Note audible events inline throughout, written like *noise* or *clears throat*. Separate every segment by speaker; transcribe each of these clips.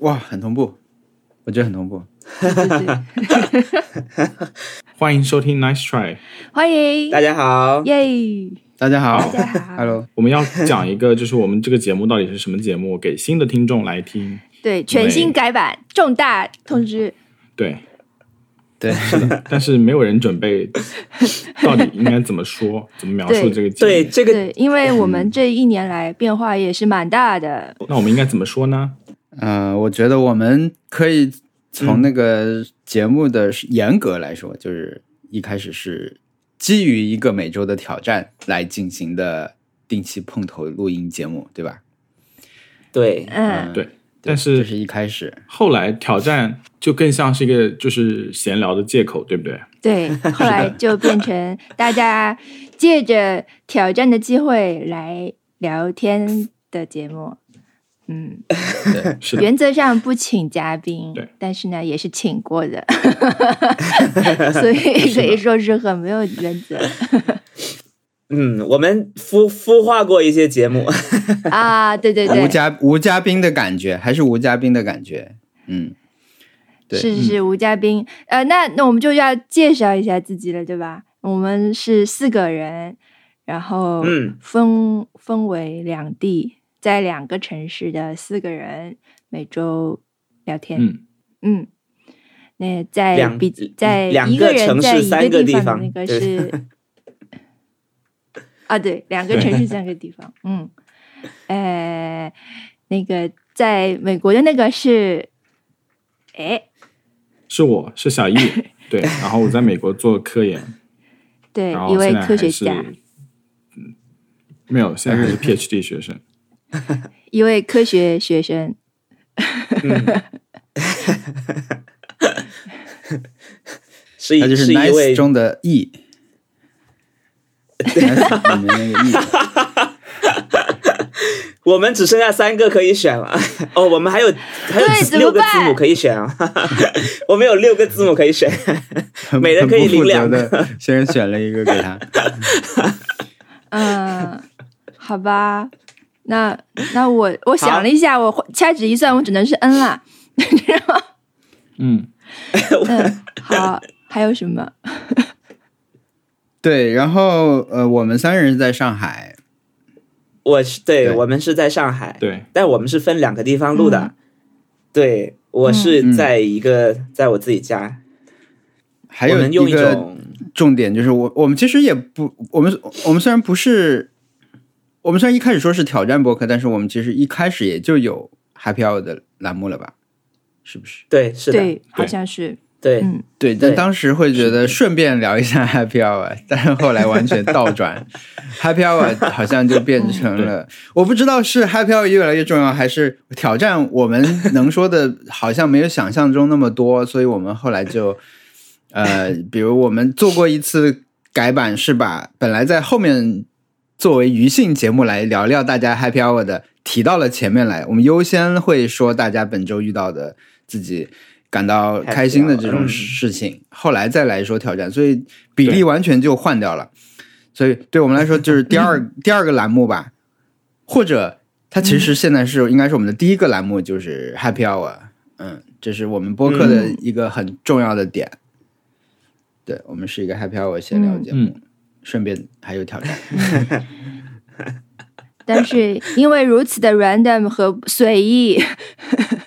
Speaker 1: 哇，很同步，我觉得很同步。
Speaker 2: 欢迎收听 Nice Try。
Speaker 3: 欢迎，
Speaker 4: 大家好，
Speaker 3: 耶！
Speaker 1: 大家好
Speaker 3: 大家好
Speaker 1: ，Hello，
Speaker 2: 我们要讲一个，就是我们这个节目到底是什么节目，给新的听众来听。
Speaker 3: 对，全新改版，重大通知，
Speaker 2: 对，
Speaker 1: 对，
Speaker 2: 但是没有人准备到底应该怎么
Speaker 3: *laughs*
Speaker 2: 说，怎么描述
Speaker 3: 对
Speaker 2: 哎这个节目。
Speaker 4: 对这个
Speaker 3: 对，因为我们这一年来变化也是蛮大的，
Speaker 2: 那我们应该怎么说呢？
Speaker 1: 呃，我觉得我们可以
Speaker 3: 嗯
Speaker 1: 从那个节目的严格来说，就是一开始是基于一个每周的挑战来进行的定期碰头录音节目，对吧？
Speaker 4: 对
Speaker 3: 嗯，
Speaker 2: 对，
Speaker 1: 对
Speaker 2: 但是
Speaker 1: 这是一开始，
Speaker 2: 后来挑战就更像是一个就是闲聊的借口，对不对？
Speaker 3: 对，后来就变成大家借着挑战的机会来聊天的节目。嗯，
Speaker 1: 对
Speaker 2: 是的，
Speaker 3: 原则上不请嘉宾
Speaker 2: 对，
Speaker 3: 但是呢也是请过的，所以可以说是很没有原则
Speaker 4: 嗯，我们孵孵化过一些节目，
Speaker 3: 啊！对对
Speaker 1: 无
Speaker 3: 对，
Speaker 1: 嘉无嘉宾的感觉，还是无嘉宾的感觉，嗯，对
Speaker 3: 是是
Speaker 4: 嗯
Speaker 3: 是，吴嘉宾。呃，那那我们就要介绍一下自己了，对吧？我们是四个人，然后
Speaker 4: 嗯
Speaker 3: 分分为两地，在两个城市的四个人，每周聊天。
Speaker 2: 嗯，
Speaker 3: 嗯那在
Speaker 4: 两
Speaker 3: 比在
Speaker 4: 两
Speaker 3: 一
Speaker 4: 个
Speaker 3: 人
Speaker 4: 城
Speaker 3: 在
Speaker 4: 市
Speaker 3: 一
Speaker 4: 三
Speaker 3: 个
Speaker 4: 个
Speaker 3: 地
Speaker 4: 地
Speaker 3: 方
Speaker 4: 方
Speaker 3: 的那个
Speaker 4: 对 *laughs*
Speaker 3: 是啊，对，两个
Speaker 2: 对
Speaker 3: 城市三个地方，嗯，呃，那个在美国的那个是，哎，
Speaker 2: 是我是小
Speaker 3: *laughs*
Speaker 2: 易，对，然后我在美国做科研，
Speaker 3: 对，
Speaker 2: 然
Speaker 3: 一
Speaker 2: 后
Speaker 3: 位
Speaker 2: 现在
Speaker 3: 科
Speaker 2: 还
Speaker 3: 学
Speaker 2: 是
Speaker 3: 家，
Speaker 2: 嗯没有，现在
Speaker 3: *laughs*
Speaker 2: 还是 PhD 学生。
Speaker 3: 一位科学学生，
Speaker 4: 是一
Speaker 1: 他就是
Speaker 4: 是一位
Speaker 1: nice 中的 e。nice 里面那个 e，
Speaker 4: 我们只剩下三个可以选了。 *laughs* 哦，我们还有还有
Speaker 3: 对
Speaker 4: 几
Speaker 3: 怎么
Speaker 4: 六个字
Speaker 3: 办
Speaker 4: 母可以选啊！ *laughs* 我们有六个字母可以选， *laughs*
Speaker 1: 很
Speaker 4: 每人可以
Speaker 1: 很不负
Speaker 4: 领两
Speaker 1: 责的，先人选了一个给他。
Speaker 2: *laughs*
Speaker 3: 嗯，好吧，那那我我
Speaker 2: 啊
Speaker 4: 好
Speaker 3: 想了一下，我掐指一算，我只能是 N 啦。
Speaker 2: 嗯，
Speaker 3: 嗯，好，还有什么？
Speaker 1: 对，然后呃，我们三个人是在上海，
Speaker 4: 我是对
Speaker 1: 对
Speaker 4: 我们是在上海，
Speaker 2: 对，
Speaker 4: 但我们是分两个地方录的。
Speaker 3: 嗯
Speaker 4: 对，我
Speaker 1: 嗯
Speaker 4: 是在一个、在我自己家，
Speaker 1: 还
Speaker 4: 我
Speaker 1: 有
Speaker 4: 们用
Speaker 1: 一
Speaker 4: 一
Speaker 1: 个
Speaker 4: 种
Speaker 1: 重点就是我我们其实也不，我们我们虽然不是，我们虽然一开始说是挑战播客，但是我们其实一开始也就有 Happy Hour 的栏目了吧？是不是？
Speaker 4: *laughs* 对是的，对
Speaker 3: 对，好像是，嗯
Speaker 1: 对，
Speaker 4: 对
Speaker 1: 但当时会觉得顺便聊一下 Happy Hour，但 *laughs* 是后来完全倒转，Happy Hour 好像就变成了，我不知道是 Happy Hour 越来越重要，还是挑战我们能说的，好像没有想象中那么多，所以我们后来就，呃，比如我们做过一次改版，是把本来在后面作为余兴节目来聊聊大家 Happy Hour 的，提到了前面来，我们优先会说大家本周遇到的自己感到开心的这种
Speaker 4: Happy hour，嗯
Speaker 1: 事情，后来再来说挑战，所以比例完全就换掉了。所以对我们来说，就是第
Speaker 4: *laughs*
Speaker 1: 二第二个栏目吧，或者它其
Speaker 3: 嗯
Speaker 1: 实现在是应该是我们的第一个栏目，就是 Happy Hour。嗯，这是我们播客的一个很重要的点。对我们是一个 Happy Hour 闲聊节
Speaker 3: 嗯
Speaker 1: 目，顺便还有挑战。
Speaker 3: 但是因为如此的 random 和随意，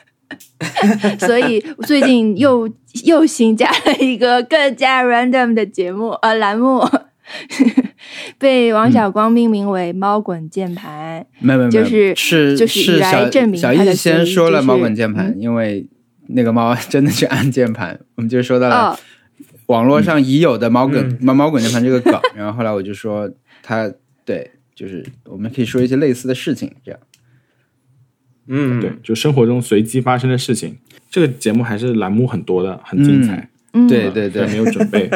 Speaker 3: *laughs* 所以最近又又新加了一个更加 random 的节目呃栏目， *laughs* 被王
Speaker 2: 嗯
Speaker 3: 小光命名为“猫滚键盘
Speaker 1: 没有没有，没有
Speaker 3: 就是
Speaker 1: 是
Speaker 3: 就是
Speaker 1: 是
Speaker 3: 以来
Speaker 1: 小
Speaker 3: 证明
Speaker 1: 小
Speaker 3: 他
Speaker 1: 易
Speaker 3: 的
Speaker 1: 先
Speaker 3: 声音
Speaker 1: 说
Speaker 3: 就
Speaker 1: 了猫
Speaker 3: 是嗯
Speaker 1: 滚键盘，因为那个猫真的去按键盘， *laughs* 我们就说”
Speaker 2: 呃
Speaker 1: 到了
Speaker 3: 哦，
Speaker 1: 网络上已有的猫滚
Speaker 4: 嗯
Speaker 1: 猫猫滚键盘这个梗， *laughs* 然后后来我就说他对，就是我们可以说一些类似的事情，这样
Speaker 4: 嗯
Speaker 2: 对，就生活中随机发生的事情。这个节目还是栏目很多的，很精彩。
Speaker 3: 嗯，
Speaker 1: 对对
Speaker 2: 虽然没有
Speaker 1: *laughs*
Speaker 2: 准备，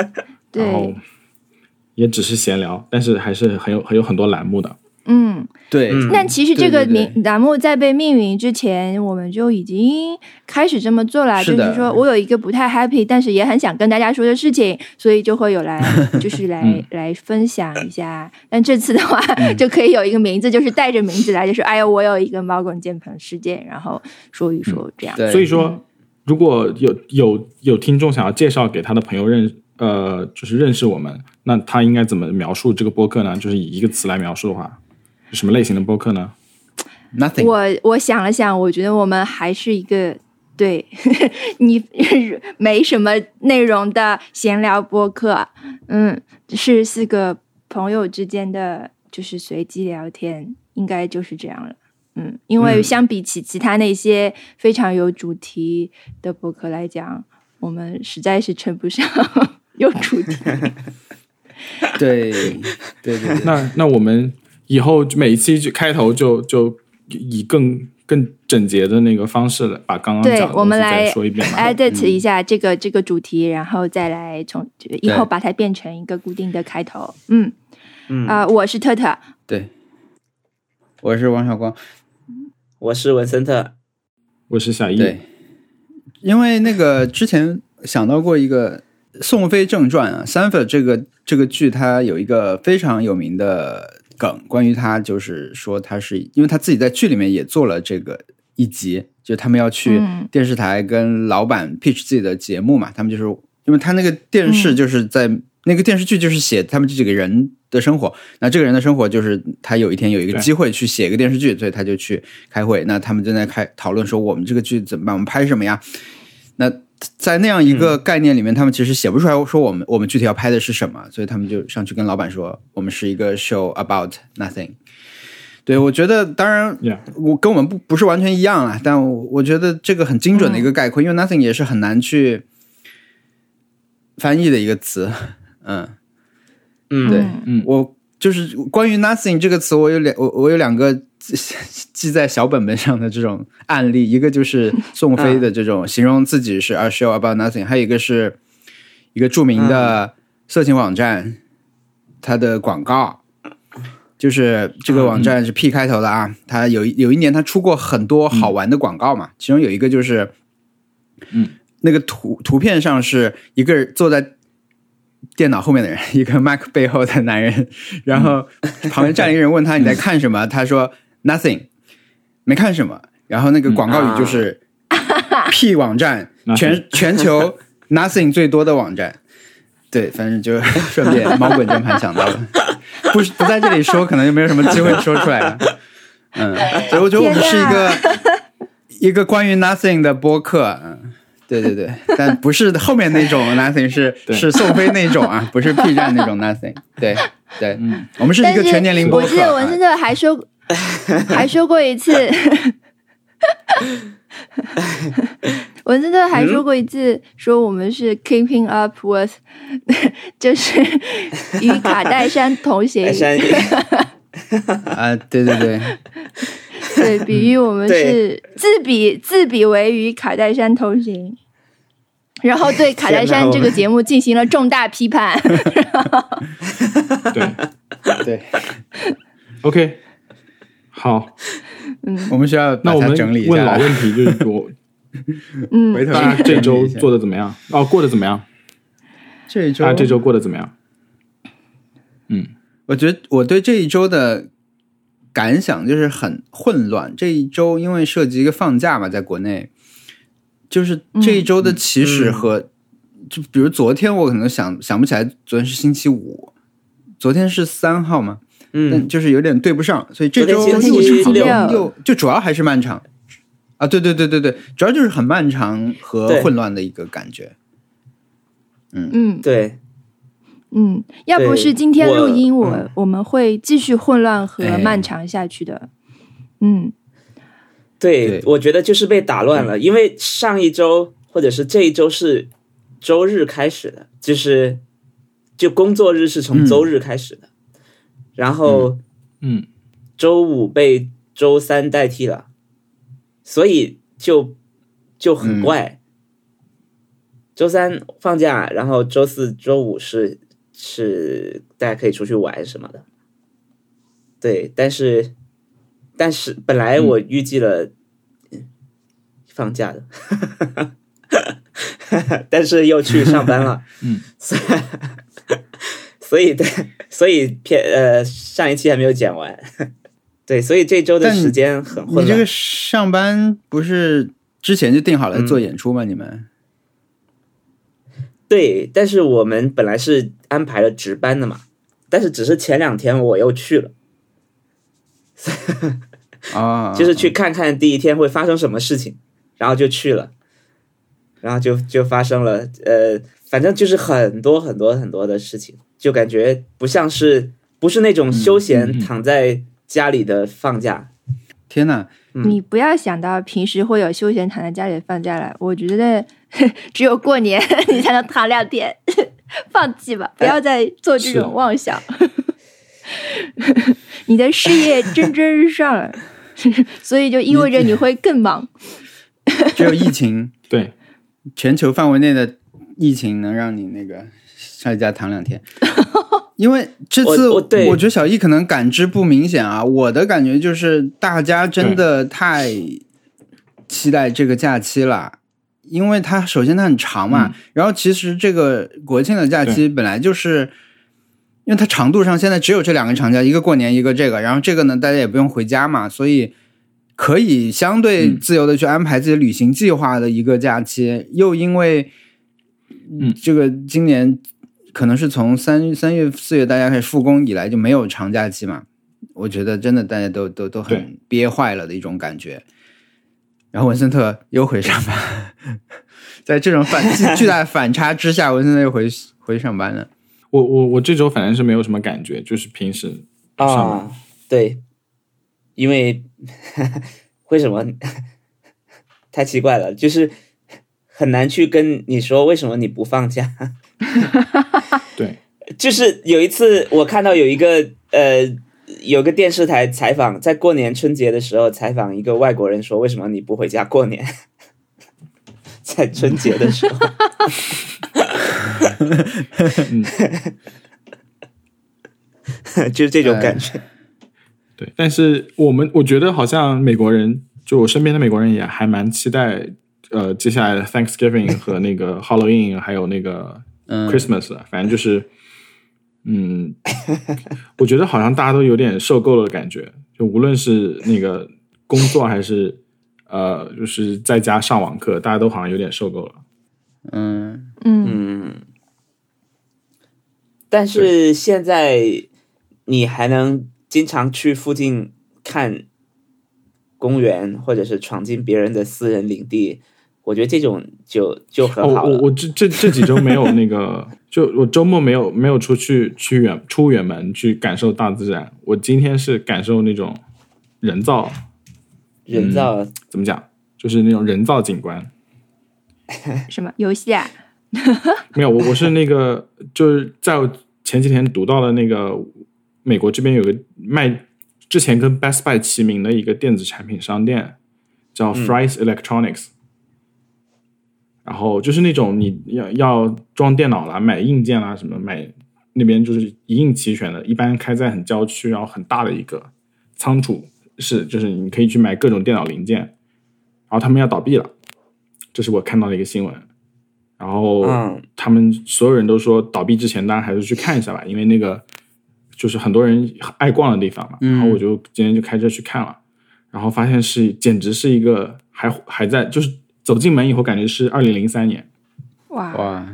Speaker 2: 然后
Speaker 3: 对
Speaker 2: 也只是闲聊，但是还是很有很有很多栏目的。
Speaker 3: 嗯，
Speaker 1: 对，
Speaker 4: 嗯
Speaker 3: 那其实这个
Speaker 1: 对对对
Speaker 3: 名栏目在被命名之前，我们就已经开始这么做了。
Speaker 1: 是
Speaker 3: 就
Speaker 1: 的
Speaker 3: 是说我有一个不太 happy，但是也很想跟大家说的事情，所以就会有来，就是来、
Speaker 2: 嗯
Speaker 3: 来分享一下。但这次的话，
Speaker 1: 嗯
Speaker 3: 就可以有一个名字，就是带着名字来，就是哎呀，我有一个猫滚键盘事件，然后说一说这样。
Speaker 1: 嗯对，
Speaker 2: 所以说，如果有有有听众想要介绍给他的朋友认呃，就是认识我们，那他应该怎么描述这个播客呢？就是以一个词来描述的话，是什么类型的播客呢？
Speaker 1: nothing，
Speaker 3: 我我想了想，我觉得我们还是一个对 *laughs* 你没什么内容的闲聊播客，嗯，是四个朋友之间的就是随机聊天，应该就是这样了。嗯，因为
Speaker 4: 嗯
Speaker 3: 相比起其他那些非常有主题的播客来讲，我们实在是称不上 *laughs* 有主题。
Speaker 1: *laughs* 对，对对对，
Speaker 2: 那那我们以后就每一期就开头就就以更更整洁的那个方式来把刚刚
Speaker 3: 对
Speaker 2: 讲的
Speaker 3: 我们
Speaker 2: 东西再
Speaker 3: 来
Speaker 2: 说一遍嘛。
Speaker 1: 嗯
Speaker 3: edit 哎一下这个、这个主题，然后再来从呃以
Speaker 1: 对
Speaker 3: 后把它变成一个固定的开头。嗯，
Speaker 4: 嗯
Speaker 3: 啊、我是特特，
Speaker 1: 对，我是王小光，
Speaker 4: 我是文森特，
Speaker 2: 我是小易，
Speaker 1: 对，因为那个之前想到过一个《宋飞正传》啊，三粉这个这个剧，它有一个非常有名的梗，关于他就是说他是因为他自己在剧里面也做了这个一集，就他们要去
Speaker 3: 嗯
Speaker 1: 电视台跟老板 pitch 自己的节目嘛，他们就是因为他那个电视
Speaker 3: 嗯
Speaker 1: 就是在、那个电视剧就是写他们这几个人的生活，那这个人的生活就是他有一天有一个
Speaker 2: 对
Speaker 1: 机会去写一个电视剧，所以他就去开会。那他们正在开讨论说我们这个剧怎么办，我们拍什么呀？那在那样一个
Speaker 2: 嗯
Speaker 1: 概念里面，他们其实写不出来说我们我们具体要拍的是什么，所以他们就上去跟老板说我们是一个 show about nothing。对，我觉得当然
Speaker 2: Yeah
Speaker 1: 我跟我们不不是完全一样啦，但我我觉得这个很精准的一
Speaker 2: 嗯
Speaker 1: 个概括，因为 nothing 也是很难去翻译的一个词，嗯。
Speaker 4: 嗯，
Speaker 1: 对
Speaker 3: 嗯
Speaker 1: 我就是关于 nothing 这个词，我有两我我有两个记 *laughs* 记在小本本上的这种案例，一个就是宋飞的这种形容自己是 a show about nothing，还有一个是一个著名的色情网站，它的广告。就是这个
Speaker 2: 嗯
Speaker 1: 网站是 P 开头的啊，它有一有一年它出过很多好玩的广告嘛，其中有一个就是，
Speaker 2: 嗯，
Speaker 1: 那个图图片上是一个坐在电脑后面的人， *laughs* 一个 Mac 背后的男人，然后
Speaker 2: 嗯
Speaker 1: 旁边站了一个人，问他你在看
Speaker 2: *laughs*
Speaker 1: 什么？他说 nothing，没看什么。然后那个广告语就是 *laughs* P 网站，
Speaker 2: 啊 Nothing
Speaker 1: 全全
Speaker 2: *laughs*
Speaker 1: 球 nothing 最多的网站。对，反正就顺
Speaker 2: *laughs*
Speaker 1: 便猫滚键盘想到了，不不在这里说，可能就没有什么机会说出来了。嗯，所以我觉得我们是一个一个关于 nothing 的播客。嗯，对对对，但不是后面那
Speaker 3: *laughs*
Speaker 1: 种 nothing，是
Speaker 2: 对
Speaker 1: 是宋飞那种啊，不是 B 站那种
Speaker 3: *laughs*
Speaker 1: nothing。对对，
Speaker 2: 嗯，
Speaker 1: 我们是一
Speaker 3: 但
Speaker 1: 个全年龄播
Speaker 3: 我
Speaker 1: 客啊。
Speaker 3: 记得文森特还说 *laughs* 还说过一次， *laughs* 文森特还说过一次，说我们是 keeping up with，就是与卡戴珊同
Speaker 1: *laughs*
Speaker 4: 白
Speaker 3: 行，*laughs*
Speaker 4: 哎山，
Speaker 1: 啊，对对对，
Speaker 3: 对比喻
Speaker 4: 嗯
Speaker 3: 我们是自比自比为与卡戴珊同行，然后对卡戴
Speaker 4: 天哪
Speaker 3: 珊
Speaker 4: 我
Speaker 3: 这个节目进行了重大批
Speaker 4: *laughs*
Speaker 3: 判。
Speaker 2: 对
Speaker 3: *laughs*
Speaker 1: 对， *laughs*
Speaker 2: ，OK，好，
Speaker 1: 我们需要把
Speaker 2: 那我
Speaker 1: 它
Speaker 2: 们
Speaker 1: 整理一
Speaker 2: 问老
Speaker 1: 下。
Speaker 2: 问题，就是
Speaker 1: *laughs*
Speaker 2: 我
Speaker 3: 嗯，
Speaker 1: 回头
Speaker 2: 大啊家这
Speaker 1: 整
Speaker 2: 周
Speaker 1: 理一下
Speaker 2: 做的怎么样？哦，过得怎么样？
Speaker 1: 这一周
Speaker 2: 大家这周过得怎么样？
Speaker 1: 我觉得我对这一周的感想就是很混乱。这一周因为涉及一个放假嘛，在国内，就是这一周的起始和、就比如昨天我可能想想不起来，昨天是星期五，昨天是三号嘛，但
Speaker 4: 嗯，
Speaker 1: 就是有点对不上，所以这周
Speaker 4: 昨天
Speaker 3: 星期
Speaker 1: 又
Speaker 3: 六
Speaker 1: 又就主要还是漫长啊，对对对对对，主要就是很漫长和
Speaker 4: 对
Speaker 1: 混乱的一个感觉。
Speaker 3: 嗯
Speaker 4: 对，
Speaker 3: 嗯，要不是今天录音，
Speaker 4: 我嗯
Speaker 3: 我我们会继续混乱和
Speaker 1: 哎
Speaker 3: 漫长下去的。嗯，
Speaker 1: 对
Speaker 4: 对，我觉得就是被打乱了，因为上一周或者是这一周是周日开始的，就是就工作日是从周日开始的，然后
Speaker 2: 嗯，
Speaker 4: 周五被周三代替了，所以就就很怪。周三放假，然后周四周五是是大家可以出去玩什么的，对，但是但是本来我预计了放假的， *laughs* 但是又去上
Speaker 1: *laughs*
Speaker 4: 班了，
Speaker 2: 嗯，
Speaker 4: 所以 *laughs* 所以对，所以片呃上一期还没有剪完， *laughs* 对，所以这周的
Speaker 1: 但
Speaker 4: 时间很
Speaker 1: 你
Speaker 4: 混
Speaker 1: 这
Speaker 4: 乱
Speaker 1: 个。上班不是之前就定好了
Speaker 4: 嗯
Speaker 1: 做演出吗？你们
Speaker 4: 对，但是我们本来是安排了值班的嘛，但是只是前两天我又去了，
Speaker 1: 啊，
Speaker 4: 就是
Speaker 2: 嗯
Speaker 4: 去看看第一天会发生什么事情，然后就去了，然后就就发生了，呃，反正就是很多很多很多的事情，就感觉不像是不是那种休
Speaker 2: 嗯嗯
Speaker 4: 闲
Speaker 2: 嗯
Speaker 4: 躺在家里的放假，
Speaker 1: 天哪，
Speaker 4: 嗯
Speaker 3: 你不要想到平时会有休闲躺在家里放假了，我觉得 *laughs* 只有过年 *laughs* 你才能躺两天， *laughs* 放弃吧，
Speaker 1: 哎
Speaker 3: 不要再做这
Speaker 2: 是
Speaker 3: 种妄想。 *laughs* 你的事业蒸蒸日上了， *laughs* 所以就意味着你会更忙。
Speaker 1: 只有疫情， *laughs*
Speaker 2: 对，
Speaker 1: 全球范围内的疫情能让你那个在家躺两
Speaker 4: *laughs*
Speaker 1: 天。因为这次
Speaker 4: 我我对
Speaker 1: 觉得小易可能感知不明显啊，我的感觉就是大家真的太期待这个假期了，因为它首先它很长嘛，
Speaker 4: 嗯
Speaker 1: 然后其实这个国庆的假期本来就是。因为它长度上现在只有这两个长假，一个过年，一个这个，然后这个呢，大家也不用回家嘛，所以可以相对
Speaker 2: 嗯
Speaker 1: 自由的去安排自己旅行计划的一个假期。又因为，
Speaker 2: 嗯
Speaker 1: 这个今年可能是从三三月四月大家开始复工以来就没有长假期嘛，我觉得真的大家都都都很
Speaker 2: 对
Speaker 1: 憋坏了的一种感觉。然后文森特又回上班， *laughs* 在这种反
Speaker 2: *laughs*
Speaker 1: 巨巨大的反差之下，文森特又回回上班了。
Speaker 2: 我我我这周反正是没有什么感觉，就是平时上班
Speaker 4: 啊，对，因为 *laughs* 为什么 *laughs* 太奇怪了，就是很难去跟你说为什么你不放假。
Speaker 2: 对，
Speaker 4: 就是有一次我看到有一个呃，有个电视台采访，在过年春节的时候采访一个外国人说，为什么你不回家过年？ *laughs* 在春节的时候， *laughs* 就是这种感觉。
Speaker 2: 对，但是我们我觉得好像美国人，就我身边的美国人也还蛮期待，呃，接下来的 Thanksgiving 和那个 Halloween，还有那个
Speaker 1: 嗯
Speaker 2: Christmas，、反正就是，嗯，我觉得好像大家都有点受够了的感觉，就无论是那个工作还是呃，就是在家上网课，大家都好像有点受够了。
Speaker 1: 嗯，
Speaker 3: 嗯，
Speaker 4: 嗯，但是现在你还能经常去附近看公园，或者是闯进别人的私人领地，我觉得这种就就很
Speaker 2: 哦，
Speaker 4: 好
Speaker 2: 我
Speaker 4: 了。
Speaker 2: 我这这这几周没有那个，就我周末没有没有出去去远出远门去感受大自然。我今天是感受那种人造
Speaker 4: 人造
Speaker 2: 怎么讲，就是那种人造景观。
Speaker 3: 什么游戏啊？
Speaker 2: *laughs* 没有，我我是那个就是在我前几天读到的那个美国这边有个卖之前跟 Best Buy 齐名的一个电子产品商店，叫 Fry's Electronics。然后就是那种你要要装电脑啦、买硬件啦什么，买那边就是一应齐全的，一般开在很郊区，然后很大的一个仓储是，就是你可以去买各种电脑零件。然后他们要倒闭了，这是我看到的一个新闻。然后
Speaker 4: 嗯
Speaker 2: 他们所有人都说，倒闭之前大家还是去看一下吧，因为那个就是很多人爱逛的地方嘛。
Speaker 1: 嗯
Speaker 2: 然后我就今天就开车去看了，然后发现是简直是一个还还在，就是走进门以后感觉是二零零三年，
Speaker 3: 哇，
Speaker 1: 哇，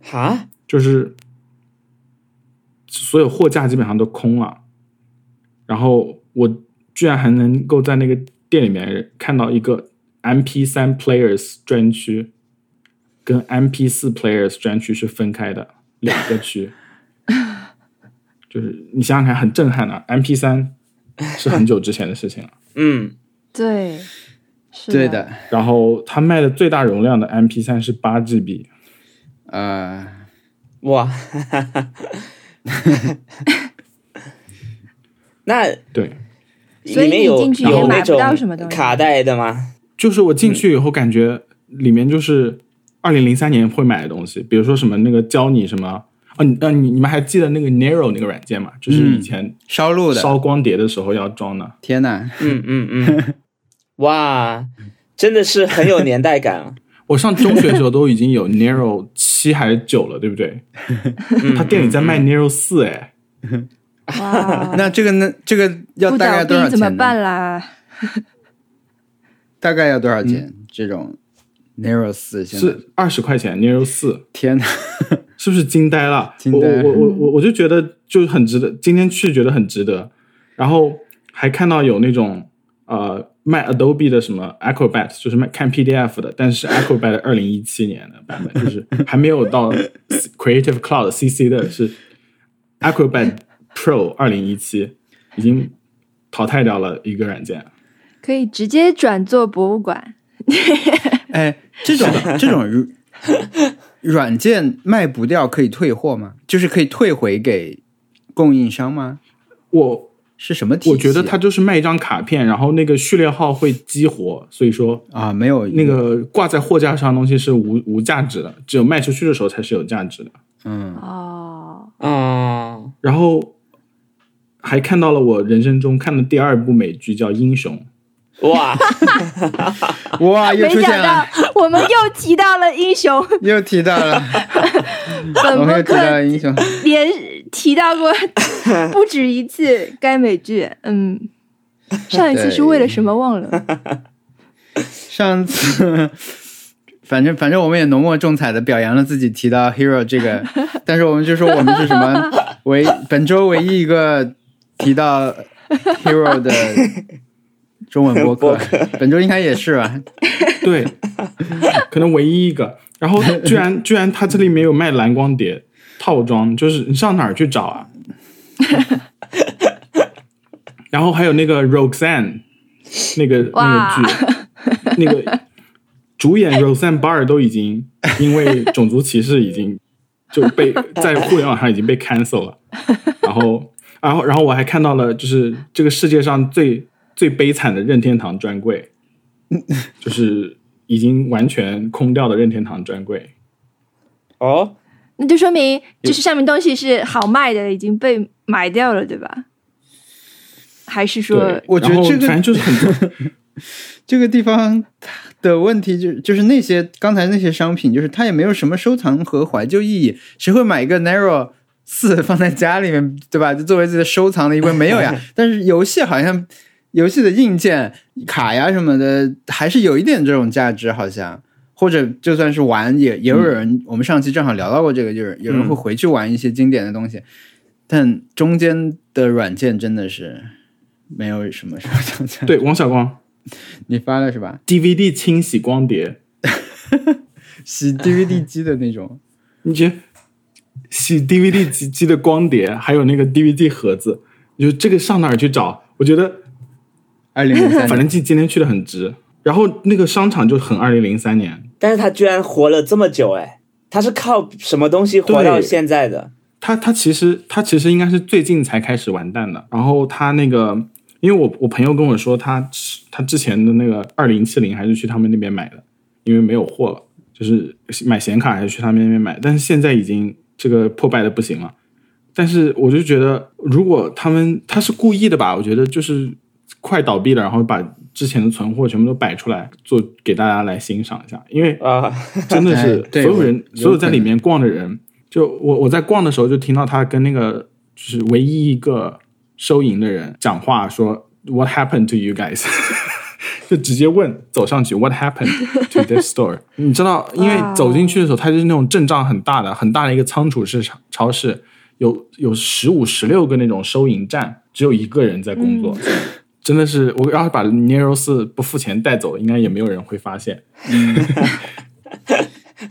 Speaker 4: 哈，
Speaker 2: 就是所有货架基本上都空了，然后我居然还能够在那个店里面看到一个 MP 三 Players 专区跟 MP 四 Players 专区是分开的两个区，就是你想想看，很震撼的、MP 三是很久之前的事情了。
Speaker 4: 嗯。
Speaker 3: 对，是
Speaker 1: 对的，
Speaker 2: 然后它卖的最大容量的 MP 三是八 GB，
Speaker 1: 呃，
Speaker 4: 哇， *laughs* 那
Speaker 2: 对，
Speaker 3: 所以
Speaker 4: 里面
Speaker 3: 你
Speaker 4: 有
Speaker 3: 进去
Speaker 2: 也
Speaker 4: 有
Speaker 3: 买
Speaker 4: 那
Speaker 3: 不到
Speaker 4: 种
Speaker 3: 什么东西
Speaker 4: 卡带的吗？
Speaker 2: 就是我进去以后感觉里面就是二零零三年会买的东西，比如说什么那个教你什么啊，你呃你你们还记得那个 Narrow 那个软件吗？就是以前
Speaker 1: 烧录的，
Speaker 2: 烧光碟的时候要装的。
Speaker 1: 天哪！
Speaker 4: 嗯嗯嗯，哇，真的是很有年代感啊！
Speaker 2: 我上中学的时候都已经有 Narrow 七还是九了，对不对？他店里在卖 Narrow 四，哎，
Speaker 3: 哇，
Speaker 1: *laughs* 那这个呢？这个要
Speaker 3: 不
Speaker 1: 大概
Speaker 3: 倒
Speaker 1: 多
Speaker 3: 闭
Speaker 1: 少
Speaker 3: 怎
Speaker 1: 钱
Speaker 3: 么
Speaker 1: 呢？
Speaker 3: 办啦？
Speaker 1: 大概要多少钱？
Speaker 3: 嗯
Speaker 1: 这种 Narrow 四现在
Speaker 2: 是二十块钱 Narrow 四。
Speaker 1: 天哪！
Speaker 2: *laughs* 是不是惊呆了？
Speaker 1: 惊呆嗯
Speaker 2: 我我我我我就觉得就很值得，今天去觉得很值得。然后还看到有那种呃卖 Adobe 的什么 Acrobat，就是卖看 PDF 的，但是 Acrobat 二零一七年的版本，就是还没有到 *laughs* Creative Cloud CC 的，是 Acrobat Pro 二零一七，已经淘汰掉了一个软件。
Speaker 3: 可以直接转做博物馆。
Speaker 1: 哎，这种这种软软件卖不掉可以退货吗？就是可以退回给供应商吗？
Speaker 2: 我
Speaker 1: 是什么体系啊？
Speaker 2: 我觉得它就是卖一张卡片，然后那个序列号会激活，所以说
Speaker 1: 啊，没有
Speaker 2: 那个挂在货架上的东西是无无价值的，只有卖出去的时候才是有价值的。
Speaker 1: 嗯，
Speaker 3: 哦，
Speaker 4: 哦，
Speaker 2: 然后还看到了我人生中看的第二部美剧叫《英雄》，
Speaker 4: 哇，
Speaker 1: 哇，又
Speaker 3: *laughs* 没
Speaker 1: 出现
Speaker 3: 想到
Speaker 1: 了， *laughs*
Speaker 3: 我们又提到了英雄，
Speaker 1: 又提到
Speaker 3: *laughs*
Speaker 1: 了，
Speaker 3: 本
Speaker 1: 我们又提
Speaker 3: 播
Speaker 1: 到
Speaker 3: 客
Speaker 1: 了英雄。
Speaker 3: 连提到过不止一次该美剧。嗯，上一次是为了什么忘了？
Speaker 1: 上次，反正反正我们也浓墨重彩的表扬了自己提到 hero 这个，但是我们就说我们是什么唯本周唯一一个提到 hero 的中文播客，本周应该也是吧？
Speaker 2: 对，可能唯一一个。然后居然居然它这里面有卖蓝光碟套装，就是你上哪儿去找啊？ *laughs* 然后还有那个 Roxanne 那个那个剧，那个主演 Roxanne Barr 都已经因为种族歧视已经就被在互联网上已经被 cancel 了。然后，然后，然后我还看到了，就是这个世界上最最悲惨的任天堂专柜，就是已经完全空掉的任天堂专柜。
Speaker 4: *laughs* 哦，
Speaker 3: 那就说
Speaker 2: *laughs*
Speaker 3: 明就是上面东西是好卖的，已经被买掉了，对吧？还是说
Speaker 2: 对，
Speaker 1: 我觉得
Speaker 2: 然后
Speaker 1: 这个
Speaker 2: 反正就是很
Speaker 1: *laughs* 这个地方的问题就就是那些刚才那些商品，就是它也没有什么收藏和怀旧意义，谁会买一个 Narrow 四放在家里面，对吧？就作为自己的收藏的一部分没有呀。但是游戏好像游戏的硬件卡呀什么的，还是有一点这种价值，好像。或者就算是玩，也也有人、我们上期正好聊到过这个，就是有人会回去玩一些经典的东西，但中间的软件真的是没有什么收藏价值。
Speaker 2: 对王小光
Speaker 1: 你发了是吧？
Speaker 2: DVD 清洗光碟，
Speaker 1: 洗 DVD 机的那种。
Speaker 2: 你觉得洗 DVD 机机的光碟，还有那个 DVD 盒子，你就这个上哪儿去找？我觉得
Speaker 1: 二零零三
Speaker 2: *laughs* 反正今今天去的很值。然后那个商场就很二零零三年，
Speaker 4: 但是他居然活了这么久，哎，他是靠什么东西活到
Speaker 2: 对
Speaker 4: 现在的？
Speaker 2: 它它其实它其实应该是最近才开始完蛋的。然后它那个，因为我我朋友跟我说，他他之前的那个二零七零还是去他们那边买的，因为没有货了，就是买显卡还是去他们那边买。但是现在已经这个破败的不行了。但是我就觉得，如果他们他是故意的吧，我觉得就是快倒闭了，然后把之前的存货全部都摆出来做给大家来欣赏一下，因为
Speaker 4: 啊，
Speaker 1: *laughs*
Speaker 2: 真的
Speaker 1: 哎
Speaker 2: 是所
Speaker 1: 对
Speaker 2: 有
Speaker 1: 我
Speaker 2: 人，
Speaker 1: 有
Speaker 2: 所有
Speaker 1: 可
Speaker 2: 在
Speaker 1: 能
Speaker 2: 里面逛的人，就我我在逛的时候就听到他跟那个就是唯一一个收银的人讲话说 What happened to you guys？就直接问走上去 What happened to
Speaker 1: *laughs*
Speaker 2: this store？你知道，因为
Speaker 3: 哇
Speaker 2: 走进去的时候，它就是那种阵仗很大的、很大的一个仓储市场超市，有有十五、十六个那种收银站，只有一个人在工作。真的是，我要是把 Nero 四不付钱带走，应该也没有人会发现。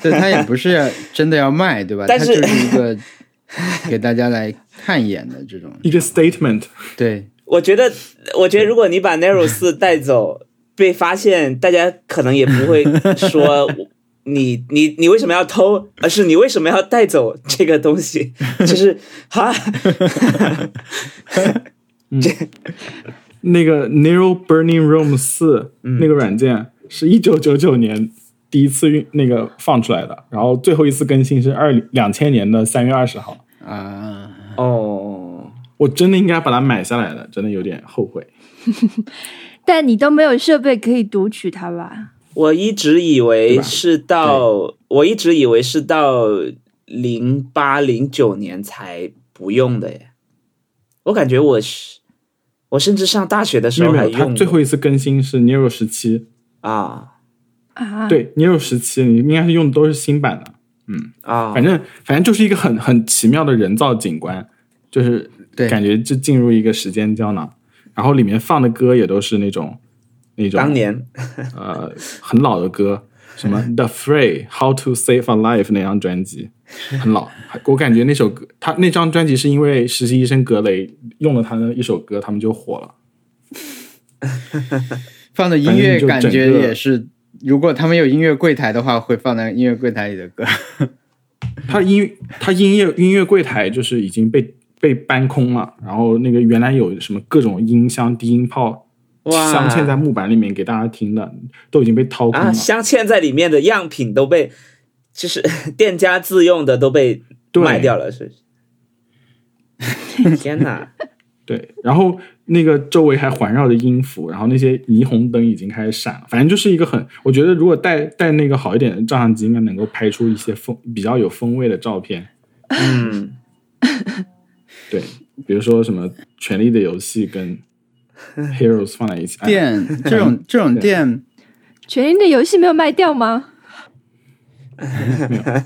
Speaker 1: 对，它也不是真的要卖，对吧？它
Speaker 4: 但
Speaker 1: 就是是一个 *laughs* 给大家来看一眼的这种。
Speaker 2: 一个 statement，
Speaker 1: 对，
Speaker 4: 我觉得，我觉得如果你把 Narrow 四带走，被发现，大家可能也不会说你你你为什么要偷，而是你为什么要带走这个东西？ *laughs* 就是哈，
Speaker 2: 那个 Neural Burning Room 四、
Speaker 4: 嗯
Speaker 2: 那个软件是一九九九年第一次运那个放出来的，然后最后一次更新是二两千年的三月二十号，
Speaker 1: 啊，
Speaker 4: 哦，
Speaker 2: 我真的应该把它买下来了，真的有点后悔。
Speaker 3: 但你都没有设备可以读取它吧？
Speaker 4: 我一直以
Speaker 2: 对
Speaker 4: 为
Speaker 2: 吧
Speaker 4: 是到，我一直以为是到零八零九年才不用的耶。我感觉我是，我甚至上大学的时
Speaker 2: 没有
Speaker 4: 候
Speaker 2: 没有，
Speaker 4: 还
Speaker 2: 它
Speaker 4: 用
Speaker 2: 最
Speaker 4: 过
Speaker 2: 后一次更新是 Nero 十七，
Speaker 4: 啊
Speaker 3: 啊，，
Speaker 2: 对 Nero 十七，你应该是用的都是新版的。
Speaker 4: 啊，
Speaker 2: 反正反正就是一个很很奇妙的人造景观，就是
Speaker 1: 对
Speaker 2: 感觉就进入一个时间胶囊，然后里面放的歌也都是那种那种
Speaker 4: 当年
Speaker 2: 呃很老的歌，什么 The Fray、How to Save a Life 那张专辑，很老。我感觉那首歌，他那张专辑是因为实习医生格雷用了他的一首歌，他们就火了。
Speaker 1: 放的音乐感
Speaker 2: 反正就
Speaker 1: 觉
Speaker 2: 整个
Speaker 1: 也是，如果他们有音乐柜台的话，会放在音乐柜台里的歌。
Speaker 2: 他音他音乐音乐柜台就是已经被被搬空了，然后那个原来有什么各种音箱、低音炮
Speaker 4: 哇
Speaker 2: 镶嵌在木板里面给大家听的，都已经被掏空了。
Speaker 4: 啊，镶嵌在里面的样品都被，就是 *laughs* 店家自用的都被
Speaker 2: 对
Speaker 4: 卖掉了，是
Speaker 2: *laughs*
Speaker 4: 不是？天哪！
Speaker 2: 对，然后那个周围还环绕着音符，然后那些霓虹灯已经开始闪了，反正就是一个很，我觉得如果带带那个好一点的照相机，应该能够拍出一些风比较有风味的照片。
Speaker 4: 嗯，
Speaker 2: 对，比如说什么《权力的游戏》跟 Heroes 放在一起，哎
Speaker 1: 店这
Speaker 2: *laughs*
Speaker 1: 种这种店
Speaker 3: 《权力的游戏》没有卖掉吗？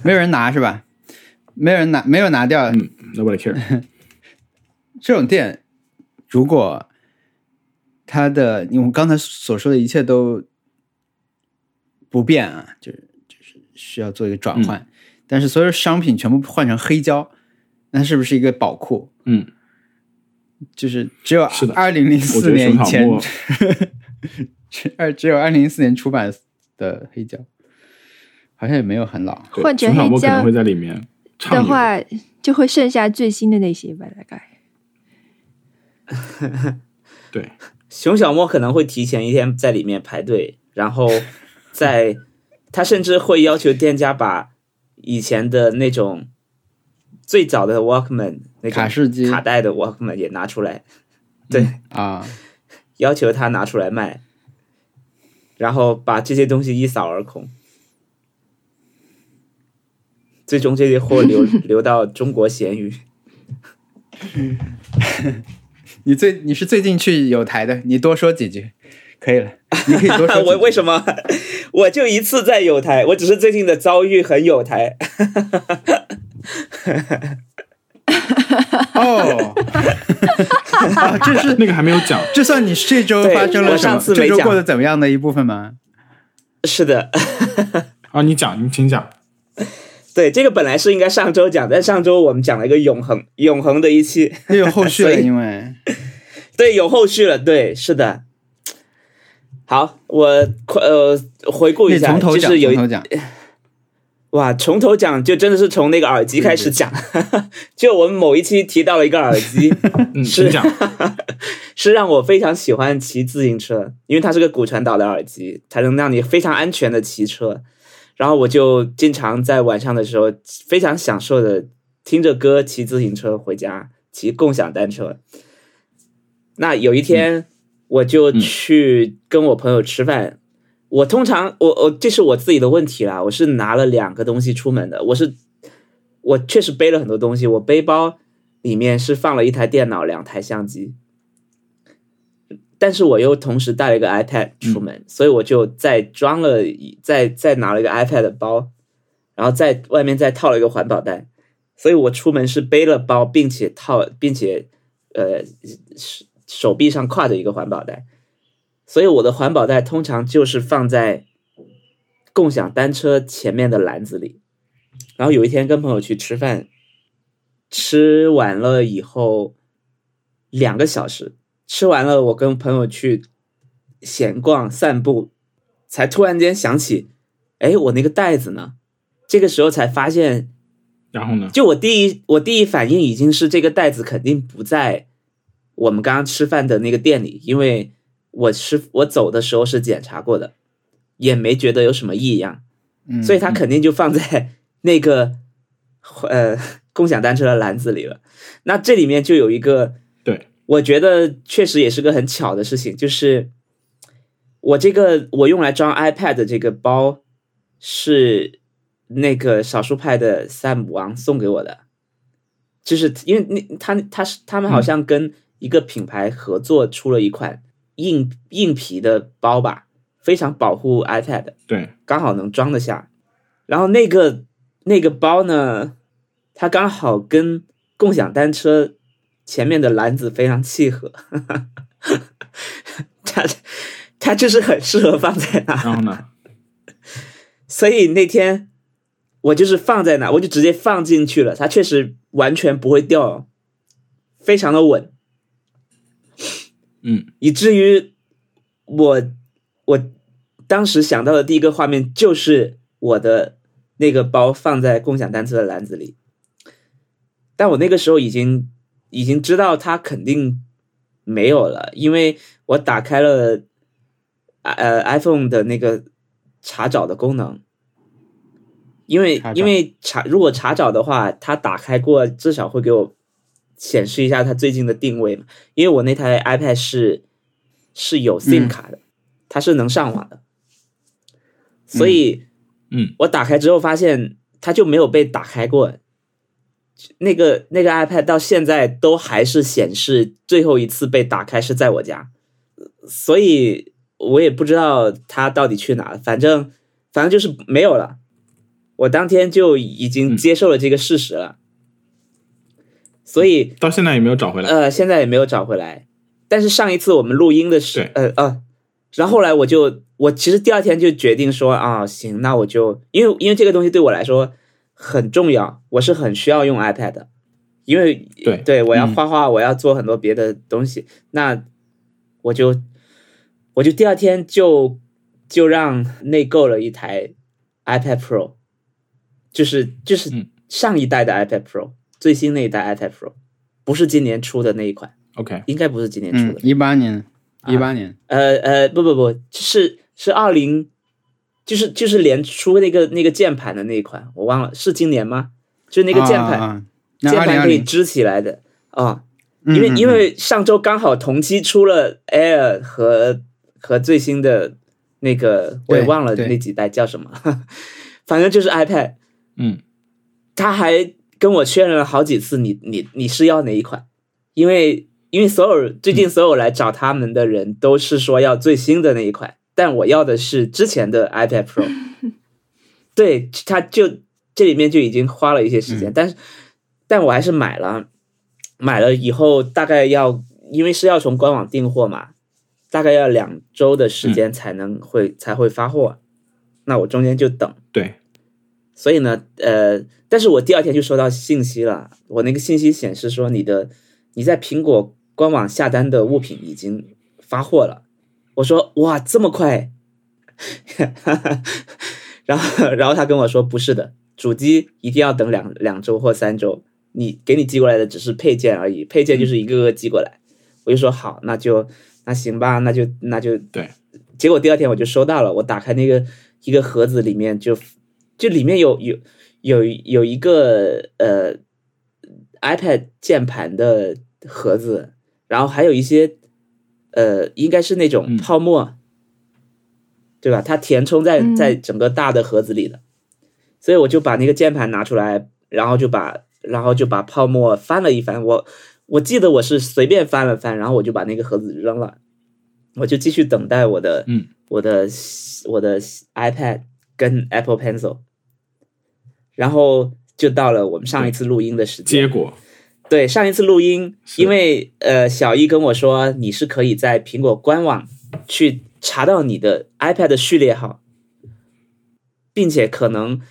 Speaker 1: 没有人拿是吧？没有人拿，没有拿
Speaker 2: *laughs*
Speaker 1: 掉。
Speaker 2: 嗯，Nobody
Speaker 1: *laughs*
Speaker 2: Care，
Speaker 1: 这种店，如果它的你我刚才所说的一切都不变啊，就是就是需要做一个转
Speaker 2: 嗯
Speaker 1: 换，但是所有商品全部换成黑胶，那是不是一个宝库？
Speaker 2: 嗯，
Speaker 1: 就是只有
Speaker 2: 是的
Speaker 1: 二零零
Speaker 2: 我
Speaker 1: 四
Speaker 2: 觉得
Speaker 1: 年
Speaker 2: 熊
Speaker 1: 以
Speaker 2: 草
Speaker 1: 前
Speaker 2: 木，
Speaker 1: 只 *laughs* 二只有二零零四年出版的黑胶，好像也没有很老。
Speaker 2: 对
Speaker 3: 换成
Speaker 2: 熊草
Speaker 3: 黑
Speaker 2: 木可
Speaker 3: 胶
Speaker 2: 能会在里面唱
Speaker 3: 的
Speaker 1: 啊
Speaker 3: 话，就会剩下最新的那些吧，大概。
Speaker 2: 对，
Speaker 4: 熊小莫可能会提前一天在里面排队，然后在他甚至会要求店家把以前的那种最早的 Walkman 那种
Speaker 1: 卡式机
Speaker 4: 卡带的 Walkman 也拿出来，对，
Speaker 1: 啊，
Speaker 4: 要求他拿出来卖，然后把这些东西一扫而空。最终这些
Speaker 1: *laughs*
Speaker 4: 货流流到中国咸鱼，
Speaker 1: 你最你是最近去有台的，你多说几句，可以了，你可以多
Speaker 2: *laughs*
Speaker 1: 说。
Speaker 4: *laughs* 我为什？么？我就一次在有台，我只是最近的遭遇很有台， *laughs*
Speaker 1: 哦，啊，这是
Speaker 2: 那个还没有讲，
Speaker 1: 这算你这周
Speaker 4: 对
Speaker 1: 发生了
Speaker 4: 我
Speaker 1: 什么？
Speaker 4: 上次
Speaker 1: 这
Speaker 4: 没
Speaker 1: 周
Speaker 4: 讲
Speaker 1: 过得怎么样的一部分吗？
Speaker 4: 是的，
Speaker 2: 啊，你讲，你请讲，
Speaker 4: 对，这个本来是应该上周讲，但上周我们讲了一个永恒永恒的一期，
Speaker 1: 又有后续了，
Speaker 4: 所以
Speaker 1: 因为
Speaker 4: 对，有后续了，对，是的。好，我快呃回顾一
Speaker 1: 你
Speaker 4: 下，
Speaker 1: 从头
Speaker 4: 就
Speaker 1: 讲，
Speaker 4: 是有
Speaker 1: 从
Speaker 4: 一
Speaker 1: 头讲。
Speaker 4: 哇，从头讲就真的是从那个耳机开始讲， *laughs* 就我们某一期提到了一个耳机，
Speaker 2: 嗯，
Speaker 4: 是
Speaker 2: 请讲，
Speaker 4: 是让我非常喜欢骑自行车，因为它是个骨传导的耳机，才能让你非常安全的骑车。然后我就经常在晚上的时候非常享受的听着歌骑自行车回家，骑共享单车。那有一天我就去跟我朋友吃饭，我通常我我这是我自己的问题啦，我是拿了两个东西出门的，我是我确实背了很多东西，我背包里面是放了一台电脑、两台相机，但是我又同时带了一个 iPad 出门，所以我就再装了一再再拿了一个 iPad 的包，然后在外面再套了一个环保袋，所以我出门是背了包，并且套，并且呃手手臂上挎着一个环保袋，所以我的环保袋通常就是放在共享单车前面的篮子里。然后有一天跟朋友去吃饭，吃完了以后两个小时，吃完了我跟朋友去闲逛散步，才突然间想起，哎，我那个袋子呢？这个时候才发现
Speaker 2: 然后呢？
Speaker 4: 就我第一，我第一反应已经是这个袋子肯定不在我们刚刚吃饭的那个店里，因为我吃我走的时候是检查过的，也没觉得有什么异样，
Speaker 1: 嗯，
Speaker 4: *laughs* 所以它肯定就放在那个呃共享单车的篮子里了。那这里面就有一个，
Speaker 2: 对
Speaker 4: 我觉得确实也是个很巧的事情，就是我这个我用来装 iPad 的这个包是那个少数派的萨姆王送给我的，就是因为那他他是他们好像跟一个品牌合作出了一款硬硬皮的包吧，非常保护 iPad。
Speaker 2: 对，
Speaker 4: 刚好能装得下。然后那个那个包呢，它刚好跟共享单车前面的篮子非常契合， *laughs* 它它就是很适合放在那。
Speaker 2: 然后呢？
Speaker 4: 所以那天我就是放在那，我就直接放进去了，它确实完全不会掉，非常的稳，
Speaker 2: 嗯，
Speaker 4: 以至于我我当时想到的第一个画面就是我的那个包放在共享单车的篮子里，但我那个时候已经已经知道它肯定没有了，因为我打开了呃 iPhone 的那个查找的功能。因为
Speaker 1: 查找
Speaker 4: 因为查如果查找的话，它打开过至少会给我显示一下它最近的定位嘛。因为我那台 iPad 是是有
Speaker 1: 嗯
Speaker 4: SIM 卡的，它是能上网的，所以
Speaker 2: 嗯，
Speaker 4: 我打开之后发现它就没有被打开过。那个那个 iPad 到现在都还是显示最后一次被打开是在我家，所以我也不知道它到底去哪了。反正反正就是没有了。我当天就已经
Speaker 2: 嗯
Speaker 4: 接受了这个事实了，所以
Speaker 2: 到现在也没有找回来。
Speaker 4: 呃，现在也没有找回来。但是上一次我们录音的时
Speaker 2: 对，
Speaker 4: 呃呃，然后后来我就，我其实第二天就决定说啊，行，那我就，因为因为这个东西对我来说很重要，我是很需要用 iPad 的，因为
Speaker 2: 对
Speaker 4: 我要
Speaker 2: 嗯
Speaker 4: 画画，我要做很多别的东西，那我就我就第二天就就让内购了一台 iPad Pro，就是就是
Speaker 2: 嗯
Speaker 4: 上一代的 iPad Pro，、最新那一代 iPad Pro，不是今年出的那一款，
Speaker 2: OK，
Speaker 4: 应该不是今年出
Speaker 1: 嗯
Speaker 4: 的，。
Speaker 1: 一八年，一八年，
Speaker 4: 呃呃，不不不，是是二零，就是就是连出那个那个键盘的那一款，我忘了是今年吗？就是那个键
Speaker 1: 啊
Speaker 4: 盘，
Speaker 1: 啊啊那
Speaker 4: 键
Speaker 1: 二零
Speaker 4: 盘
Speaker 1: 二
Speaker 4: 可以
Speaker 1: 零，
Speaker 4: 支起来的啊、
Speaker 1: 嗯
Speaker 4: 因为
Speaker 1: 嗯
Speaker 4: 因
Speaker 1: 嗯
Speaker 4: 为上周刚好同期出了 Air 和和最新的那个，我也
Speaker 1: 对
Speaker 4: 忘了
Speaker 1: 对
Speaker 4: 那几代叫什么， *laughs* 反正就是 iPad，
Speaker 2: 嗯，
Speaker 4: 他还跟我确认了好几次你，你你是要哪一款？因为因为所有最近所有来找他们的人都是说要最新的那一款，但我要的是之前的 iPad Pro。对，他就这里面就已经花了一些时间，但是但我还是买了，买了以后大概要因为是要从官网订货嘛，大概要两周的时间才能会、才会发货，那我中间就等。
Speaker 2: 对，
Speaker 4: 所以呢，呃，但是我第二天就收到信息了，我那个信息显示说你的你在苹果官网下单的物品已经发货了。我说哇，这么快？ *laughs* 然后然后他跟我说不是的，主机一定要等两两周或三周，你给你寄过来的只是配件而已，配件就是一个个寄过来。我就说好，那就那行吧，那就那就
Speaker 2: 对。
Speaker 4: 结果第二天我就收到了，我打开那个一个盒子，里面就就里面有有有有一个呃 iPad 键盘的盒子，然后还有一些呃应该是那种
Speaker 2: 嗯
Speaker 4: 泡沫，对吧？它填充在
Speaker 3: 嗯
Speaker 4: 在整个大的盒子里的，所以我就把那个键盘拿出来，然后就把然后就把泡沫翻了一翻，我我记得我是随便翻了翻，然后我就把那个盒子扔了，我就继续等待我的
Speaker 2: 嗯
Speaker 4: 我的我的 iPad 跟 Apple Pencil，然后就到了我们上一次录音的时间
Speaker 2: 结。果
Speaker 4: 对，上一次录音，
Speaker 2: 是
Speaker 4: 因为呃，小易跟我说你是可以在苹果官网去查到你的 iPad 的序列号，并且可能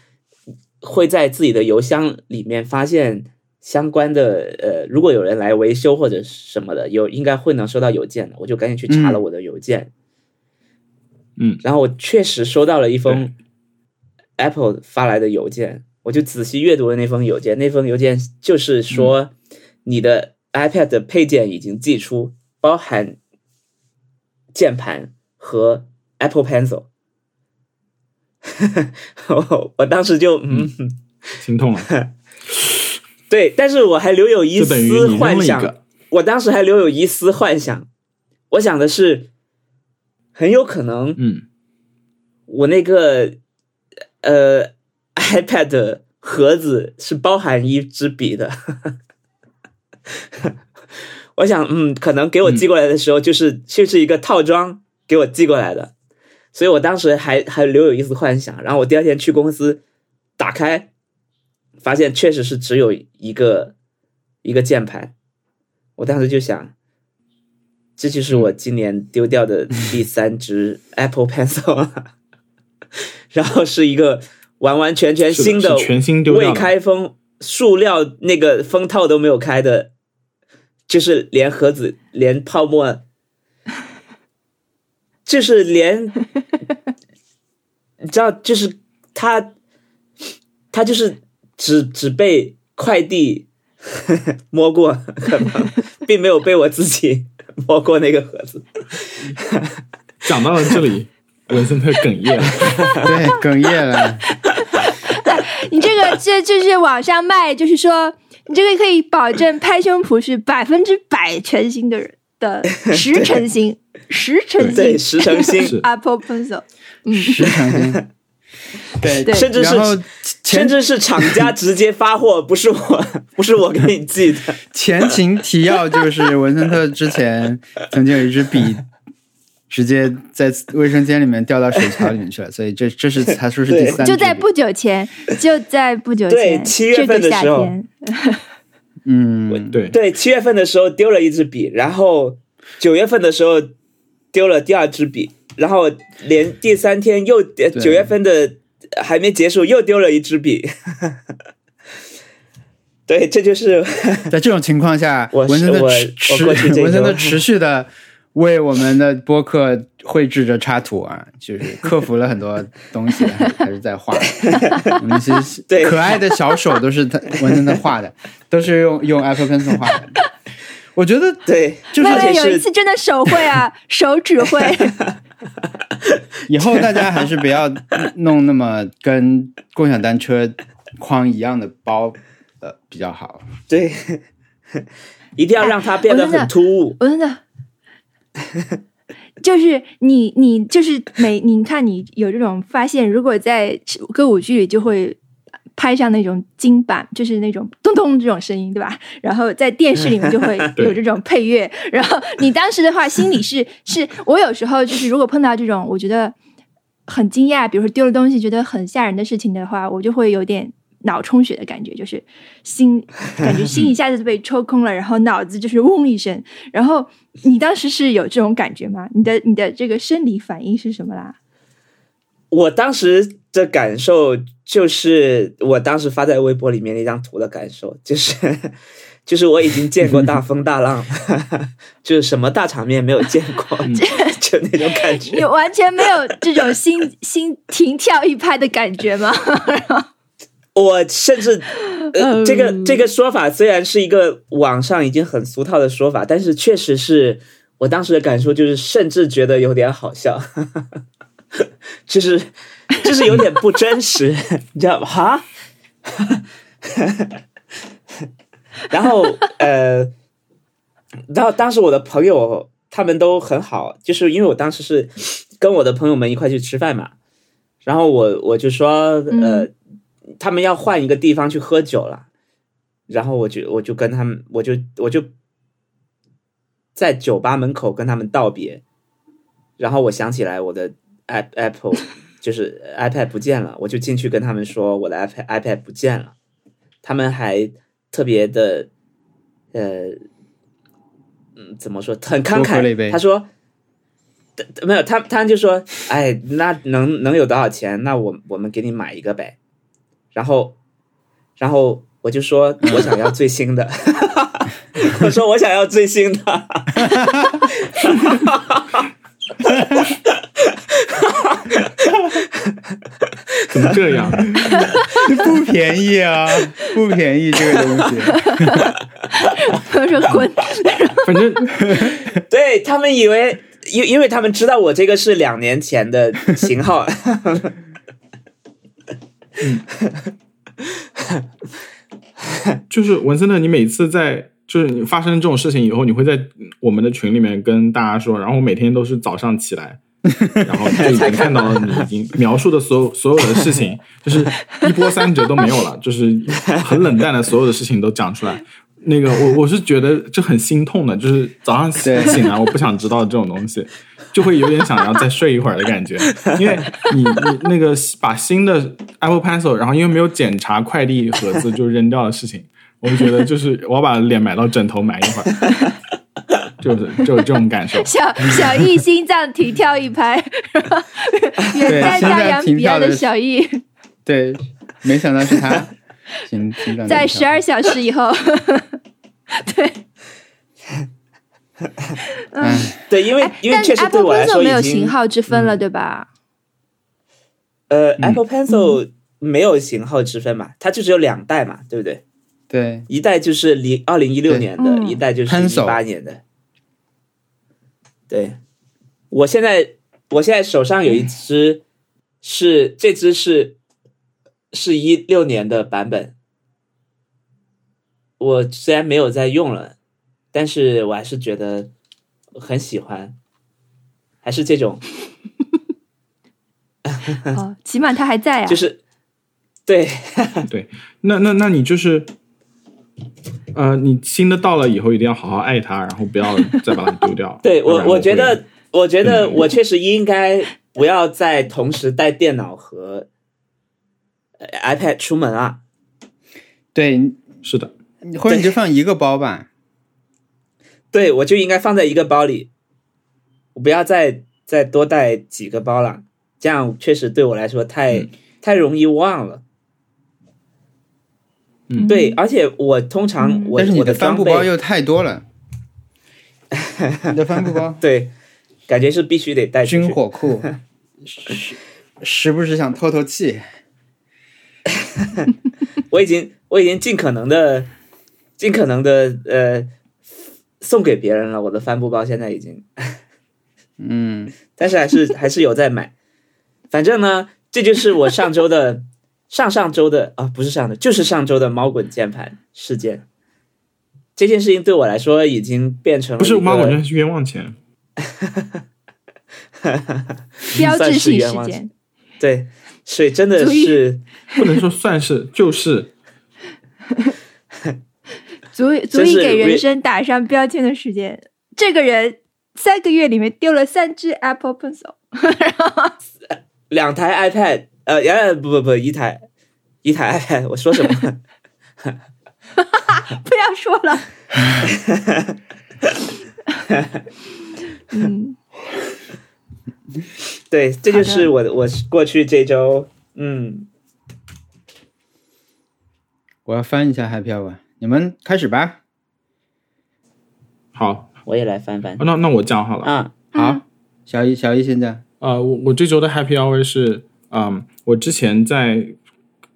Speaker 4: 会在自己的邮箱里面发现相关的呃，如果有人来维修或者什么的，有应该会能收到邮件的。我就赶紧去查了我的邮件，
Speaker 2: 嗯，
Speaker 4: 然后我确实收到了一封 Apple 发来的邮件，我就仔细阅读了那封邮件。那封邮件就是
Speaker 2: 嗯
Speaker 4: 说，你的 iPad 的配件已经寄出，包含键盘和 Apple Pencil。我我当时就嗯，
Speaker 2: 心痛了。
Speaker 4: 对，但是我还留有一
Speaker 2: 就等于你
Speaker 4: 丝
Speaker 2: 扔
Speaker 4: 幻
Speaker 2: 了一
Speaker 4: 想，
Speaker 2: 个，
Speaker 4: 我当时还留有一丝幻想，我想的是，很有可能
Speaker 2: 嗯，
Speaker 4: 我那个呃 iPad 的盒子是包含一支笔的。 *laughs* 我想，嗯，可能给我寄过来的时候，就是、就是一个套装给我寄过来的，所以我当时还还留有一丝幻想。然后我第二天去公司打开，发现确实是只有一个一个键盘。我当时就想，这就是我今年丢掉的
Speaker 2: 嗯
Speaker 4: 第三支 Apple Pencil，然后是一个完完全全
Speaker 2: 是
Speaker 4: 新
Speaker 2: 的，是全新丢掉
Speaker 4: 未
Speaker 2: 的，
Speaker 4: 开封，塑料那个封套都没有开的，就是连盒子、连
Speaker 2: *laughs*
Speaker 4: 泡沫，就是连，你知道，就是它，它就是只只被快递 *laughs* 摸过， *laughs* 可能并没有被我自己 *laughs* 摸过那个盒子。
Speaker 2: 讲到了这里，文森特哽咽了。
Speaker 1: 嗯 *laughs* 对，哽咽了。
Speaker 4: *laughs*
Speaker 3: 你这个这就是网上卖，就是说你这个可以保证拍胸脯是百分之百全新的人的十成新，十成
Speaker 4: *laughs* 对，
Speaker 3: 新
Speaker 4: 石成星，
Speaker 2: 是
Speaker 3: Apple Pencil，
Speaker 1: 十强星，对
Speaker 3: 对
Speaker 4: 甚至是
Speaker 1: 然后
Speaker 4: 甚
Speaker 1: 前
Speaker 4: 至是厂家直接发货，不是我， *laughs* 不是我给你寄的。
Speaker 1: 前情提要就是文森特之前曾经有一支笔。 *laughs* 直接在卫生间里面掉到水槽里面去了，所以这这是他说是第
Speaker 4: 对
Speaker 1: 三支
Speaker 3: 就
Speaker 1: 笔
Speaker 3: 在不久前，就在不久
Speaker 4: 对
Speaker 3: 前，
Speaker 4: 七月
Speaker 3: 这
Speaker 4: 份
Speaker 3: 个
Speaker 4: 的
Speaker 3: 夏
Speaker 4: 时候
Speaker 3: 天，
Speaker 1: 嗯，
Speaker 2: 对，
Speaker 4: 对，七月份的时候丢了一支笔，然后九月份的时候丢了第二支笔，然后连第三天又呃九月份的呃还没结束又丢了一支笔。 *laughs* 对，这就是
Speaker 1: 在这种情况下，
Speaker 4: 我是
Speaker 1: 文森特
Speaker 4: 我
Speaker 1: 持
Speaker 4: 我
Speaker 1: 持
Speaker 4: 过去这一周
Speaker 1: 文森特持续的为我们的播客绘制着插图啊，就是克服了很多东西，还还是在画。我们其实
Speaker 4: 对
Speaker 1: 可爱的小手都是他文森特画的，都是用用 Apple Pencil 画的。我觉得
Speaker 4: 对，
Speaker 1: 就是
Speaker 3: 妹
Speaker 4: 而
Speaker 3: 妹有
Speaker 4: 且
Speaker 3: 一
Speaker 4: 是
Speaker 3: 次真的手绘
Speaker 4: *laughs*
Speaker 3: 啊，手指绘，
Speaker 1: 以后大家还是不要弄那么跟共享单车框一样的包。呃，比较好。
Speaker 4: 对， *laughs* 一定要让它变得
Speaker 3: 我真的
Speaker 4: 很突兀。
Speaker 3: 我真的。嗯就是你，你就是每你看你有这种发现，如果在歌舞剧里就会拍上那种金版，就是那种咚咚这种声音，对吧？然后在电视里面就会有这种配乐。然后你当时的话，心里是是我有时候就是如果碰到这种我觉得很惊讶，比如说丢了东西觉得很吓人的事情的话，我就会有点脑充血的感觉，就是心感觉心一下子被抽空了，然后脑子就是嗡一声。然后你当时是有这种感觉吗？你的你的这个生理反应是什么啦？
Speaker 4: 我当时的感受就是，我当时发在微博里面那张图的感受，就是 *laughs* 就是我已经见过大风大浪， *laughs* 就是什么大场面没有见过， *laughs* 就那种感
Speaker 3: 你 *laughs*
Speaker 4: 觉。
Speaker 3: 完全没有这种心心停跳一拍的感觉吗？
Speaker 4: 我甚至，呃，
Speaker 3: 嗯
Speaker 4: 这个这个说法虽然是一个网上已经很俗套的说法，但是确实是我当时的感受，就是甚至觉得有点好笑，就是就是有点不真实，你知道吧？哈，然后呃，然后当时我的朋友他们都很好，就是因为我当时是跟我的朋友们一块去吃饭嘛，然后我我就说呃，他们要换一个地方去喝酒了，然后我就我就跟他们，我就我就在酒吧门口跟他们道别，然后我想起来我的 i Apple *laughs* 就是 iPad 不见了，我就进去跟他们说我的 iPad iPad 不见了，他们还特别的呃。嗯，怎么说？很慷
Speaker 1: 多喝了一
Speaker 4: 慨。
Speaker 1: 杯
Speaker 4: 他说：“没有，他他们就说，哎，那能能有多少钱？那我我们给你买一个呗。然后，然后我就说我想要最新的， *laughs* 我说我想要最新的，
Speaker 2: 怎么这样？
Speaker 1: 不便宜啊，不便宜这个东西。
Speaker 3: 我说滚！
Speaker 2: 反正
Speaker 4: *laughs* 对他们以为，因因为他们知道我这个是两年前的
Speaker 3: *laughs*
Speaker 4: 型号，
Speaker 2: 就是文森特，你每次在就是你发生这种事情以后，你会在我们的群里面跟大家说，然后我每天都是早上起来。然 *laughs* 后就已经看到了你已经描述的所有所有的事情， *laughs* 就是一波三折都没有了，就是很冷淡的所有的事情都讲出来。那个我我是觉得这很心痛的，就是早上醒
Speaker 1: 对
Speaker 2: 醒来，我不想知道这种东西，就会有点想要再睡一会儿的感觉，因为你你那个把新的 Apple Pencil，然后因为没有检查快递盒子就扔掉的事情，我就觉得就是我要把脸埋到枕头埋一会儿， *laughs* 就是就有这种感受。
Speaker 4: *laughs*
Speaker 3: 小小易心脏停跳一拍，远在大洋彼岸的小易，
Speaker 1: 对，没想到是
Speaker 3: *laughs*
Speaker 1: 他，行，请长
Speaker 3: 在
Speaker 1: 点
Speaker 3: 十二小时以后， *laughs* 对，
Speaker 1: 跳，哎，
Speaker 4: 对，嗯因为
Speaker 3: 哎
Speaker 4: 因为
Speaker 3: 但
Speaker 4: 确实对
Speaker 3: Apple
Speaker 4: 我来说
Speaker 3: Pencil 没有
Speaker 4: 已
Speaker 3: 型
Speaker 4: 经嗯
Speaker 3: 号之分了，对吧？
Speaker 4: 呃，Apple
Speaker 3: 嗯
Speaker 4: Pencil 没有型号之分嘛，它就只有两代嘛，对不对？
Speaker 1: 对，
Speaker 4: 一代就是零二零一六
Speaker 1: 对
Speaker 4: 年的，
Speaker 3: 嗯
Speaker 4: 一代就是一
Speaker 1: Pencil
Speaker 4: 八年的。对，我现在我现在手上有一只，是这只是是一六年的版本。我虽然没有在用了，但是我还是觉得很喜欢，还是这种，
Speaker 3: 哦，起码它还在呀
Speaker 4: 就。是对，。
Speaker 2: 那那那你就是，呃，你新的到了以后一定要好好爱它，然后不要再把它丢掉
Speaker 4: 对
Speaker 2: 要不
Speaker 4: 我，
Speaker 2: 然
Speaker 4: 我
Speaker 2: 会
Speaker 4: 觉得，我觉得
Speaker 2: 嗯
Speaker 4: 我确实应该不要再同时带电脑和呃 iPad 出门啊。
Speaker 1: 对，
Speaker 2: 是的，
Speaker 1: 或者你就放一个包吧，
Speaker 4: 对，我就应该放在一个包里，我不要再再多带几个包了。这样确实对我来说太、
Speaker 1: 嗯
Speaker 4: 太容易忘了。
Speaker 2: 嗯
Speaker 4: 对，而且我通常
Speaker 3: 嗯
Speaker 4: 我、
Speaker 1: 但是你
Speaker 4: 我的
Speaker 1: 帆
Speaker 4: 装
Speaker 1: 布
Speaker 4: 备
Speaker 1: 包又太多了，你的帆布包
Speaker 4: *laughs* 对，感觉是必须得带出去
Speaker 1: 军火库，时时不时想透透气，
Speaker 4: 我已经我已经尽可能的尽可能的呃送给别人了。我的帆布包现在已经。
Speaker 1: 嗯，
Speaker 4: 但是
Speaker 2: *laughs*
Speaker 4: 还是还是有在买。反正呢，这就是我上周的 *laughs* 上上周的啊，不是上周，就是上周的猫滚键盘事件。这件事情对我来说已经变成了
Speaker 2: 不是
Speaker 4: 一个
Speaker 2: 妈，我觉得是冤枉钱。
Speaker 3: 标志性
Speaker 4: 算
Speaker 3: 事
Speaker 4: 是冤
Speaker 3: 件，
Speaker 4: 对，所以真的
Speaker 3: 足以
Speaker 4: 是
Speaker 2: 不能说算是，就是
Speaker 3: 足以足
Speaker 4: 真
Speaker 3: 以
Speaker 4: 是
Speaker 3: 给
Speaker 4: re-
Speaker 3: 人生打上标签的事件。这个人三个月里面丢了三只 Apple Pencil，
Speaker 4: 两台 iPad，呃，呀不不不，一台一台 iPad，我说 *laughs* 什
Speaker 2: *laughs*
Speaker 4: 么？
Speaker 3: 不要说了。嗯，
Speaker 4: 对，这就
Speaker 3: 好
Speaker 4: 是我的我过去这周，嗯，
Speaker 1: 我要翻一下 Happy Hour，你们开始吧，
Speaker 2: 好。
Speaker 4: 我也来翻翻
Speaker 2: 那那我讲好了。
Speaker 4: 啊，
Speaker 3: 嗯
Speaker 1: 好，小一小一现在，
Speaker 2: 呃，我我这周的 Happy Hour 是，嗯，我之前在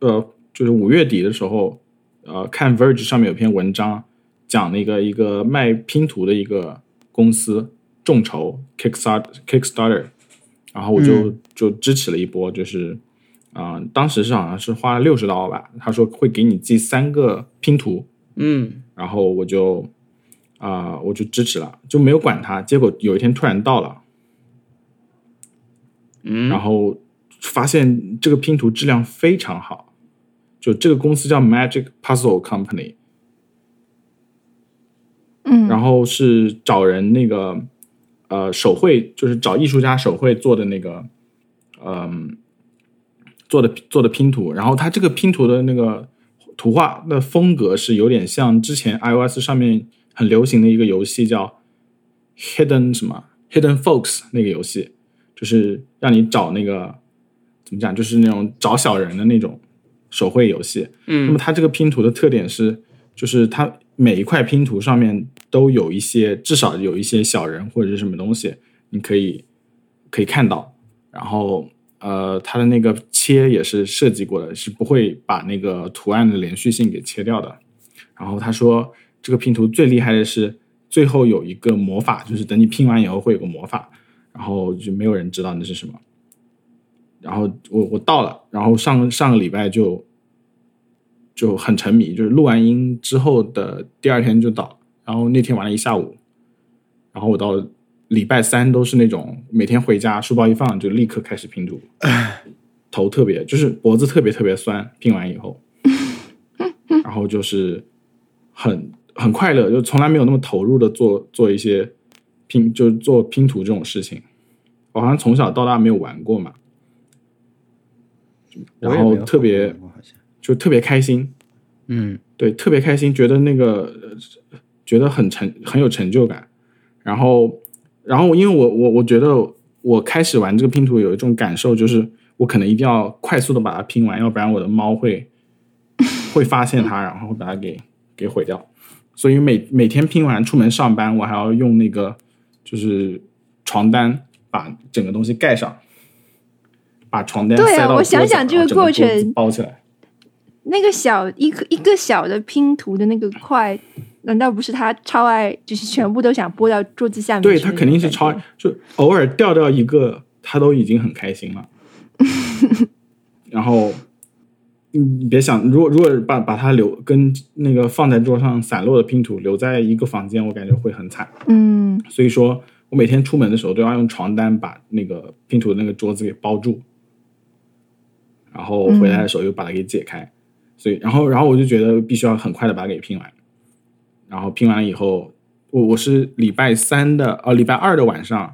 Speaker 2: 呃，就是五月底的时候，呃，看 Verge 上面有篇文章，讲那个一个卖拼图的一个公司众筹 Kickstarter Kickstarter，然后我就、就支持了一波，就是啊、呃当时是好像是花了六十刀吧，他说会给你寄三个拼图，
Speaker 4: 嗯，
Speaker 2: 然后我就啊、我就支持了，就没有管它。结果有一天突然到了，
Speaker 4: 嗯
Speaker 2: 然后发现这个拼图质量非常好，就这个公司叫 Magic Puzzle Company，
Speaker 3: 嗯，
Speaker 2: 然后是找人那个呃手绘，就是找艺术家手绘做的那个，嗯、做的做的拼图。然后它这个拼图的那个图画的风格是有点像之前 iOS 上面很流行的一个游戏叫 Hidden 什么 Hidden Folks 那个游戏，就是让你找那个怎么讲，就是那种找小人的那种手绘游戏。
Speaker 4: 嗯
Speaker 2: 那么它这个拼图的特点是，就是它每一块拼图上面都有一些，至少有一些小人或者是什么东西，你可以可以看到。然后呃，它的那个切也是设计过的，是不会把那个图案的连续性给切掉的。然后他说，这个拼图最厉害的是最后有一个魔法，就是等你拼完以后会有个魔法，然后就没有人知道那是什么。然后我我到了，然后上上个礼拜就就很沉迷，就是录完音之后的第二天就倒，然后那天玩了一下午，然后我到礼拜三都是那种每天回家书包一放就立刻开始拼读，头特别就是脖子特别特别酸，拼完以后，然后就是很很快乐，就从来没有那么投入的做做一些拼就是做拼图这种事情，我好像从小到大没有玩过嘛，
Speaker 1: 我
Speaker 2: 然
Speaker 1: 也
Speaker 2: 后
Speaker 1: 没有
Speaker 2: 特别
Speaker 1: 我好像
Speaker 2: 就特别开心，
Speaker 1: 嗯，
Speaker 2: 对，特别开心，觉得那个呃觉得很成很有成就感。然后，然后因为我我我觉得我开始玩这个拼图有一种感受，就是我可能一定要快速的把它拼完，要不然我的猫会会发现它，然后会把它给给毁掉。所以每每天拼完出门上班，我还要用那个就是床单把整个东西盖上，把床单
Speaker 3: 对啊
Speaker 2: 塞到
Speaker 3: 我想
Speaker 2: 桌子
Speaker 3: 想这
Speaker 2: 然后
Speaker 3: 个
Speaker 2: 整个
Speaker 3: 过
Speaker 2: 桌子
Speaker 3: 程
Speaker 2: 包起来。
Speaker 3: 那个小一个一个小的拼图的那个块，难道不是他超爱，就是全部都想拨到桌子下面去
Speaker 2: 对
Speaker 3: 的那种
Speaker 2: 他
Speaker 3: 感觉？
Speaker 2: 肯定是超爱，就偶尔掉掉一个，他都已经很开
Speaker 3: *laughs*
Speaker 2: 心了。然后，嗯你别想，如果如果把把它留跟那个放在桌上散落的拼图留在一个房间，我感觉会很惨。
Speaker 3: 嗯，
Speaker 2: 所以说我每天出门的时候都要用床单把那个拼图的那个桌子给包住，然后回来的时候又把它给解开。所以，然后，然后我就觉得必须要很快的把它给拼完。然后拼完了以后，我我是礼拜三的呃礼拜二的晚上，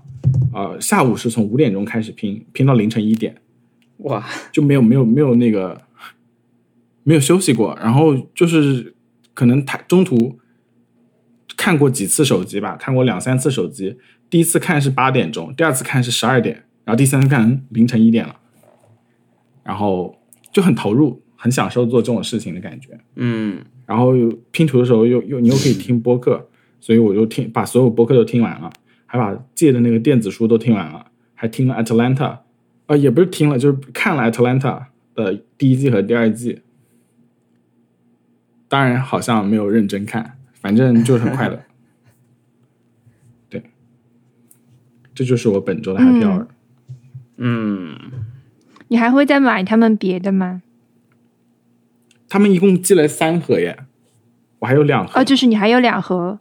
Speaker 2: 呃下午是从五点钟开始拼，拼到凌晨一点，
Speaker 4: 哇，
Speaker 2: 就没有没有没有那个没有休息过，然后就是可能他中途看过几次手机吧，看过两三次手机。第一次看是八点钟，第二次看是十二点，然后第三次看嗯凌晨一点了，然后就很投入，很享受做这种事情的感觉。
Speaker 4: 嗯，
Speaker 2: 然后拼图的时候又又你又可以听播客，所以我就听把所有播客都听完了，还把借的那个电子书都听完了，还听了 Atlanta，呃，也不是听了，就是看了 Atlanta 的第一季和第二季。当然好像没有认真看，反正就是很
Speaker 3: *laughs*
Speaker 2: 快乐。对，这就是我本周的 Happy Hour。
Speaker 4: 嗯，
Speaker 3: 你还会再买他们别的吗？
Speaker 2: 他们一共寄了三盒耶，我还有两盒。
Speaker 3: 哦，就是你还有两盒，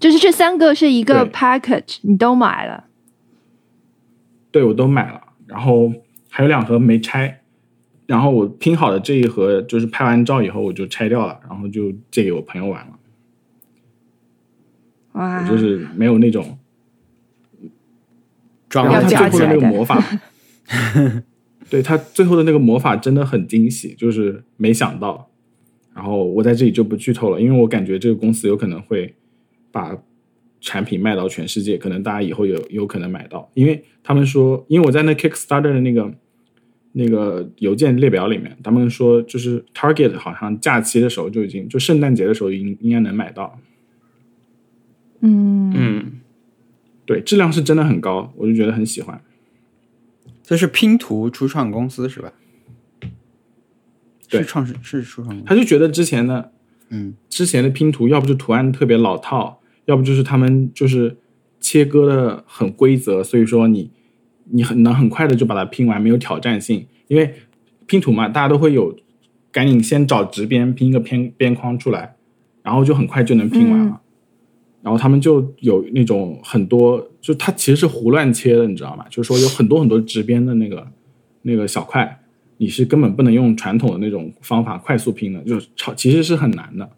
Speaker 3: 就是这三个是一个
Speaker 2: 对
Speaker 3: package，你都买了。
Speaker 2: 对我都买了，然后还有两盒没拆，然后我拼好的这一盒就是拍完照以后我就拆掉了，然后就借给我朋友玩了。
Speaker 3: 哇，啊
Speaker 2: 我就是没有那种，
Speaker 1: 装
Speaker 2: 然
Speaker 3: 要
Speaker 2: 后他
Speaker 1: 了
Speaker 3: 夹起
Speaker 2: 最后的
Speaker 3: 来
Speaker 2: 那个
Speaker 3: 的
Speaker 2: 魔法，对他最后的那个魔法真的很惊喜，就是没想到。然后我在这里就不剧透了，因为我感觉这个公司有可能会把产品卖到全世界，可能大家以后有有可能买到，因为他们说，因为我在那 Kickstarter 的那个那个邮件列表里面，他们说就是 Target 好像假期的时候就已经，就圣诞节的时候应应该能买到。
Speaker 3: 嗯，
Speaker 4: 嗯，
Speaker 2: 对，质量是真的很高，我就觉得很喜欢。
Speaker 1: 这是拼图初创公司是吧？
Speaker 2: 对
Speaker 1: 是创是初创公司，
Speaker 2: 他就觉得之前的，
Speaker 1: 嗯，
Speaker 2: 之前的拼图要不就图案特别老套，要不就是他们就是切割的很规则，所以说你你很能很快的就把它拼完，没有挑战性。因为拼图嘛，大家都会有赶紧先找直边拼一个边边框出来，然后就很快就能拼完了。然后他们就有那种很多，就它其实是胡乱切的，你知道吗？就是说有很多很多直边的那个那个小块，你是根本不能用传统的那种方法快速拼的，就是超其实是很难的。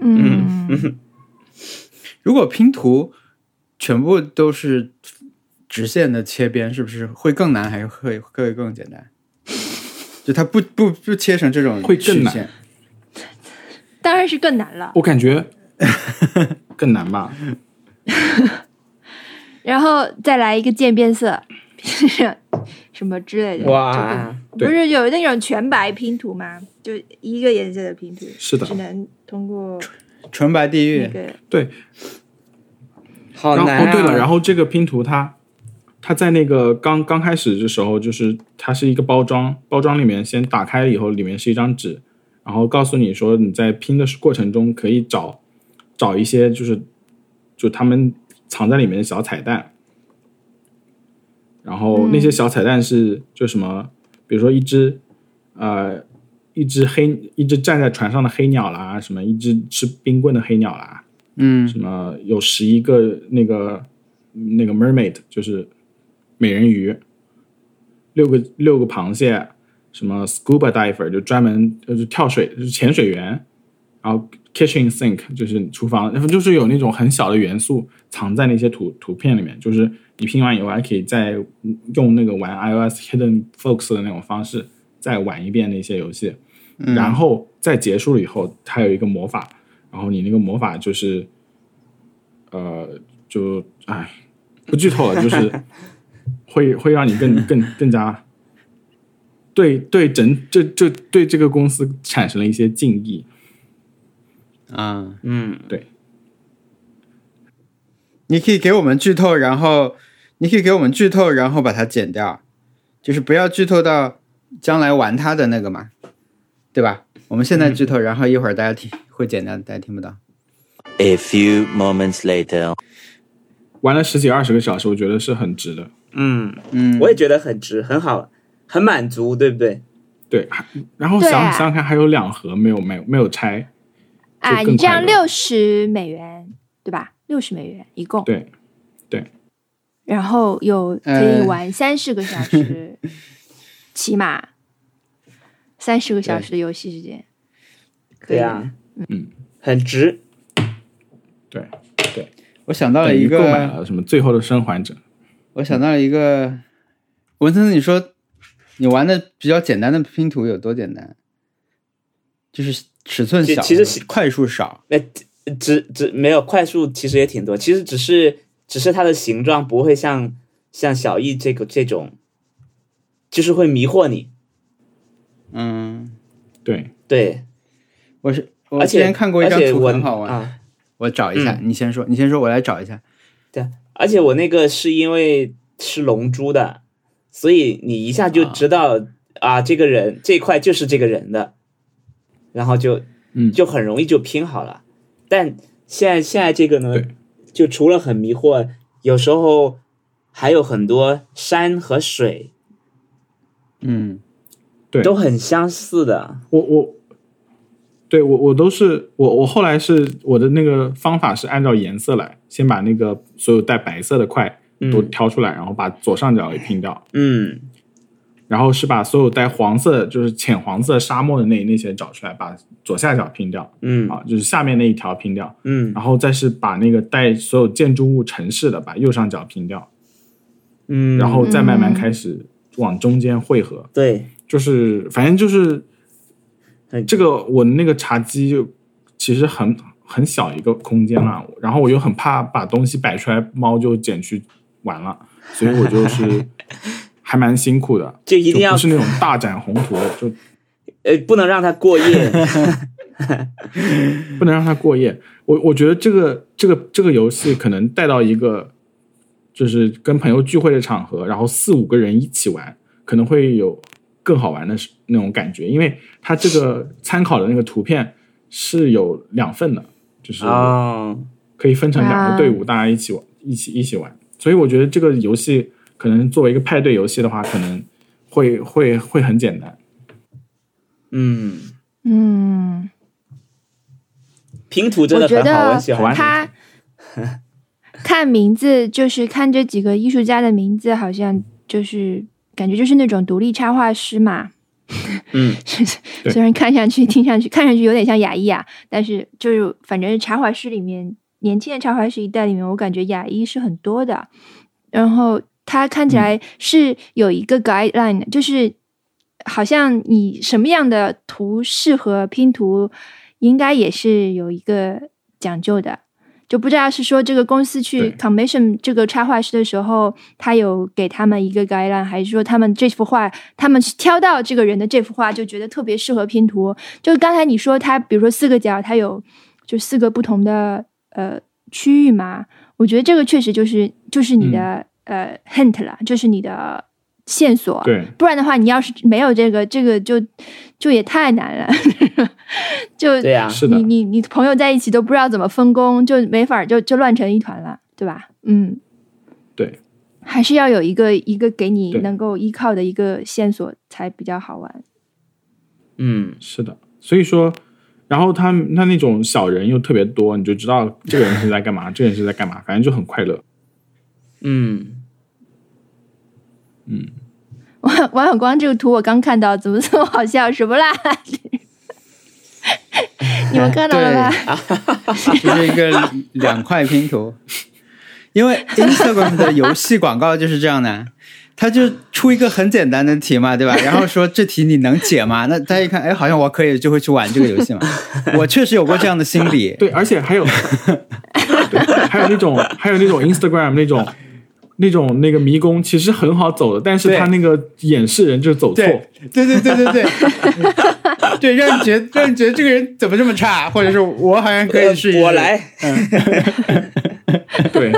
Speaker 3: 嗯，
Speaker 1: 如果拼图全部都是直线的切边，是不是会更难，还是会会更简单？ *laughs* 就它不不不切成这种
Speaker 2: 会更
Speaker 1: 曲
Speaker 2: 难
Speaker 1: 线，
Speaker 3: 当然是更难了。
Speaker 2: 我感觉更难吧？
Speaker 3: 然后再来一个渐变色， *laughs* 什么之类的。
Speaker 4: 哇，
Speaker 3: 不是有那种全白拼图吗？就一个颜色的拼图，
Speaker 2: 是的
Speaker 3: 只能通过
Speaker 1: 纯白地
Speaker 3: 那
Speaker 1: 狱。
Speaker 3: 个
Speaker 2: 对，
Speaker 4: 好
Speaker 2: 然后、
Speaker 4: 难、啊
Speaker 2: 哦对了，然后这个拼图它它在那个刚刚开始的时候，就是它是一个包装，包装里面先打开了以后，里面是一张纸，然后告诉你说你在拼的过程中可以找找一些就是就他们藏在里面的小彩蛋，
Speaker 4: 嗯
Speaker 2: 然后那些小彩蛋是就什么，比如说一只呃一只黑一只站在船上的黑鸟啦，什么一只吃冰棍的黑鸟啦，
Speaker 1: 嗯
Speaker 2: 什么有十一个那个那个 mermaid，就是美人鱼，六个六个螃蟹，什么 scuba diver 就专门呃就是跳水就是潜水员，然后 kitchen sink 就是厨房，然后就是有那种很小的元素藏在那些图图片里面，就是你拼完以后还可以再用那个玩 iOS Hidden Folks 的那种方式再玩一遍那些游戏，然后在结束了以后，它有一个魔法，然后你那个魔法就是，呃，就哎，不剧透了，就是会会让你更更更加对对整这这对这个公司产生了一些敬意。
Speaker 1: 啊，
Speaker 4: 嗯，
Speaker 1: 你可以给我们剧透，然后你可以给我们剧透，然后把它剪掉，就是不要剧透到将来玩它的那个嘛，对吧？我们现在剧
Speaker 2: 嗯
Speaker 1: 透，然后一会儿大家听会剪掉，大家听不到。
Speaker 5: A few moments later.
Speaker 2: 玩了十几二十个小时，我觉得是很值的。
Speaker 4: 嗯，
Speaker 1: 嗯，
Speaker 4: 我也觉得很值，很好，很满足，对不对？
Speaker 2: 对，还然后
Speaker 3: 对
Speaker 2: 想
Speaker 3: 啊
Speaker 2: 想想看，还有两盒没有没有没有拆，
Speaker 3: 啊，
Speaker 2: 就更
Speaker 3: 你这样
Speaker 2: 快乐
Speaker 3: 六十美元对吧？六十美元一共，
Speaker 2: 对，
Speaker 3: 然后有可以玩三十个小时，
Speaker 2: *laughs*
Speaker 3: 起码三十个小时的游戏时间，可
Speaker 4: 对
Speaker 3: 以
Speaker 4: 呀、
Speaker 3: 的
Speaker 2: 嗯，
Speaker 4: 很值。
Speaker 2: 对，
Speaker 1: 我想到了
Speaker 2: 等
Speaker 1: 一
Speaker 2: 于购买
Speaker 1: 个，
Speaker 2: 了什么《最后的生还者》。
Speaker 1: 我想到了一个，文森特，你说你玩的比较简单的拼图有多简单？就是尺寸
Speaker 4: 其
Speaker 1: 小，
Speaker 4: 其实是
Speaker 1: 块数少，
Speaker 4: 那只只没有快速，其实也挺多。其实只是只是它的形状不会像像小易这个这种，就是会迷惑你。
Speaker 1: 嗯，
Speaker 2: 对，
Speaker 4: 对，
Speaker 1: 我是我
Speaker 4: 而
Speaker 1: 之
Speaker 4: 且
Speaker 1: 前看过一张
Speaker 4: 而且
Speaker 1: 图，
Speaker 4: 我
Speaker 1: 很好玩，
Speaker 4: 啊，嗯
Speaker 1: 我找一下，你先说，你先说，我来找一下。嗯
Speaker 4: 而且我那个是因为是龙珠的，所以你一下就知道啊，这个人这块就是这个人的，然后就
Speaker 2: 嗯
Speaker 4: 就很容易就拼好了。但现在现在这个呢
Speaker 2: 对，
Speaker 4: 就除了很迷惑，有时候还有很多山和水
Speaker 1: 嗯
Speaker 2: 对
Speaker 4: 都很相似的。
Speaker 2: 我我，对我我都是我我后来是我的那个方法是按照颜色来，先把那个所有带白色的块都
Speaker 4: 嗯
Speaker 2: 挑出来，然后把左上角给拼掉，
Speaker 4: 嗯
Speaker 2: 然后是把所有带黄色就是浅黄色沙漠的那那些找出来，把左下角拼掉
Speaker 4: 嗯
Speaker 2: 啊，就是下面那一条拼掉，
Speaker 4: 嗯
Speaker 2: 然后再是把那个带所有建筑物城市的把右上角拼掉，
Speaker 4: 嗯，
Speaker 2: 然后再慢慢
Speaker 3: 嗯
Speaker 2: 开始往中间汇合。
Speaker 4: 对，
Speaker 2: 就是反正就是
Speaker 4: 很
Speaker 2: 这个我那个茶几就其实很很小一个空间啦，然后我又很怕把东西摆出来，猫就捡去玩了，所以我就是
Speaker 4: *laughs*
Speaker 2: 还蛮辛苦的，
Speaker 4: 就一定
Speaker 2: 就
Speaker 4: 要
Speaker 2: 不是那种大展宏图，就
Speaker 4: 呃不能让它过夜。
Speaker 2: 不能让它过夜。我我觉得这个这个这个游戏可能带到一个就是跟朋友聚会的场合，然后四五个人一起玩，可能会有更好玩的是那种感觉，因为它这个参考的那个图片是有两份的，就是
Speaker 4: 哦，
Speaker 2: 可以分成两个队伍，大家一起玩，一起一起玩。所以我觉得这个游戏可能作为一个派对游戏的话，可能会会会很简单。
Speaker 4: 嗯，
Speaker 3: 嗯。
Speaker 4: 拼图真的
Speaker 3: 我觉
Speaker 4: 很好，
Speaker 3: 得
Speaker 4: 我很喜欢。
Speaker 3: 他
Speaker 4: *laughs*
Speaker 3: 看名字，就是看这几个艺术家的名字，好像就是感觉就是那种独立插画师嘛。 *laughs*
Speaker 4: 嗯，
Speaker 2: 对
Speaker 3: 虽然看上去、听上去、看上去有点像雅一啊，但是就是反正插画师里面，年轻的插画师一代里面，我感觉雅一是很多的。然后它看起
Speaker 4: 嗯
Speaker 3: 来是有一个 guideline，的、就是好像你什么样的图适合拼图，应该也是有一个讲究的。就不知道是说这个公司去
Speaker 2: 对
Speaker 3: commission 这个插画师的时候，他有给他们一个 guideline，还是说他们这幅画，他们挑到这个人的这幅画就觉得特别适合拼图？就刚才你说他，比如说四个角，它有就四个不同的呃区域嘛，我觉得这个确实就是就是你的、呃 hint 了，就是你的线索。
Speaker 2: 嗯对，
Speaker 3: 不然的话，你要是没有这个，这个就就也太难了， *laughs* 就
Speaker 4: 对呀、啊
Speaker 2: 是的
Speaker 3: 你，你你朋友在一起都不知道怎么分工，就没法儿就就乱成一团了，对吧？嗯，
Speaker 2: 对，
Speaker 3: 还是要有一个一个给你
Speaker 2: 对
Speaker 3: 能够依靠的一个线索才比较好玩。
Speaker 4: 嗯，
Speaker 2: 是的，所以说，然后他他那种小人又特别多，你就知道这个人是在干嘛，这个人是在干嘛，反正就很快乐。
Speaker 4: 嗯，
Speaker 3: *coughs* 王王小光这个图我刚看到，怎么这么好笑？什么啦？ *laughs* 你们看到了吧？
Speaker 1: 就是一个两块拼图。因为 Instagram 的游戏广告就是这样的，他就出一个很简单的题嘛，对 *laughs* 吧？然后说这题你能解吗？那大家一看，哎，好像我可以，就会去玩这个游 *laughs* 戏嘛。我确实有过这样的心理，
Speaker 2: 对，而且还有，对还有那种还有那种 Instagram 那种那种那个迷宫，其实很好走的，但是
Speaker 1: 对
Speaker 2: 他那个演示人就是走错。
Speaker 1: 对，对对对对对， *laughs* 对，让你觉得让你觉得这个人怎么这么差，或者是我好像可以试一试。
Speaker 4: 我，来，
Speaker 2: 对，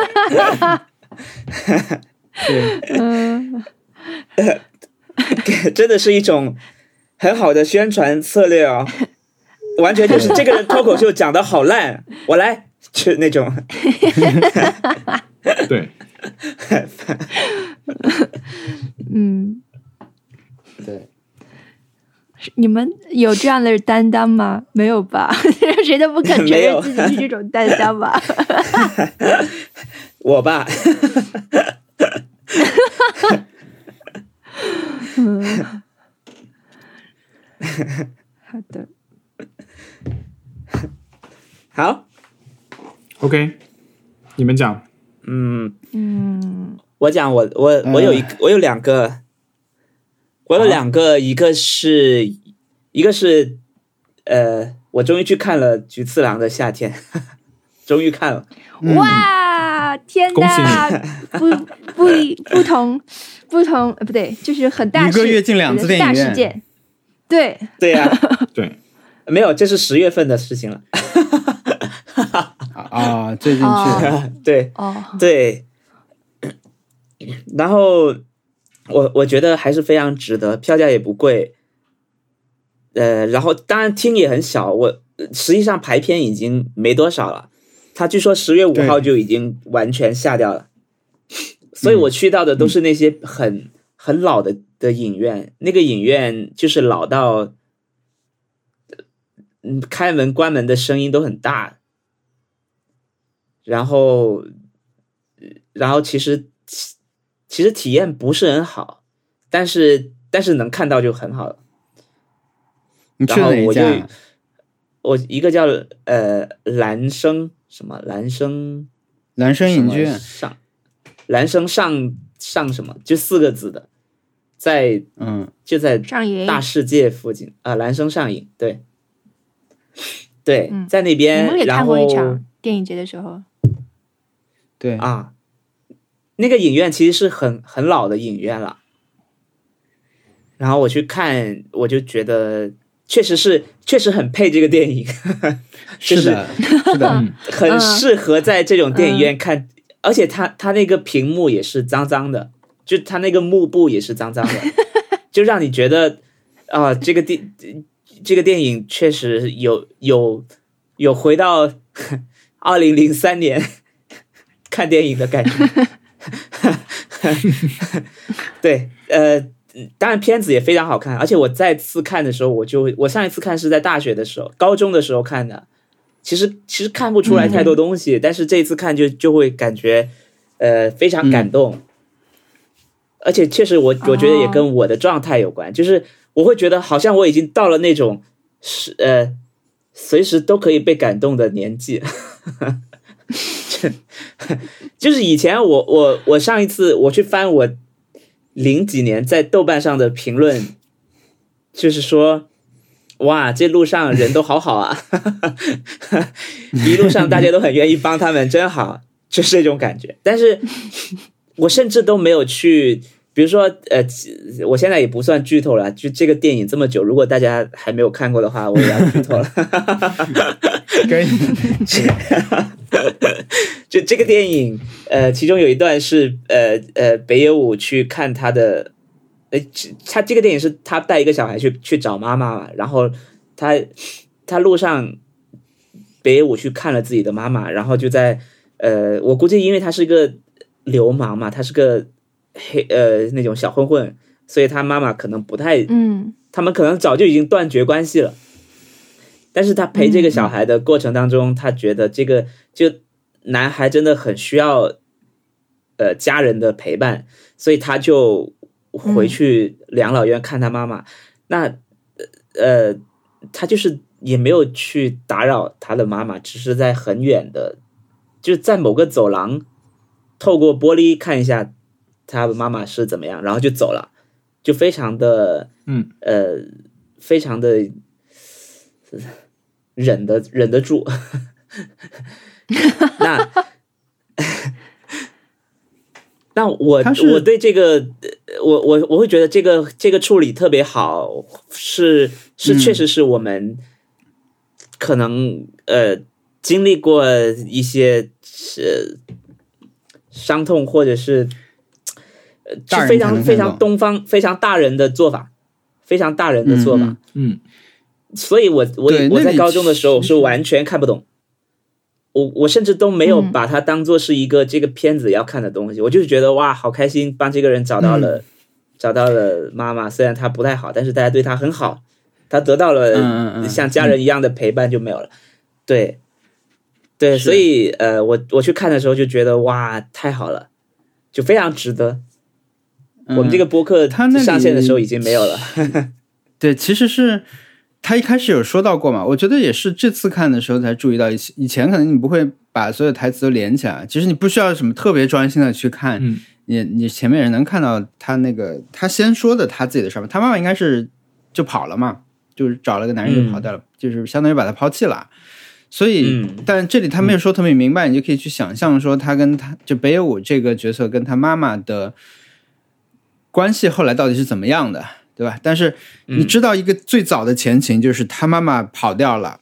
Speaker 3: 嗯，
Speaker 4: 真的是一种很好的宣传策略哦，完全就是这个人脱口秀讲的好烂，我来，就那种，
Speaker 2: 对，
Speaker 3: 嗯，
Speaker 1: 对，
Speaker 3: 是你们有这样的担当吗？没有吧？ *laughs* 谁都不肯承
Speaker 4: 没
Speaker 3: 认
Speaker 4: 有
Speaker 3: 自己是这种担当吧？ *laughs*
Speaker 4: 我吧，
Speaker 3: 好的，
Speaker 4: 好，
Speaker 2: OK，你们讲，
Speaker 4: 嗯，
Speaker 3: 嗯，
Speaker 4: 我讲我我我有一个我有两个，我有两个，一个是一个是呃，我终于去看了菊次郎的夏天， *laughs* 终于看了，
Speaker 1: 嗯
Speaker 3: 哇，天
Speaker 2: 恭喜
Speaker 3: 哪！不不不同不同，呃不对，就是很大
Speaker 1: 一个
Speaker 3: 事
Speaker 1: 月进两次电影
Speaker 3: 大事
Speaker 1: 院
Speaker 3: 件，对，
Speaker 4: 对呀、
Speaker 2: 对，
Speaker 4: 没有，这是十月份的事情了， *laughs*
Speaker 1: 啊，最近去
Speaker 3: 哦
Speaker 1: 的，
Speaker 4: 对，
Speaker 3: 哦，
Speaker 4: 对，然后我我觉得还是非常值得，票价也不贵，呃，然后当然厅也很小，我呃实际上排片已经没多少了，他据说十月五
Speaker 1: 对
Speaker 4: 号就已经完全下掉了，所以我去到的都是那些很、很老的的影院，那个影院就是老到，呃嗯，开门关门的声音都很大，然后，然后其实其实体验不是很好，但是但是能看到就很好了。
Speaker 1: 你去了哪
Speaker 4: 然后
Speaker 1: 一
Speaker 4: 我就
Speaker 1: 家？
Speaker 4: 我一个叫呃蓝生什么蓝生
Speaker 1: 蓝生
Speaker 4: 什
Speaker 1: 影
Speaker 4: 么
Speaker 1: 剧院
Speaker 4: 上蓝生上上什么就四个字的，在
Speaker 1: 嗯，
Speaker 4: 就在
Speaker 3: 上瘾，
Speaker 4: 大世界附近啊、蓝生上瘾对对
Speaker 3: 嗯，
Speaker 4: 在那
Speaker 3: 我
Speaker 4: 边
Speaker 3: 们也
Speaker 4: 然
Speaker 3: 看
Speaker 4: 后
Speaker 3: 过一场电影节的时候，
Speaker 1: 对，
Speaker 4: 啊，那个影院其实是很很老的影院了。然后我去看，我就觉得确实是确实很配这个电影，
Speaker 1: 是的，是的，
Speaker 4: 很
Speaker 3: 嗯
Speaker 4: 适合在这种电影院看。而且它它那个屏幕也是脏脏的，就它那个幕布也是脏脏的，就让你觉得啊、这个电这个电影确实有有有回到二零零三年 *laughs* 看电影的感觉。 *laughs* 对，呃，当然片子也非常好看，而且我再次看的时候，我就会我上一次看是在大学的时候，高中的时候看的。其实其实看不出来太多东西，但是这一次看就就会感觉，呃，非常感动。而且确实我，我觉得也跟我的状态有关，就是我会觉得好像我已经到了那种是呃，随时都可以被感动的年纪。 *laughs* 就是以前我我我上一次我去翻我零几年在豆瓣上的评论，就是说，哇，这路上人都好好啊， *laughs* 一路上大家都很愿意帮他们，真好，就是这种感觉。但是我甚至都没有去，比如说，呃，我现在也不算剧透了，就这个电影这么久，如果大家还没有看过的话，我也要剧透了。 *laughs*
Speaker 1: 可以，
Speaker 4: 就这个电影，呃，其中有一段是呃呃北野武去看他的，呃，这他这个电影是他带一个小孩去去找妈妈嘛，然后他他路上北野武去看了自己的妈妈，然后就在呃，我估计因为他是个流氓嘛，他是个黑呃那种小混混，所以他妈妈可能不太
Speaker 3: 嗯
Speaker 4: 他们可能早就已经断绝关系了。但是他陪这个小孩的过程当中，他觉得这个就男孩真的很需要呃家人的陪伴，所以他就回去养老院看他妈妈。那呃，他就是也没有去打扰他的妈妈，只是在很远的，就是在某个走廊，透过玻璃看一下他妈妈是怎么样，然后就走了，就非常的
Speaker 2: 嗯
Speaker 4: 呃，非常的忍得忍得住。 *laughs* 那那我
Speaker 1: 他是
Speaker 4: 我对这个我我我会觉得这个这个处理特别好，是是
Speaker 1: 嗯
Speaker 4: 确实是我们可能呃经历过一些是伤痛或者是呃
Speaker 1: 大
Speaker 4: 是
Speaker 1: 人
Speaker 4: 非
Speaker 1: 才
Speaker 4: 常
Speaker 1: 能
Speaker 4: 非
Speaker 1: 看懂
Speaker 4: 常东方非常大人的做法，非常大人的做法。
Speaker 1: 嗯
Speaker 2: 嗯，
Speaker 4: 所以我我
Speaker 1: 对
Speaker 4: 我
Speaker 1: 那
Speaker 4: 在
Speaker 1: 你嗯
Speaker 4: 高中的时候
Speaker 1: 其
Speaker 4: 是完全看不懂，我我甚至都没有
Speaker 3: 嗯
Speaker 4: 把它当做是一个这个片子要看的东西，我就是觉得哇，好开心，帮这个人找到了、
Speaker 1: 嗯
Speaker 4: 找到了妈妈，虽然她不太好，但是大家对她很好，她得到了
Speaker 1: 嗯嗯嗯，
Speaker 4: 像家人一样的陪伴就没有了，对。对，
Speaker 1: 是
Speaker 4: 所以呃，我我去看的时候就觉得哇，太好了，就非常值得。
Speaker 1: 嗯
Speaker 4: 我们这个播客
Speaker 1: 他那里
Speaker 4: 上线的时候已经没有了，
Speaker 1: 对，其实是他一开始有说到过嘛，我觉得也是这次看的时候才注意到，以前以前可能你不会把所有台词都连起来，其实你不需要什么特别专心的去看，
Speaker 2: 嗯
Speaker 1: 你你前面也能看到他那个他先说的他自己的事儿嘛，他妈妈应该是就跑了嘛，就是找了个男人就跑掉了，就是相当于把他抛弃了。所以，
Speaker 4: 嗯
Speaker 1: 但这里他没有说特别明白，你就可以去想象说他跟他就北野武这个角色跟他妈妈的关系后来到底是怎么样的，对吧？但是你知道一个最早的前情就是他妈妈跑掉了，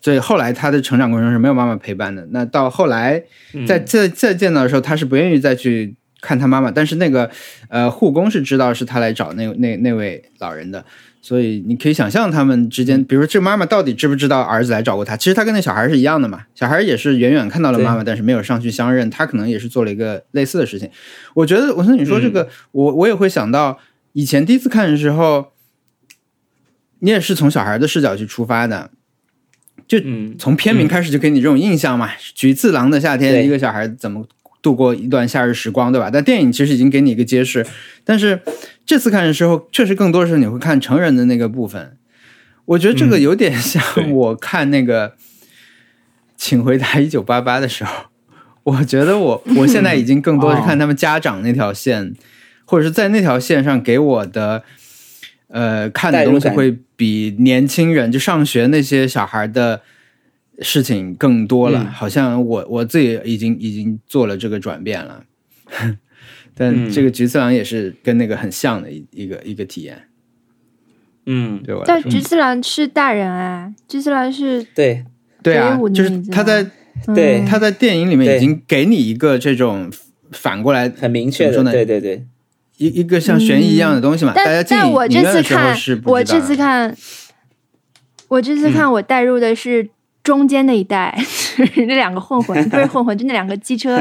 Speaker 1: 所以后来他的成长过程中是没有妈妈陪伴的。那到后来再再再见到的时候，他是不愿意再去看他妈妈，但是那个呃护工是知道是他来找那那那位老人的，所以你可以想象他们之间，比如说这妈妈到底知不知道儿子来找过他？其实他跟那小孩是一样的嘛，小孩也是远远看到了妈妈，但是没有上去相认，他可能也是做了一个类似的事情。我觉得，我说你说这个，我我也会想到以前第一次看的时候，你也是从小孩的视角去出发的，就
Speaker 4: 嗯
Speaker 1: 从片名开始就给你这种印象嘛，菊次郎的夏天》，
Speaker 4: 对
Speaker 1: 一个小孩怎么度过一段夏日时光，对吧？但电影其实已经给你一个揭示，但是这次看的时候，确实更多时候你会看成人的那个部分。我觉得这个
Speaker 4: 嗯
Speaker 1: 有点像
Speaker 2: 对
Speaker 1: 我看那个《请回答一九八八》的时候，我觉得我我现在已经更多是
Speaker 4: 嗯
Speaker 1: 看他们家长那条线，或者是在那条线上给我的呃看的东西
Speaker 4: 代入感
Speaker 1: 会比年轻人就上学那些小孩的事情更多了。
Speaker 4: 嗯
Speaker 1: 好像我我自己已经已经做了这个转变了，但
Speaker 4: 嗯
Speaker 1: 这个橘次郎也是跟那个很像的一一个一个体验，
Speaker 4: 嗯，
Speaker 1: 对我来
Speaker 3: 但
Speaker 1: 说，
Speaker 3: 菊次郎是大人啊，菊次郎是嗯
Speaker 4: 对，
Speaker 1: 对啊
Speaker 3: 北野武，的
Speaker 1: 就是
Speaker 3: 名字
Speaker 1: 他
Speaker 3: 吗
Speaker 1: 在
Speaker 4: 对
Speaker 1: 他在电影里面
Speaker 4: 对
Speaker 1: 已经给你一个这种反过来
Speaker 4: 很明确
Speaker 1: 怎么说
Speaker 4: 的，
Speaker 1: 呢
Speaker 4: 对对对，
Speaker 1: 一一个像悬疑一样的东西嘛。大家
Speaker 3: 嗯但
Speaker 1: 进
Speaker 3: 但我
Speaker 1: 影
Speaker 3: 这
Speaker 1: 院
Speaker 3: 次
Speaker 1: 的时候
Speaker 3: 看
Speaker 1: 是，不
Speaker 3: 我
Speaker 1: 知道
Speaker 3: 这次
Speaker 1: 的嗯
Speaker 3: 看，我这次看，我带入的是中间那一 *laughs* 代，就是那两个混混，不是混混，就那两个机
Speaker 1: *laughs*
Speaker 3: 车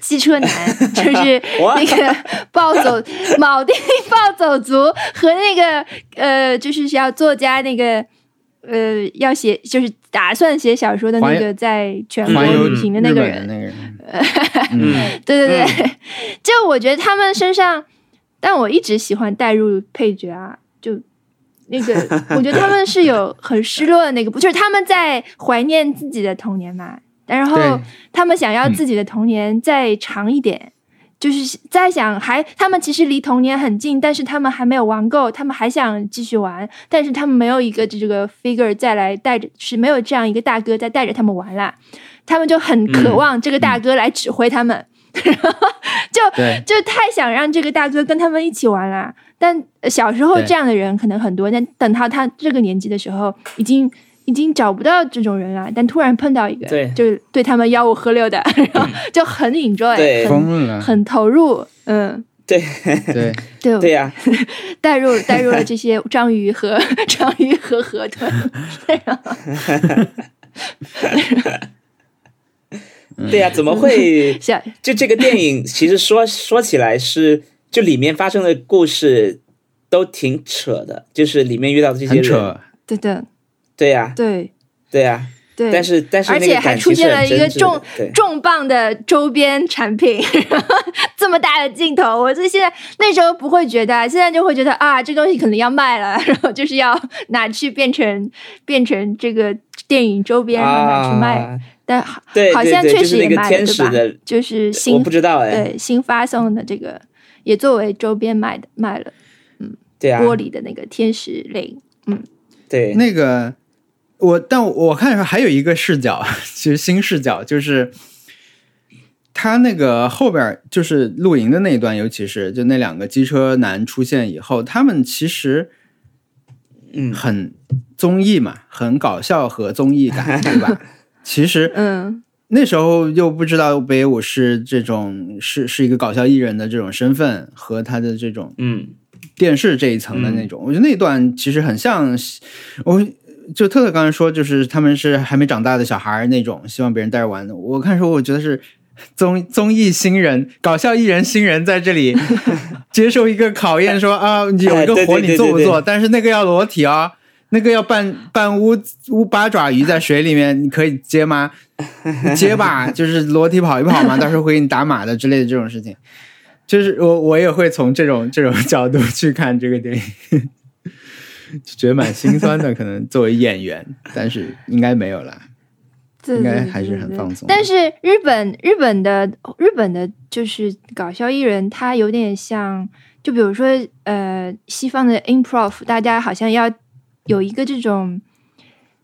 Speaker 3: 机车男，就是
Speaker 4: 哇
Speaker 3: 那个暴走铆定 *laughs* 暴走族和那个呃，就是要作家那个。呃，要写就是打算写小说的
Speaker 1: 环
Speaker 3: 那
Speaker 1: 游
Speaker 3: 个，在全国
Speaker 1: 环游
Speaker 3: 旅行的那
Speaker 1: 日
Speaker 3: 个
Speaker 1: 本
Speaker 3: 人，
Speaker 1: 那个人，
Speaker 4: 嗯
Speaker 3: 对对对，就我觉得他们身上，但我一直喜欢带入配角啊，就
Speaker 1: *laughs*
Speaker 3: 那个，我觉得他们是有很失落的那个，不就是他们在怀念自己的童年嘛， *laughs* 然后
Speaker 1: 对
Speaker 3: 他们想要自己的童年再长一点。就是在想还，他们其实离童年很近，但是他们还没有玩够，他们还想继续玩，但是他们没有一个这个 figure 再来带着，是没有这样一个大哥在带着他们玩啦，他们就很渴望这个大哥来指挥他们，
Speaker 1: 对
Speaker 3: 就太想让这个大哥跟他们一起玩啦。但呃小时候
Speaker 1: 对
Speaker 3: 这样的人可能很多，但等到他这个年纪的时候，已经已经找不到这种人了。但突然碰到一个，
Speaker 4: 对
Speaker 3: 就是对他们吆五喝六的， *laughs* 然后就很 enjoy，
Speaker 4: 对
Speaker 3: 很
Speaker 1: 疯了，
Speaker 3: 很投入，嗯，
Speaker 4: 对
Speaker 1: 对，
Speaker 3: 对，
Speaker 4: 对呀、
Speaker 3: 带入带入了这些章鱼和 *laughs* 章鱼和河豚，
Speaker 1: 嗯
Speaker 4: 对呀、怎么会？
Speaker 3: 想
Speaker 4: 就这个电影，其实说说起来是，就里面发生的故事，都挺扯的，就是里面遇到的这些
Speaker 1: 很
Speaker 4: 人，
Speaker 1: 扯，
Speaker 3: 对的，
Speaker 4: 对呀、
Speaker 3: 对
Speaker 4: 对呀、
Speaker 3: 对。
Speaker 4: 但是但是
Speaker 3: 而
Speaker 4: 那
Speaker 3: 且
Speaker 4: 个
Speaker 3: 还
Speaker 4: 感
Speaker 3: 出
Speaker 4: 情是
Speaker 3: 现了
Speaker 4: 很
Speaker 3: 一个
Speaker 4: 真挚的
Speaker 3: 重
Speaker 4: 对
Speaker 3: 重磅的周边产品， *laughs* 这么大的镜头，我就现在那时候不会觉得，现在就会觉得啊，这东西可能要卖了， *laughs* 然后就是要拿去变成变成这个电影周边，然后拿去卖。
Speaker 4: 啊
Speaker 3: 但好
Speaker 4: 对
Speaker 3: 好
Speaker 4: 对
Speaker 3: 像
Speaker 4: 对
Speaker 3: 确
Speaker 4: 就
Speaker 3: 实
Speaker 4: 是
Speaker 3: 也
Speaker 4: 那个
Speaker 3: 卖了，
Speaker 4: 天
Speaker 3: 对
Speaker 4: 使
Speaker 3: 吧
Speaker 4: 的？
Speaker 3: 就是
Speaker 4: 我
Speaker 3: 新
Speaker 4: 不知道哎、
Speaker 3: 对新发送的这个也作为周边卖的卖了
Speaker 4: 对啊，
Speaker 3: 玻璃的那个天使铃，
Speaker 4: 对，
Speaker 1: 那个我，但我看的时候还有一个视角， *laughs* 其实新视角就是他那个后边儿就是露营的那一段，尤其是就那两个机车男出现以后，他们其实
Speaker 4: 嗯
Speaker 1: 很综艺嘛，很搞笑和综艺感，对吧？ *laughs* 其实
Speaker 3: 嗯
Speaker 1: 那时候又不知道北野武是这种是是一个搞笑艺人的这种身份和他的这种
Speaker 4: 嗯
Speaker 1: 电视这一层的那种。我觉得那段其实很像，我就特特刚才说，就是他们是还没长大的小孩儿那种，希望别人带着玩的。我看的时候，我觉得是综综艺新人、搞笑艺人新人在这
Speaker 4: *laughs*
Speaker 1: 里接受一个考验说，啊，有一个
Speaker 4: 哎对对
Speaker 1: 活
Speaker 4: 对
Speaker 1: 你
Speaker 4: 对
Speaker 1: 做不
Speaker 4: 对
Speaker 1: 做？但是那个要裸体啊。那个要扮扮乌乌八爪鱼在水里面，你可以接
Speaker 4: *laughs*
Speaker 1: 吗？接吧，就是裸体跑一跑嘛，到时候会给你打码的之类的这种事情。就是我我也会从这种这种角度去看这个电影， *laughs* 就觉得蛮心酸的。可能作为演员，但是应该没有啦。
Speaker 3: 对
Speaker 1: 应
Speaker 3: 对
Speaker 1: 该
Speaker 3: 对
Speaker 1: 还是
Speaker 3: 对
Speaker 1: 很
Speaker 3: 对
Speaker 1: 放松的
Speaker 3: 但是日本日本的日本的就是搞笑艺人，他有点像，就比如说呃，西方的 improv，大家好像要有一个这种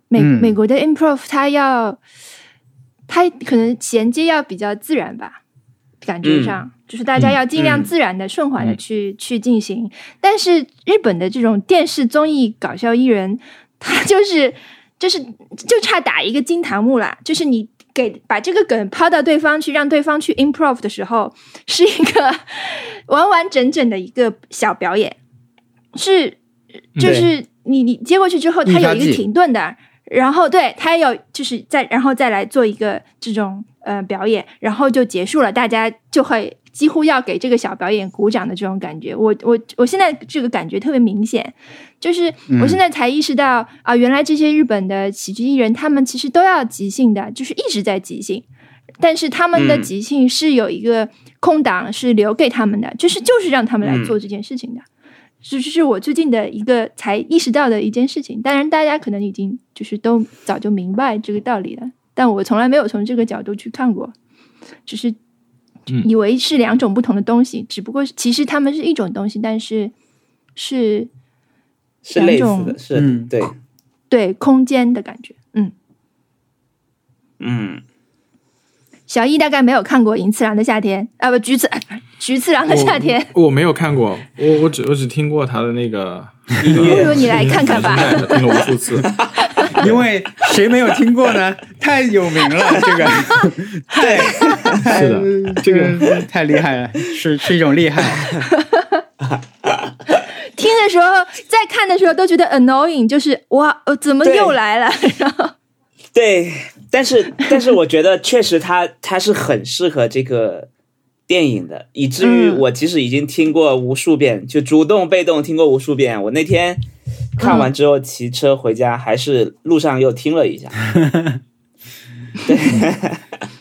Speaker 3: 美、
Speaker 1: 嗯
Speaker 3: 美国的 improv，他要他可能衔接要比较自然吧，感觉
Speaker 4: 嗯
Speaker 3: 上、就是大家要尽量自然的、顺滑的去、去进行。但是日本的这种电视综艺搞笑艺人，他就是就是就差打一个金堂木啦，就是你给把这个梗抛到对方去，让对方去 improv 的时候，是一个 *laughs* 完完整整的一个小表演，是
Speaker 2: 嗯
Speaker 3: 就是你你接过去之后，它
Speaker 1: 印刷
Speaker 3: 有一个
Speaker 1: 技
Speaker 3: 停顿的，然后对它有就是再然后再来做一个这种呃表演，然后就结束了，大家就会。几乎要给这个小表演鼓掌的这种感觉，我我我现在这个感觉特别明显，就是我现在才意识到啊、原来这些日本的喜剧艺人，他们其实都要即兴的，就是一直在即兴，但是他们的
Speaker 4: 嗯
Speaker 3: 即兴是有一个空档是留给他们的，就是就是让他们来
Speaker 4: 嗯
Speaker 3: 做这件事情的，这、就是我最近的一个才意识到的一件事情。当然，大家可能已经就是都早就明白这个道理了，但我从来没有从这个角度去看过，只是
Speaker 2: 嗯
Speaker 3: 以为是两种不同的东西，只不过是其实他们是一种东西，但是是
Speaker 4: 是类似
Speaker 3: 两
Speaker 4: 的，
Speaker 3: 种
Speaker 4: 是、
Speaker 1: 嗯
Speaker 4: 对，
Speaker 3: 对空间的感觉。嗯， *laughs*
Speaker 4: 嗯，
Speaker 3: 小易大概没有看过《银次郎的夏天》啊，不，菊次菊次郎的夏天。
Speaker 2: 我我没有看过，我我只我只听过他的那个
Speaker 4: 音
Speaker 3: 不如
Speaker 4: 乐
Speaker 3: 你来看看
Speaker 2: *laughs*
Speaker 3: 吧。
Speaker 2: 听了无数次。
Speaker 1: *laughs* 因为谁没有听过
Speaker 4: *laughs*
Speaker 1: 呢？太有名了，这个太太
Speaker 2: 是
Speaker 1: *laughs*
Speaker 2: 的这个
Speaker 1: 太厉害了，是是一种厉害。
Speaker 3: 听的时候，在看的时候都觉得 annoying，就是哇，呃，怎么
Speaker 4: 对
Speaker 3: 又来
Speaker 4: *laughs*
Speaker 3: 了？然后
Speaker 4: 对，但是 *laughs* 但是我觉得确实它它是很适合这个电影的，以至于
Speaker 3: 嗯
Speaker 4: 我即使已经听过无数遍，就主动被动听过无数遍，我那天看完之后骑车回家，还是路上又听了一下，对，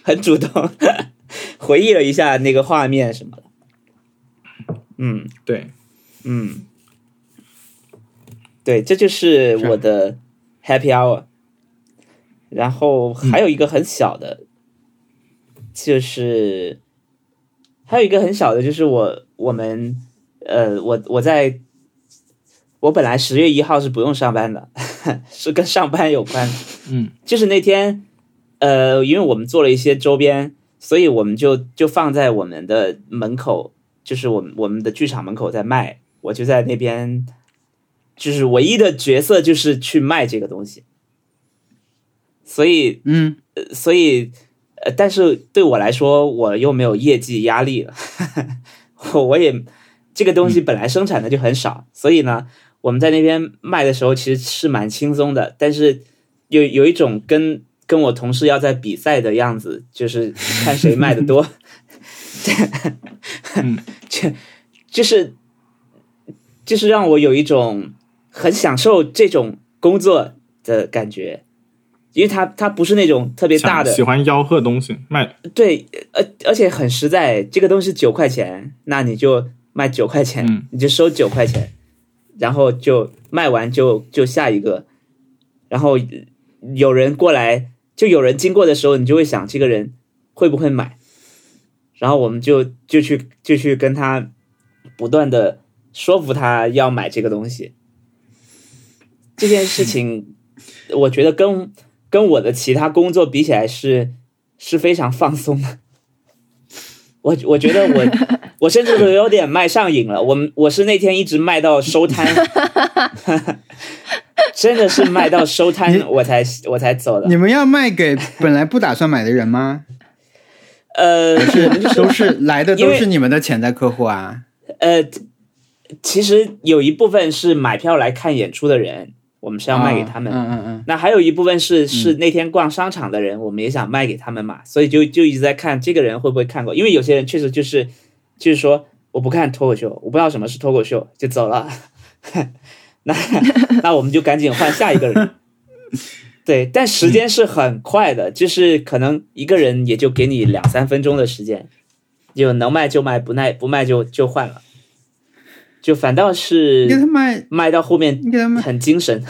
Speaker 4: 很主动 *laughs* 回忆了一下那个画面什么的，嗯。
Speaker 2: 对，
Speaker 4: 嗯，对，这就是我的 happy hour。然后还有一个很小的，就是还有一个很小的，就是我我们呃，我我在我本来十月一号是不用上班的， *laughs* 是跟上班有关的。
Speaker 2: 嗯，
Speaker 4: *laughs* 就是那天呃，因为我们做了一些周边，所以我们就就放在我们的门口，就是我们我们的剧场门口在卖，我就在那边，就是唯一的角色就是去卖这个东西，所以
Speaker 1: 嗯，
Speaker 4: 所以呃，但是对我来说，我又没有业绩压力 *laughs* 了，我我也这个东西本来生产的就很少，所以呢，我们在那边卖的时候其实是蛮轻松的，但是有有一种跟跟我同事要在比赛的样子，就是看谁卖的多， *laughs* 这
Speaker 2: 嗯
Speaker 4: 这就是就是让我有一种很享受这种工作的感觉，因为它它不是那种特别大的
Speaker 2: 喜，欢吆喝东西卖，
Speaker 4: 对，而而且很实在，这个东西九块钱，那你就卖九块钱，
Speaker 2: 嗯
Speaker 4: 你就收九块钱，然后就卖完就就下一个，然后有人过来，就有人经过的时候，你就会想这个人会不会买，然后我们就就去就去跟他不断的说服他要买这个东西，这件
Speaker 1: *laughs*
Speaker 4: 事情，我觉得跟跟我的其他工作比起来是是非常放松的。我我觉得
Speaker 1: *laughs*
Speaker 4: 我我甚至都有点卖上瘾了。我们我是那天一直卖到
Speaker 1: *laughs*
Speaker 4: 收摊，真的是卖
Speaker 1: *laughs*
Speaker 4: 到收
Speaker 1: 你
Speaker 4: 摊我才我才走的。
Speaker 1: 你们要卖给本来不打算买的人吗？
Speaker 4: 呃， *laughs*
Speaker 1: 是都是来的
Speaker 4: 因
Speaker 1: 都
Speaker 4: 为
Speaker 1: 是你们的潜在客户啊。
Speaker 4: 呃，其实有一部分是买票来看演出的人，我们是要卖给他们。
Speaker 1: 嗯嗯嗯。
Speaker 4: 那还有一部分是是那天逛商场的人，我们也想卖给他们嘛，所以就就一直在看这个人会不会看过，因为有些人确实就是就是说我不看脱口秀，我不知道什么是脱口秀就走了， *laughs* 那
Speaker 1: *laughs*
Speaker 4: 那我们就赶紧换下一个人。对，但时间是很快的，就是可能一个人也就给你两三分钟的时间，就能卖就卖，不卖不卖就就换了，就反倒
Speaker 1: 你给他
Speaker 4: 是
Speaker 1: 卖，
Speaker 4: 卖到后面
Speaker 1: 你给他卖，
Speaker 4: 很精神。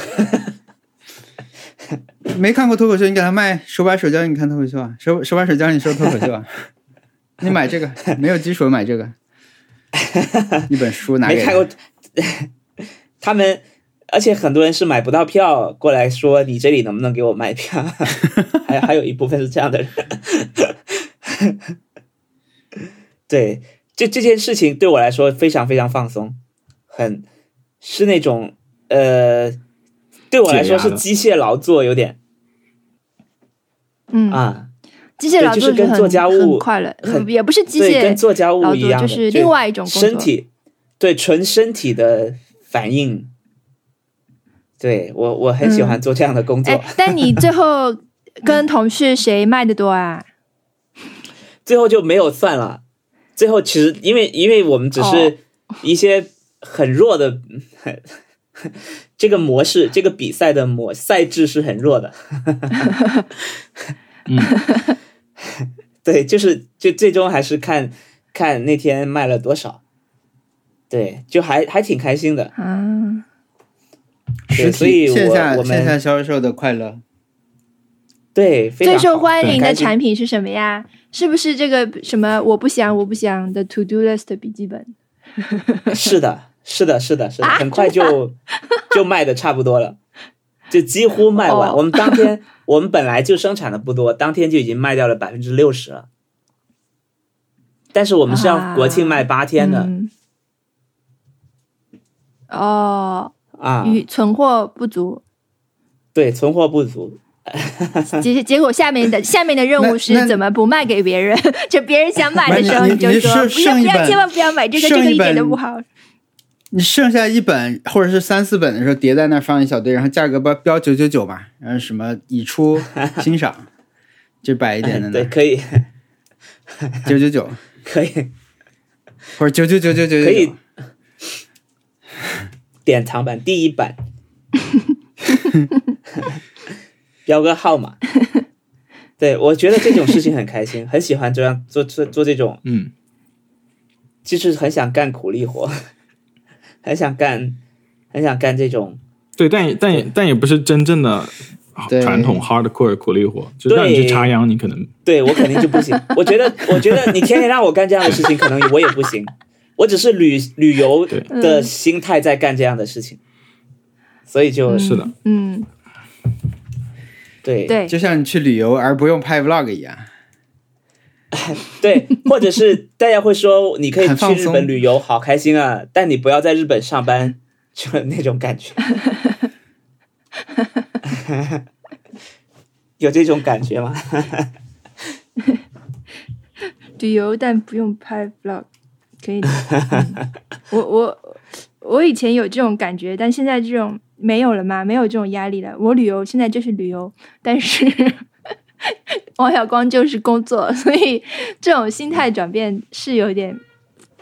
Speaker 1: 没看过脱口秀，你给他卖手把手教你看脱口秀啊，手手把手教你说脱口秀啊。
Speaker 4: *laughs*
Speaker 1: 你买这个没有基础买这个，一本书拿给
Speaker 4: 没
Speaker 1: 他
Speaker 4: 看过， *laughs* 他们，而且很多人是买不到票过来说你这里能不能给我卖票， *laughs* 还还有一部分是这样的人。 *laughs* 对，这这件事情对我来说非常非常放松，很是那种呃，对我来说
Speaker 2: 解
Speaker 4: 是
Speaker 2: 压的
Speaker 4: 机械劳作，有点
Speaker 3: 嗯，
Speaker 4: 啊，
Speaker 3: 机械
Speaker 4: 对
Speaker 3: 劳
Speaker 4: 就
Speaker 3: 作
Speaker 4: 是跟
Speaker 3: 很
Speaker 4: 做家务
Speaker 3: 很快乐，
Speaker 4: 很
Speaker 3: 嗯也不是机
Speaker 4: 对，
Speaker 3: 械
Speaker 4: 跟做家务
Speaker 3: 劳
Speaker 4: 一
Speaker 3: 作，
Speaker 4: 样
Speaker 3: 就
Speaker 4: 的，
Speaker 3: 是另外一种工
Speaker 4: 身
Speaker 3: 作。
Speaker 4: 体，对纯身体的反应。对我，我很喜欢做这样的工作。
Speaker 3: 哎，但你最
Speaker 4: *laughs*
Speaker 3: 后跟同事谁卖的多啊？
Speaker 4: 最后就没有算了。最后其实因为因为我们只是
Speaker 3: 哦
Speaker 4: 一些很弱的、 *laughs* 这个模式，这个比赛的模赛制是很弱的。
Speaker 2: 嗯，
Speaker 4: *laughs* 对，就是就最终还是看看那天卖了多少。对，就还还挺开心的。
Speaker 3: 啊，
Speaker 1: 实
Speaker 4: 对所以
Speaker 1: 体线
Speaker 4: 我
Speaker 1: 下
Speaker 4: 我们
Speaker 1: 线下销售的快乐。
Speaker 4: 对，非
Speaker 3: 最
Speaker 4: 常
Speaker 3: 受
Speaker 4: 好
Speaker 3: 欢迎的
Speaker 4: 很开心
Speaker 3: 产品是什么呀？是不是这个什么我不想我不想的 To Do List 笔记本？
Speaker 4: 是的，是的，是的，是的，
Speaker 3: 啊
Speaker 4: 很快就就卖的差不多了，就几乎卖完。
Speaker 3: 哦
Speaker 4: 我们当天，我们本来就生产的不多，当天就已经卖掉了百分之六十了。但是我们是要国庆卖八天的
Speaker 3: 嗯哦，
Speaker 4: 啊
Speaker 3: 与存货不足，
Speaker 4: 对，存货不足。
Speaker 3: *laughs* 结结果下
Speaker 1: *laughs*
Speaker 3: 面的下面的任务
Speaker 1: 那
Speaker 3: 是
Speaker 1: 那
Speaker 3: 怎么不卖给别人？ *laughs* 就别人想买的时候，
Speaker 1: 那你
Speaker 3: 就
Speaker 1: 你
Speaker 3: 说
Speaker 1: 是
Speaker 3: 不要
Speaker 1: 剩
Speaker 3: 不
Speaker 1: 一
Speaker 3: 要，
Speaker 1: 本
Speaker 3: 千万不要买这个，这
Speaker 1: 剩
Speaker 3: 个
Speaker 1: 一
Speaker 3: 一点
Speaker 1: 本
Speaker 3: 都不好。
Speaker 1: 你剩下一本或者是三四本的时候叠在那儿放一小堆，然后价格标标九九九嘛，然后什么已
Speaker 4: *laughs*
Speaker 1: 出欣赏，就摆一点在
Speaker 4: 对，
Speaker 1: 那
Speaker 4: 可以，哎
Speaker 1: 九九九
Speaker 4: 可以
Speaker 1: 或者九九九九九
Speaker 4: 可以
Speaker 1: 九，
Speaker 4: 典藏版第一版，标个号码。 *laughs* 对，我觉得这种事情很开心，很喜欢这样做做做这种
Speaker 2: 嗯，
Speaker 4: 就是很想干苦力活， *laughs* 很想干，很想干这种。
Speaker 2: 对，但也但也但也不是真正的
Speaker 1: 对
Speaker 2: 传统 hardcore 苦力活，就让你
Speaker 4: 对
Speaker 2: 去插秧，你可能
Speaker 4: 对我肯定就
Speaker 1: *laughs*
Speaker 4: 不行。我觉得，我觉得你天天让我干这样的事情，可能 *laughs* 我也不行。我只是旅旅游
Speaker 2: 对
Speaker 4: 的心态在干这样的事情，所以就、
Speaker 2: 是的，
Speaker 3: 嗯，
Speaker 4: 对
Speaker 3: 对，
Speaker 1: 就像你去旅游而不用拍 vlog 一样。
Speaker 4: 对，或者是大家会说，你可以
Speaker 1: 很
Speaker 4: 去
Speaker 1: 放
Speaker 4: 日
Speaker 1: 松
Speaker 4: 本旅游，好开心啊！但你不要在日本上班，就那种感觉， *laughs* 有这种感觉吗？
Speaker 3: 旅游但不用拍 vlog，可以的。嗯我我我以前有这种感觉，但现在这种没有了嘛，没有这种压力了。我旅游现在就是旅游，但是 *laughs* 王小光就是工作，所以这种心态转变是有点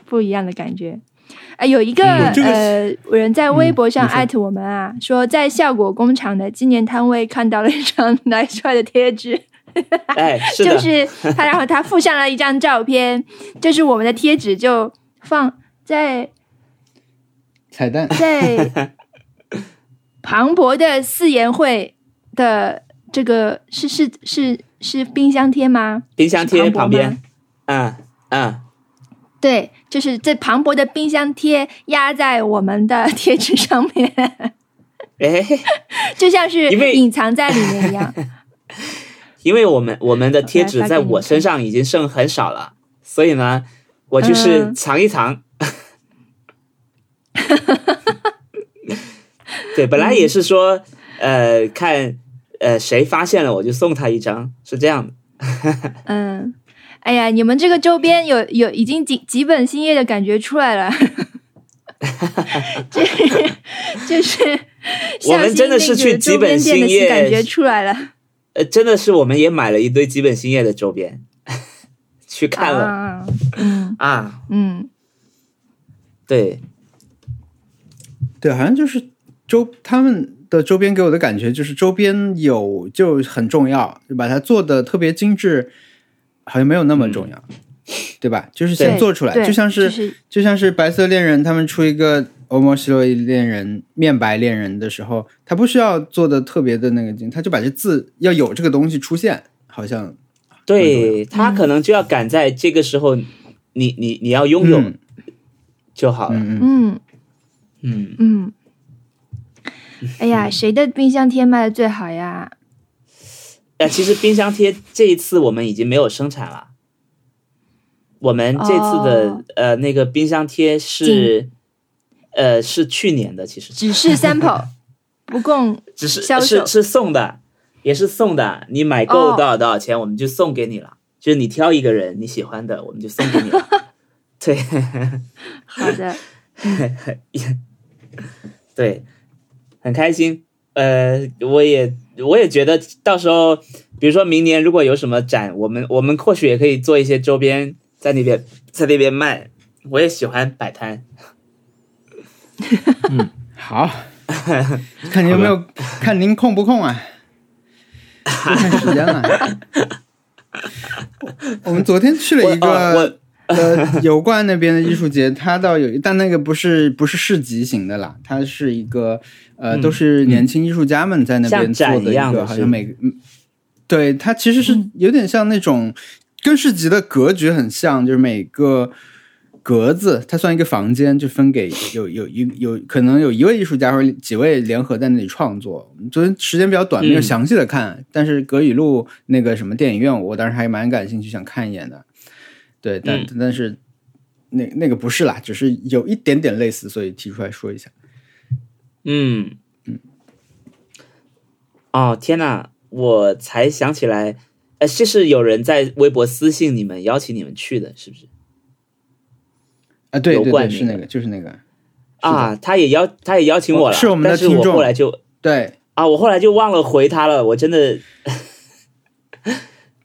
Speaker 3: 不一样的感觉。呃，有一个、
Speaker 2: 嗯
Speaker 1: 这个
Speaker 3: 呃人在微博上
Speaker 2: 嗯
Speaker 3: 艾特我们啊，说在效果工厂的纪念摊位看到了一张 *laughs* 奶帅的贴纸，
Speaker 4: 哎，是的，
Speaker 3: 就是他，然后他附上了一张照片，就是我们的贴纸就放在
Speaker 1: 彩蛋，
Speaker 4: *laughs*
Speaker 3: 在庞博的四言会的这个是是是是冰箱贴吗？
Speaker 4: 冰箱贴
Speaker 3: 是庞
Speaker 4: 旁
Speaker 3: 博吗
Speaker 4: 边，啊啊，
Speaker 3: 对，就是这庞博的冰箱贴压在我们的贴纸上面，
Speaker 4: 哎，
Speaker 3: 就像是
Speaker 4: 因为
Speaker 3: 隐藏在里面一样。
Speaker 4: 因为我们我们的贴纸
Speaker 3: 来发
Speaker 4: 在
Speaker 3: 给你
Speaker 4: 我身上已经剩很少了，所以呢，我就是
Speaker 3: 嗯
Speaker 4: 藏一藏。对，本来也是说，呃，看呃谁发现了我就送他一张，是这样的。
Speaker 3: 嗯，哎呀，你们这个周边有有已经几几本新叶的感觉出
Speaker 4: *laughs*
Speaker 3: 来了，这就是
Speaker 4: 我们真的是去几本新
Speaker 3: 孝心那个周边店的
Speaker 4: 叶
Speaker 3: 感觉出来了，
Speaker 4: 呃，真的是我们也买了一堆吉本兴业的周边， *laughs* 去看了
Speaker 3: 啊，嗯
Speaker 4: 啊，
Speaker 3: 嗯，
Speaker 4: 对，
Speaker 1: 对，好像就是周他们的周边给我的感觉就是周边有就很重要，就把它做的特别精致，好像没有那么
Speaker 4: 嗯
Speaker 1: 重要，对吧？就是先
Speaker 3: 对
Speaker 1: 做出来，
Speaker 3: 对
Speaker 1: 就像是、
Speaker 3: 就是
Speaker 1: 就像是白色恋人他们出一个欧莫西洛伊恋人面白恋人的时候，他不需要做的特别的那个精，他就把这字要有这个东西出现，好像
Speaker 4: 对他可能就要赶在这个时候，你你你要拥有
Speaker 1: 嗯
Speaker 4: 就好了。
Speaker 1: 嗯嗯，
Speaker 3: 嗯
Speaker 4: 嗯，
Speaker 3: 嗯，哎呀，谁的冰箱贴卖的最好呀？
Speaker 4: 呃，其实冰箱贴这一次我们已经没有生产了。我们这次的、
Speaker 3: 哦
Speaker 4: 呃那个冰箱贴是，呃是去年的，其实
Speaker 3: 只是 sample，不供
Speaker 4: 只是
Speaker 3: 销售
Speaker 4: 是是送的，也是送的。你买够
Speaker 3: 哦
Speaker 4: 多少多少钱，我们就送给你了。就是你挑一个人你喜欢的，我们就送给你
Speaker 3: *laughs*
Speaker 4: 了。对
Speaker 3: 好的。
Speaker 4: 对，很开心。呃，我也我也觉得到时候，比如说明年如果有什么展，我们我们或许也可以做一些周边在那边在那边卖。我也喜欢摆摊， *laughs*
Speaker 1: 好，看你有没有看您空不空啊？
Speaker 4: *laughs*
Speaker 1: 就看时间了。我们昨天去了一
Speaker 4: 我哦
Speaker 1: 个
Speaker 4: 我
Speaker 1: 呃油罐那边的艺术节，它倒有一，但那个不是不是市集型的啦，它是一个呃都是年轻艺术家们在那边
Speaker 4: 嗯像
Speaker 1: 做
Speaker 4: 展
Speaker 1: 的
Speaker 4: 一样
Speaker 1: 个，
Speaker 4: 的嗯
Speaker 1: 好
Speaker 4: 是
Speaker 1: 像每个，嗯对它其实是有点像那种跟市集的格局很像，就是每个。格子，它算一个房间，就分给有有一有可能有一位艺术家或者几位联合在那里创作。昨天时间比较短，没有
Speaker 4: 嗯
Speaker 1: 详细的看，但是葛雨露那个什么电影院，我当时还蛮感兴趣，想看一眼的。对，但、
Speaker 4: 嗯
Speaker 1: 但是那那个不是啦，只是有一点点类似，所以提出来说一下。
Speaker 4: 嗯哦天呐，我才想起来，呃，这是有人在微博私信你们邀请你们去的，是不是？
Speaker 1: 啊，对
Speaker 4: 油
Speaker 1: 对
Speaker 4: 罐
Speaker 1: 对，是
Speaker 4: 那
Speaker 1: 那个，就是那个，
Speaker 4: 啊，他也邀他也邀请我了，
Speaker 1: 哦是我们的
Speaker 4: 但是
Speaker 1: 听
Speaker 4: 我
Speaker 1: 众
Speaker 4: 后来就
Speaker 1: 对，
Speaker 4: 啊，我后来就忘了回他了，我真的，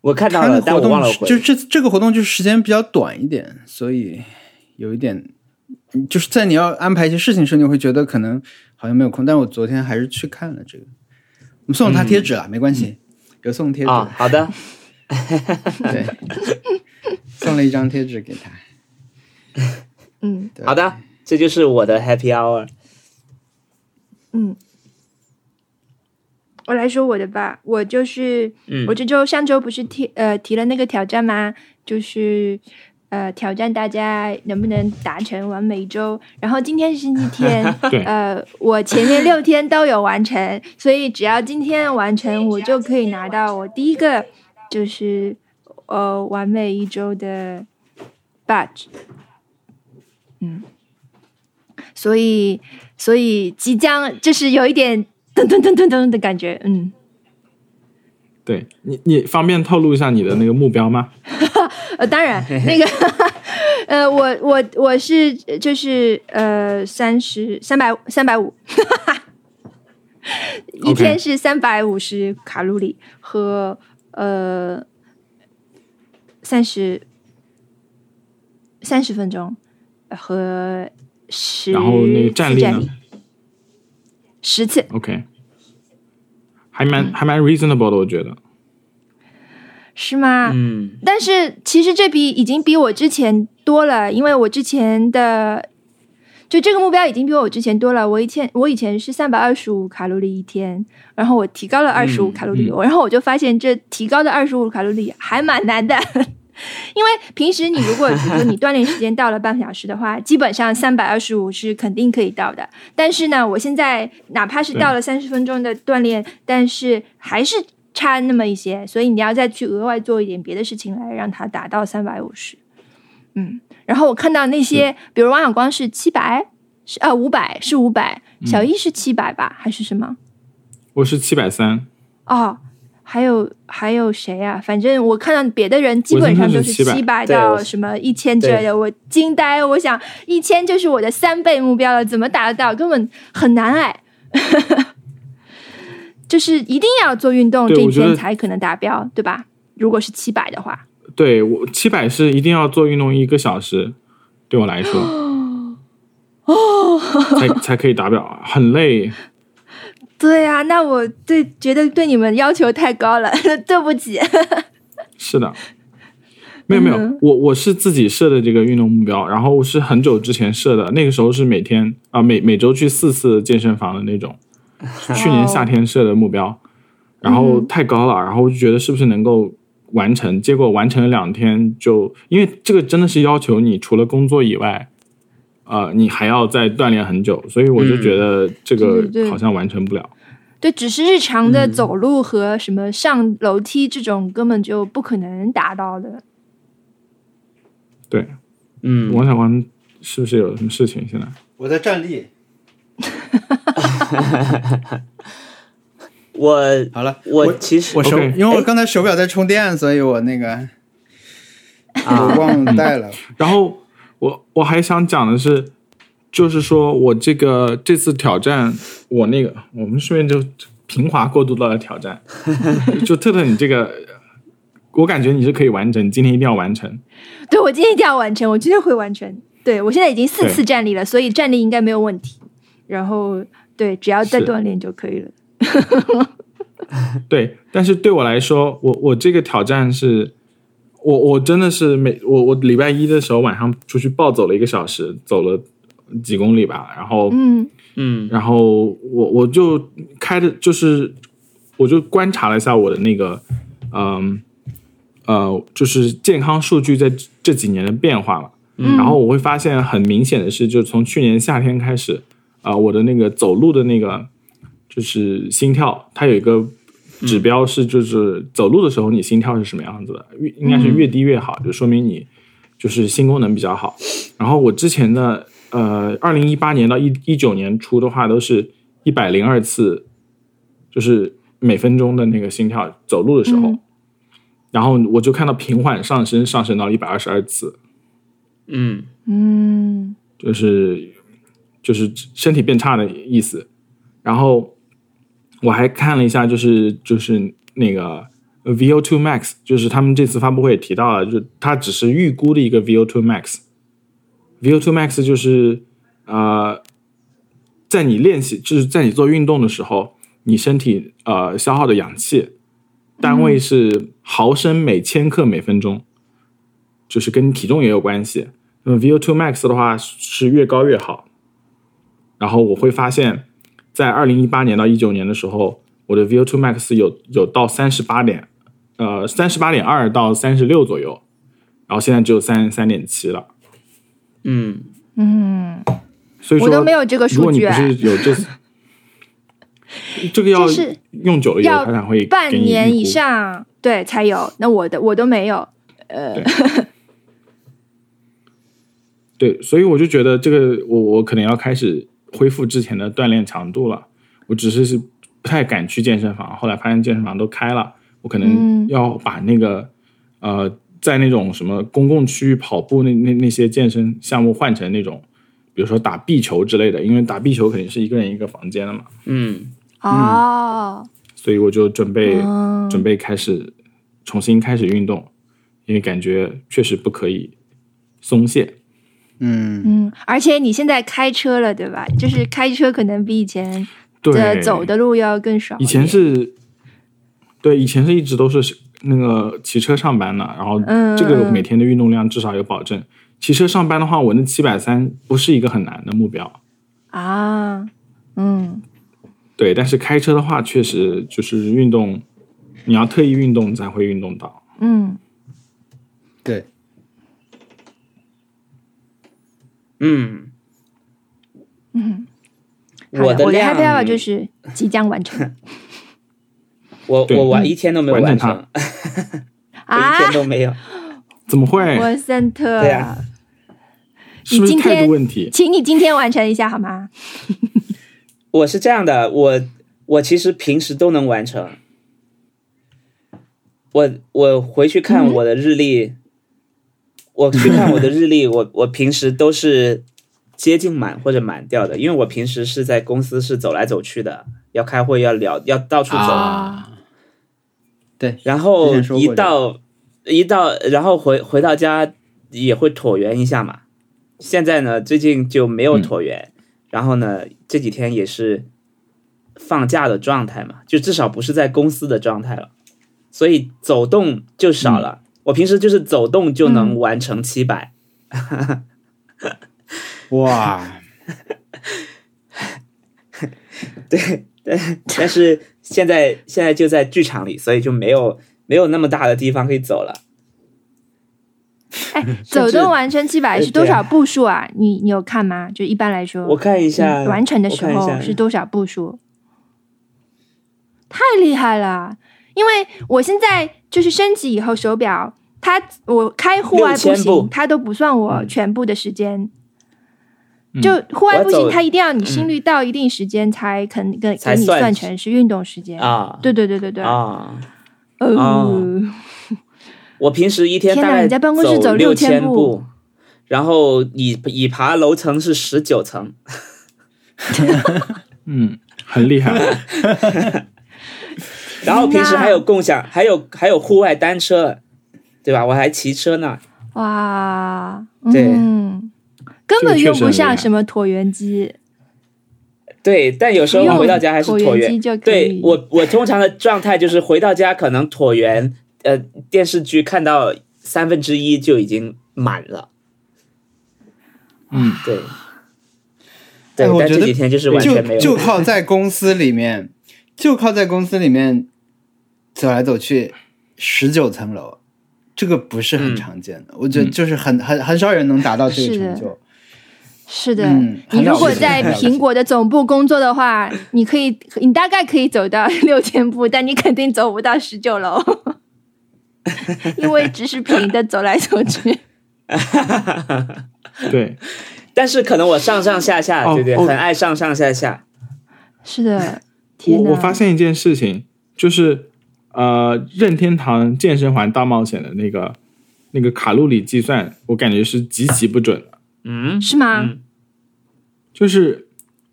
Speaker 4: 我看到
Speaker 1: 他
Speaker 4: 了，
Speaker 1: 的
Speaker 4: 但
Speaker 1: 活
Speaker 4: 我忘了
Speaker 1: 动
Speaker 4: 回。
Speaker 1: 就这这个活动就是时间比较短一点，所以有一点就是在你要安排一些事情时，你会觉得可能好像没有空。但是我昨天还是去看了这个，我们送了他贴纸了，没关系，有送贴纸，
Speaker 4: 嗯啊，好的，
Speaker 1: 对，送了一张贴纸给他。
Speaker 3: 嗯
Speaker 1: 对
Speaker 4: 好的，这就是我的 Happy Hour。
Speaker 3: 嗯，我来说我的吧，我就是
Speaker 4: 嗯
Speaker 3: 我这周上周不是提呃提了那个挑战吗？就是呃挑战大家能不能达成完美一周。然后今天是星期天
Speaker 2: *laughs* 对，
Speaker 3: 呃，我前面六天都有完成，所以只要今天完成，我就可以拿到我第一个就是呃完美一周的 badge。嗯，所以所以即将就是有一点噔噔噔噔噔的感觉，嗯。
Speaker 2: 对你，你方便透露一下你的那个目标吗？
Speaker 3: 呃，当然，那个，呃，我我我是就是呃三十三百三百五，一
Speaker 2: OK
Speaker 3: 天是三百五十卡路里和呃三十三十分钟和十
Speaker 2: 然后那个
Speaker 3: 次
Speaker 2: 战力呢
Speaker 3: 十次，
Speaker 2: ？OK，还蛮还蛮 reasonable 的，我觉得。
Speaker 3: 是吗？
Speaker 4: 嗯，
Speaker 3: 但是其实这比已经比我之前多了，因为我之前的就这个目标已经比我之前多了。我以前我以前是三百二十五卡路里一天，然后我提高了二十五
Speaker 4: 嗯
Speaker 3: 卡路里，然后我就发现这提高的二十五卡路里还蛮难的。 *laughs* 因为平时你如果比如说你锻炼时间到了半个小时的话，基本上三百二十五是肯定可以到的。但是呢，我现在哪怕是到了三十分钟的锻炼，但是还是差那么一些，所以你要再去额外做一点别的事情来让它达到三百五十。嗯，然后我看到那些，比如王小光是七百，是啊五百是五百，小一是七百吧、还是什么？
Speaker 2: 我是七百三，
Speaker 3: 哦，还有还有谁啊？反正我看到别的人基本上都是七
Speaker 2: 我真
Speaker 3: 百
Speaker 4: 对
Speaker 3: 到
Speaker 4: 我
Speaker 3: 什么一千之类
Speaker 4: 对
Speaker 3: 的，我惊呆。我想一千就是我的三倍目标了，怎么达得到？根本很难哎。 *laughs* 就是一定要做运动，
Speaker 2: 对
Speaker 3: 这一
Speaker 2: 我觉
Speaker 3: 天
Speaker 2: 得
Speaker 3: 才可能达标，对吧？如果是七百的话，
Speaker 2: 对我七百是一定要做运动一个小时，对我来说，哦，才才可以达标，很累。
Speaker 3: 对呀、那我对觉得对你们要求太高了， *laughs* 对不起。
Speaker 2: 是的，没有没有，
Speaker 3: 嗯
Speaker 2: 我我是自己设的这个运动目标，然后我是很久之前设的，那个时候是每天啊、每每周去四次健身房的那
Speaker 3: 哦
Speaker 2: 种，去年夏天设的目标，然
Speaker 3: 嗯
Speaker 2: 后太高了，然后我就觉得是不是能够完成，结果完成了两天就，因为这个真的是要求你除了工作以外。呃，你还要再锻炼很久，所以我就觉得这
Speaker 3: 对
Speaker 2: 个
Speaker 3: 嗯对对
Speaker 2: 好像完成不了。
Speaker 3: 对，只是日常
Speaker 2: 嗯
Speaker 3: 的走路和什么上楼梯这种，根本就不可能达到的。
Speaker 2: 对
Speaker 4: 嗯，
Speaker 2: 王小光是不是有什么事情？现在
Speaker 1: 我在站立。
Speaker 4: 我
Speaker 1: 好了，
Speaker 4: 我
Speaker 1: 我
Speaker 4: 其实
Speaker 1: 我手，
Speaker 2: OK
Speaker 1: 因为我刚才手表在充电，所以我那个我
Speaker 4: 啊，
Speaker 1: 忘带了。
Speaker 2: 然后我我还想讲的是，就是说我这个这次挑战，我那个我们顺便就平滑过渡到了挑战， *laughs* 就特特你这个，我感觉你是可以完成，你今天一定要完成。
Speaker 3: *laughs* 对我今天一定要完成，我绝对会完成。对我现在已经四次站立了，所以站立应该没有问题。然后对，只要再
Speaker 2: 是
Speaker 3: 锻炼就可以了。
Speaker 2: 对，但是对我来说，我我这个挑战是，我我真的是每我我礼拜一的时候晚上出去暴走了一个小时，走了几公里吧，然后
Speaker 3: 嗯
Speaker 4: 嗯
Speaker 2: 然后我我就开着，就是我就观察了一下我的那个，嗯呃就是健康数据在这几年的变化嘛。
Speaker 3: 嗯
Speaker 2: 然后我会发现很明显的是，就从去年夏天开始，啊、我的那个走路的那个就是心跳，它有一个指标是，就是走路的时候你心跳是什么样子的，越应该是越低越好，就说明你就是心功能比较好。然后我之前的呃，二零一八年到一一九年初的话，都是一百零二次，就是每分钟的那个心跳，走路的时候。
Speaker 3: 嗯
Speaker 2: 然后我就看到平缓上升，上升到一百二十二次，
Speaker 4: 嗯
Speaker 3: 嗯
Speaker 2: 就是就是身体变差的意思。然后我还看了一下，就是就是那个 VO2 Max，就是他们这次发布会也提到了，就是它只是预估的一个 VO2 Max。VO2 Max 就是呃，在你练习，就是在你做运动的时候，你身体呃消耗的氧气单位是毫升每千克每分钟，就是跟体重也有关系。那么 VO2 Max 的话是越高越好。然后我会发现，在二零一八年到一九年的时候，我的 VO2 Max 有有到三十八点，呃，三十八点二到三十六左右，然后现在只有三三点七了。
Speaker 4: 嗯，
Speaker 3: 嗯，
Speaker 2: 所以说
Speaker 3: 我都没有这个数
Speaker 2: 如果你
Speaker 3: 据啊
Speaker 2: 不是有
Speaker 3: *laughs*
Speaker 2: 这，这个要
Speaker 3: 就是
Speaker 2: 用久了以后，
Speaker 3: 要
Speaker 2: 它才会给你
Speaker 3: 半年
Speaker 2: 预
Speaker 3: 以
Speaker 2: 估。
Speaker 3: 上对才有。那我的我都没有。
Speaker 2: 对，所以我就觉得这个我我可能要开始恢复之前的锻炼强度了。我只是是不太敢去健身房，后来发现健身房都开了，我可
Speaker 3: 嗯
Speaker 2: 能要把那个、呃，在那种什么公共区域跑步那那那些健身项目换成那种，比如说打壁球之类的，因为打壁球肯定是一个人一个房间的嘛，
Speaker 4: 嗯，
Speaker 3: 哦，
Speaker 2: 所以我就准备、
Speaker 3: 嗯
Speaker 2: 准备开始重新开始运动，因为感觉确实不可以松懈。
Speaker 1: 嗯，
Speaker 3: 嗯，而且你现在开车了，对吧？就是开车可能比以前的
Speaker 2: 对，
Speaker 3: 走的路要更爽一
Speaker 2: 以
Speaker 3: 点。
Speaker 2: 前是，对，以前是一直都是那个骑车上班的，然后
Speaker 3: 嗯
Speaker 2: 这个每天的运动量至少有保证。骑车上班的话，我那七百三不是一个很难的目标，
Speaker 3: 啊，嗯
Speaker 2: 对。但是开车的话，确实就是运动，你要特意运动才会运动到。
Speaker 3: 嗯
Speaker 1: 对，
Speaker 4: 嗯，
Speaker 3: 嗯。好
Speaker 4: 我
Speaker 3: 的，我的
Speaker 4: 量
Speaker 3: happy hour 就是即将完成
Speaker 4: 我
Speaker 2: 对
Speaker 4: 我玩一天都没有完成， *laughs* 我
Speaker 3: 啊
Speaker 4: 一！天都没有。
Speaker 2: 怎么会？
Speaker 3: 我森特，
Speaker 4: 对啊
Speaker 2: 是不是
Speaker 3: 你今天
Speaker 2: 态度问题？
Speaker 3: 请你今天完成一下好
Speaker 4: *laughs*
Speaker 3: 吗？
Speaker 4: 我是这样的，我我其实平时都能完成。我我回去看我的日历，我去看我的日历，我我平时都是接近满或者满掉的，因为我平时是在公司是走来走去的，要开会要聊要到处走，
Speaker 1: 啊，
Speaker 4: *laughs*
Speaker 1: 对，
Speaker 4: 然
Speaker 1: 之
Speaker 4: 后
Speaker 1: 前说过
Speaker 4: 一
Speaker 1: 这个
Speaker 4: 到一到然后回回到家也会椭圆一下嘛。现在呢，最近就没
Speaker 1: 嗯
Speaker 4: 有椭圆，然后呢这几天也是放假的状态嘛，就至少不是在公司的状态了，所以走动就少了。
Speaker 1: 嗯
Speaker 4: 我平时就是走动就能完成七百、
Speaker 1: 哇，嗯
Speaker 4: 但是现在现在就在剧场里，所以就没有没有那么大的地方可以走了。
Speaker 3: 哎，
Speaker 4: 甚
Speaker 3: 走
Speaker 4: 至
Speaker 3: 动完成七百
Speaker 4: 呃
Speaker 3: 是多
Speaker 4: 对
Speaker 3: 少
Speaker 4: 啊
Speaker 3: 步数啊？你你有看吗？就一般来说，
Speaker 4: 我看一下
Speaker 3: 嗯完成的时
Speaker 4: 我看
Speaker 3: 候
Speaker 4: 一下
Speaker 3: 是多少步数？太厉害了！因为我现在就是升级以后手表，它我开户外步
Speaker 4: 6000步
Speaker 3: 行，它都不算我全部的时间。就户
Speaker 4: 嗯我
Speaker 3: 外
Speaker 4: 要
Speaker 3: 步行，
Speaker 4: 走嗯
Speaker 3: 它一定要你心率到一定时间才肯给给
Speaker 4: 才
Speaker 3: 你
Speaker 4: 算
Speaker 3: 算成是运动时间。
Speaker 4: 啊
Speaker 3: 对对对对对，
Speaker 4: 啊！
Speaker 3: 哦，
Speaker 4: 我平时一天
Speaker 3: 天
Speaker 4: 大
Speaker 3: 哪
Speaker 4: 概
Speaker 3: 你在办公室走
Speaker 4: 六
Speaker 3: 6000步
Speaker 4: 步，然后以以爬楼层是十九层，
Speaker 2: 嗯，很
Speaker 3: *laughs*
Speaker 2: 厉害。
Speaker 4: 然后平时
Speaker 3: 天哪
Speaker 4: 还有共享，还有还有户外单车，对吧？我还骑车呢。
Speaker 3: 哇，
Speaker 4: 对
Speaker 3: 嗯，根
Speaker 2: 这个
Speaker 3: 本
Speaker 2: 确
Speaker 3: 用
Speaker 2: 实
Speaker 3: 不
Speaker 2: 很厉害
Speaker 3: 上什么椭圆机。
Speaker 4: 对，但有时候
Speaker 3: 用
Speaker 4: 我回到家还是
Speaker 3: 哎椭
Speaker 4: 椭
Speaker 3: 圆机
Speaker 4: 圆。
Speaker 3: 就可
Speaker 4: 对
Speaker 3: 以
Speaker 4: 我，我通常的状态就是回到家可能椭圆，呃，电视剧看到三分之一就已经满了。
Speaker 2: 嗯，
Speaker 4: 对。对
Speaker 1: 哎，我
Speaker 4: 但
Speaker 1: 觉
Speaker 4: 这
Speaker 1: 得
Speaker 4: 几天就是完全没
Speaker 1: 就
Speaker 4: 有。 *laughs*
Speaker 1: 就靠在公司里面，就靠在公司里面走来走去，十九层楼，这个不是很
Speaker 4: 嗯
Speaker 1: 常见的，我觉得就是很很很少人能达到这个
Speaker 3: 是的
Speaker 1: 成就。
Speaker 3: 是的，
Speaker 1: 嗯
Speaker 3: 你
Speaker 1: 很了
Speaker 3: 如
Speaker 1: 不
Speaker 3: 果
Speaker 1: 起
Speaker 3: 在
Speaker 1: 很了不起
Speaker 3: 苹果的总部工作的话，你可以，你大概可以走到 *laughs* 六千步，但你肯定走不到十九楼，因为只是平的走来走去。
Speaker 2: 对，
Speaker 4: 但是可能我上上下下，
Speaker 2: 哦
Speaker 4: 对对，
Speaker 2: 哦
Speaker 4: 很爱上上下下。
Speaker 3: 是的，
Speaker 2: 我
Speaker 3: 天哪！
Speaker 2: 我发现一件事情，就是呃，任天堂健身环大冒险的那个那个卡路里计算，我感觉是极其不准的。
Speaker 4: 嗯
Speaker 3: 是吗？
Speaker 4: 嗯
Speaker 2: 就是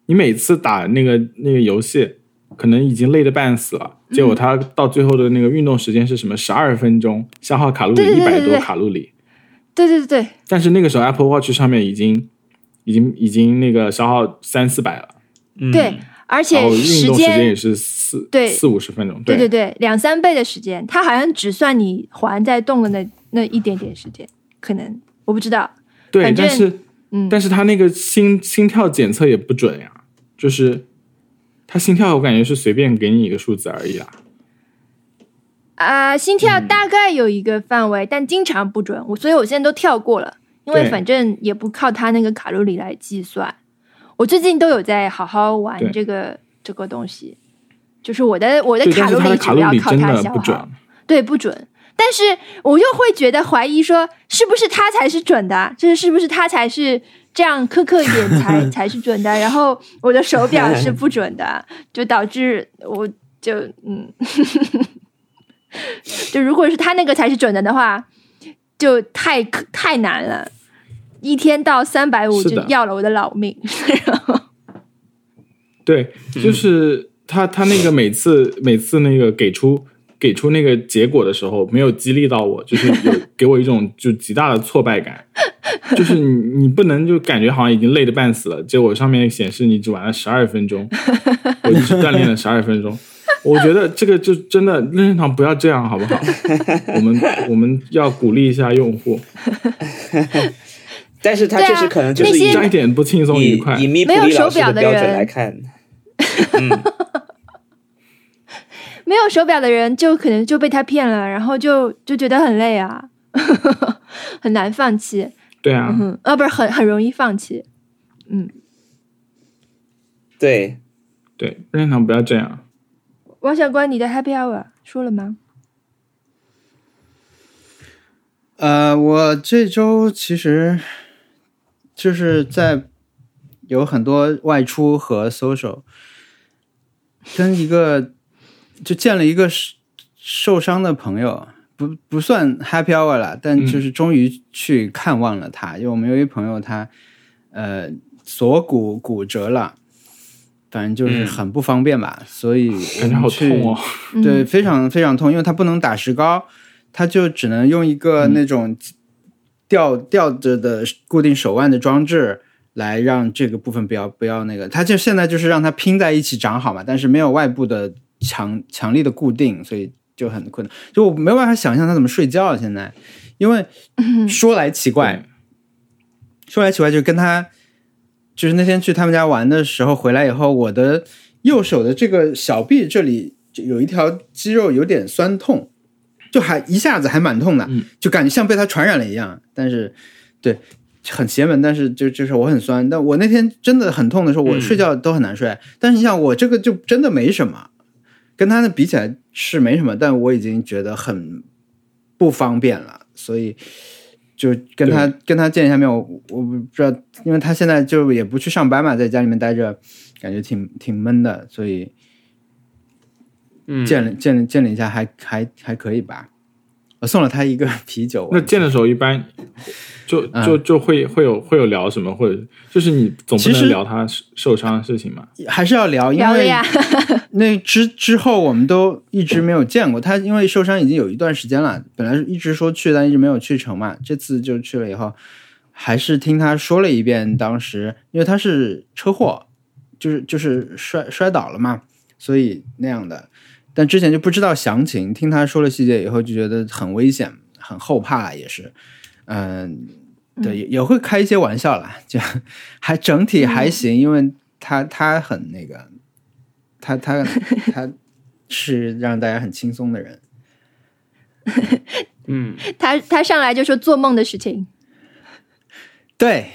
Speaker 2: 你每次打那个那个游戏，可能已经累得半死了，
Speaker 3: 嗯
Speaker 2: 结果他到最后的那个运动时间是什么？十二分钟，消耗卡路
Speaker 3: 对
Speaker 2: 里
Speaker 3: 对
Speaker 2: 一
Speaker 3: 对对
Speaker 2: 百
Speaker 3: 对
Speaker 2: 多卡路里。
Speaker 3: 对对对对，
Speaker 2: 但是那个时候 Apple Watch 上面已经已经已经那个消耗三四百了，
Speaker 4: 嗯
Speaker 3: 对而
Speaker 2: 然后
Speaker 3: 且
Speaker 2: 哦运
Speaker 3: 时
Speaker 2: 动时间
Speaker 3: 间
Speaker 2: 也，是四
Speaker 3: 对
Speaker 2: 四五十分钟。
Speaker 3: 对
Speaker 2: 对
Speaker 3: 对对，两三倍的时间，它好像只算你还在动的那那一点点时间，可能我不知道。
Speaker 2: 对，
Speaker 3: 反正
Speaker 2: 但是，
Speaker 3: 嗯
Speaker 2: 但是他那个心心跳检测也不准呀，就是他心跳，我感觉是随便给你一个数字而已啦。
Speaker 3: 啊、心跳大概有一个范围，但经常不准，我所以我现在都跳过了，因为
Speaker 2: 对
Speaker 3: 反正也不靠它那个卡路里来计算。我最近都有在好好玩
Speaker 2: 对
Speaker 3: 这个这个东西，就是我的我的
Speaker 2: 对，但
Speaker 3: 卡
Speaker 2: 是
Speaker 3: 路
Speaker 2: 他
Speaker 3: 里
Speaker 2: 的
Speaker 3: 指
Speaker 2: 卡路
Speaker 3: 标
Speaker 2: 里
Speaker 3: 靠
Speaker 2: 真
Speaker 3: 它
Speaker 2: 的
Speaker 3: 消
Speaker 2: 不准
Speaker 3: 耗，，对不准。但是我又会觉得怀疑说，是不是它才是准的啊？就是是不是它才是这样苛刻一点
Speaker 2: *laughs*
Speaker 3: 才才是准的？然后我的手表是不准的，就导致我就嗯， *laughs* 就如果是他那个才是准的的话，就太苛太难了，一天到三百五
Speaker 2: 是
Speaker 3: 就
Speaker 2: 的
Speaker 3: 要了我的老命。 *laughs* 然后
Speaker 2: 对，就是他他那个每次每次那个给出给出那个结果的时候，没有激励到我，就是有给我一种就极大的挫败感。就是你你不能就感觉好像已经累得半死了，结果上面显示你只玩了十二分钟，我只锻炼了十二分钟。我觉得这个就真的任天堂不要这样好不好？我们我们要鼓励一下用户，
Speaker 4: 但是它
Speaker 3: 对啊
Speaker 4: 确实可能就是
Speaker 3: 那
Speaker 4: 以
Speaker 3: 些
Speaker 2: 加一点不轻松愉
Speaker 4: 以
Speaker 2: 快
Speaker 4: 以。密普
Speaker 3: 没有
Speaker 4: 利
Speaker 3: 手
Speaker 4: 老师
Speaker 3: 表的
Speaker 4: 的标准
Speaker 3: 人
Speaker 4: 来看，
Speaker 3: 没有手表的人就可能就被他骗了，然后就就觉得很累啊， *laughs* 很难放弃，
Speaker 2: 对啊，
Speaker 3: 嗯，啊，不是很很容易放弃，
Speaker 4: 对，
Speaker 2: 对，任天堂不要这样。
Speaker 3: 王小光，你的 Happy Hour 说了吗？
Speaker 1: 呃，我这周其实就是在有很多外出和 social，跟一个就见了一个受受伤的朋友，不不算 happy hour 啦，但
Speaker 2: 嗯
Speaker 1: 就是终于去看望了他。因为我们有一朋友他呃锁骨骨折了，反正就是
Speaker 2: 嗯
Speaker 1: 很不方便吧，所以
Speaker 2: *laughs* 感觉好痛 *laughs* 哦！
Speaker 3: 嗯、
Speaker 1: 对，，非常非常痛，因为它不能打石膏，它就只能用一个那种吊吊着的固定手腕的装置来让这个部分不要不要那个。它就现在就是让它拼在一起长好嘛，但是没有外部的强强力的固定，所以就很困难。就我没有办法想象它怎么睡觉、啊、现在，因为说来奇
Speaker 2: 嗯
Speaker 1: 怪，说来奇怪，就是跟他，就是那天去他们家玩的时候，回来以后，我的右手的这个小臂这里就有一条肌肉有点酸痛，就还一下子还蛮痛的，就感觉像被他传染了一样。但是，对，很邪门，但是就就是我很酸。但我那天真的很痛的时候，我睡觉都很难睡。但是你想，我这个就真的没什么，跟他的比起来是没什么，但我已经觉得很不方便了，所以。就跟他跟他见一下面，我我不知道，因为他现在就也不去上班嘛，在家里面待着，感觉挺挺闷的，所以
Speaker 4: 嗯
Speaker 1: 见了、见了见了一下还，还还可以吧。我送了他一个 *laughs* 啤酒，
Speaker 2: 那见的时候一般就就就会会有会有聊什么，或者就是你总不
Speaker 1: 嗯其实
Speaker 2: 能聊他受受伤的事情嘛？
Speaker 1: 还是要聊，因
Speaker 3: 聊了
Speaker 1: 为
Speaker 3: 呀，
Speaker 1: 那之之后我们都一直没有见过他，因为受伤已经有一段时间了，本来一直说去，但一直没有去成嘛。这次就去了以后，还是听他说了一遍，当时因为他是车祸，就是就是摔摔倒了嘛，所以那样的。但之前就不知道详情，听他说了细节以后，就觉得很危险，很后怕也是，嗯、对，也也会开一些玩笑啦，就 *laughs* 还整体还行，因为他他很那个，他他 *laughs* 他是让大家很轻松的人，
Speaker 4: 嗯，
Speaker 3: 他他上来就说做梦的事情，
Speaker 1: 对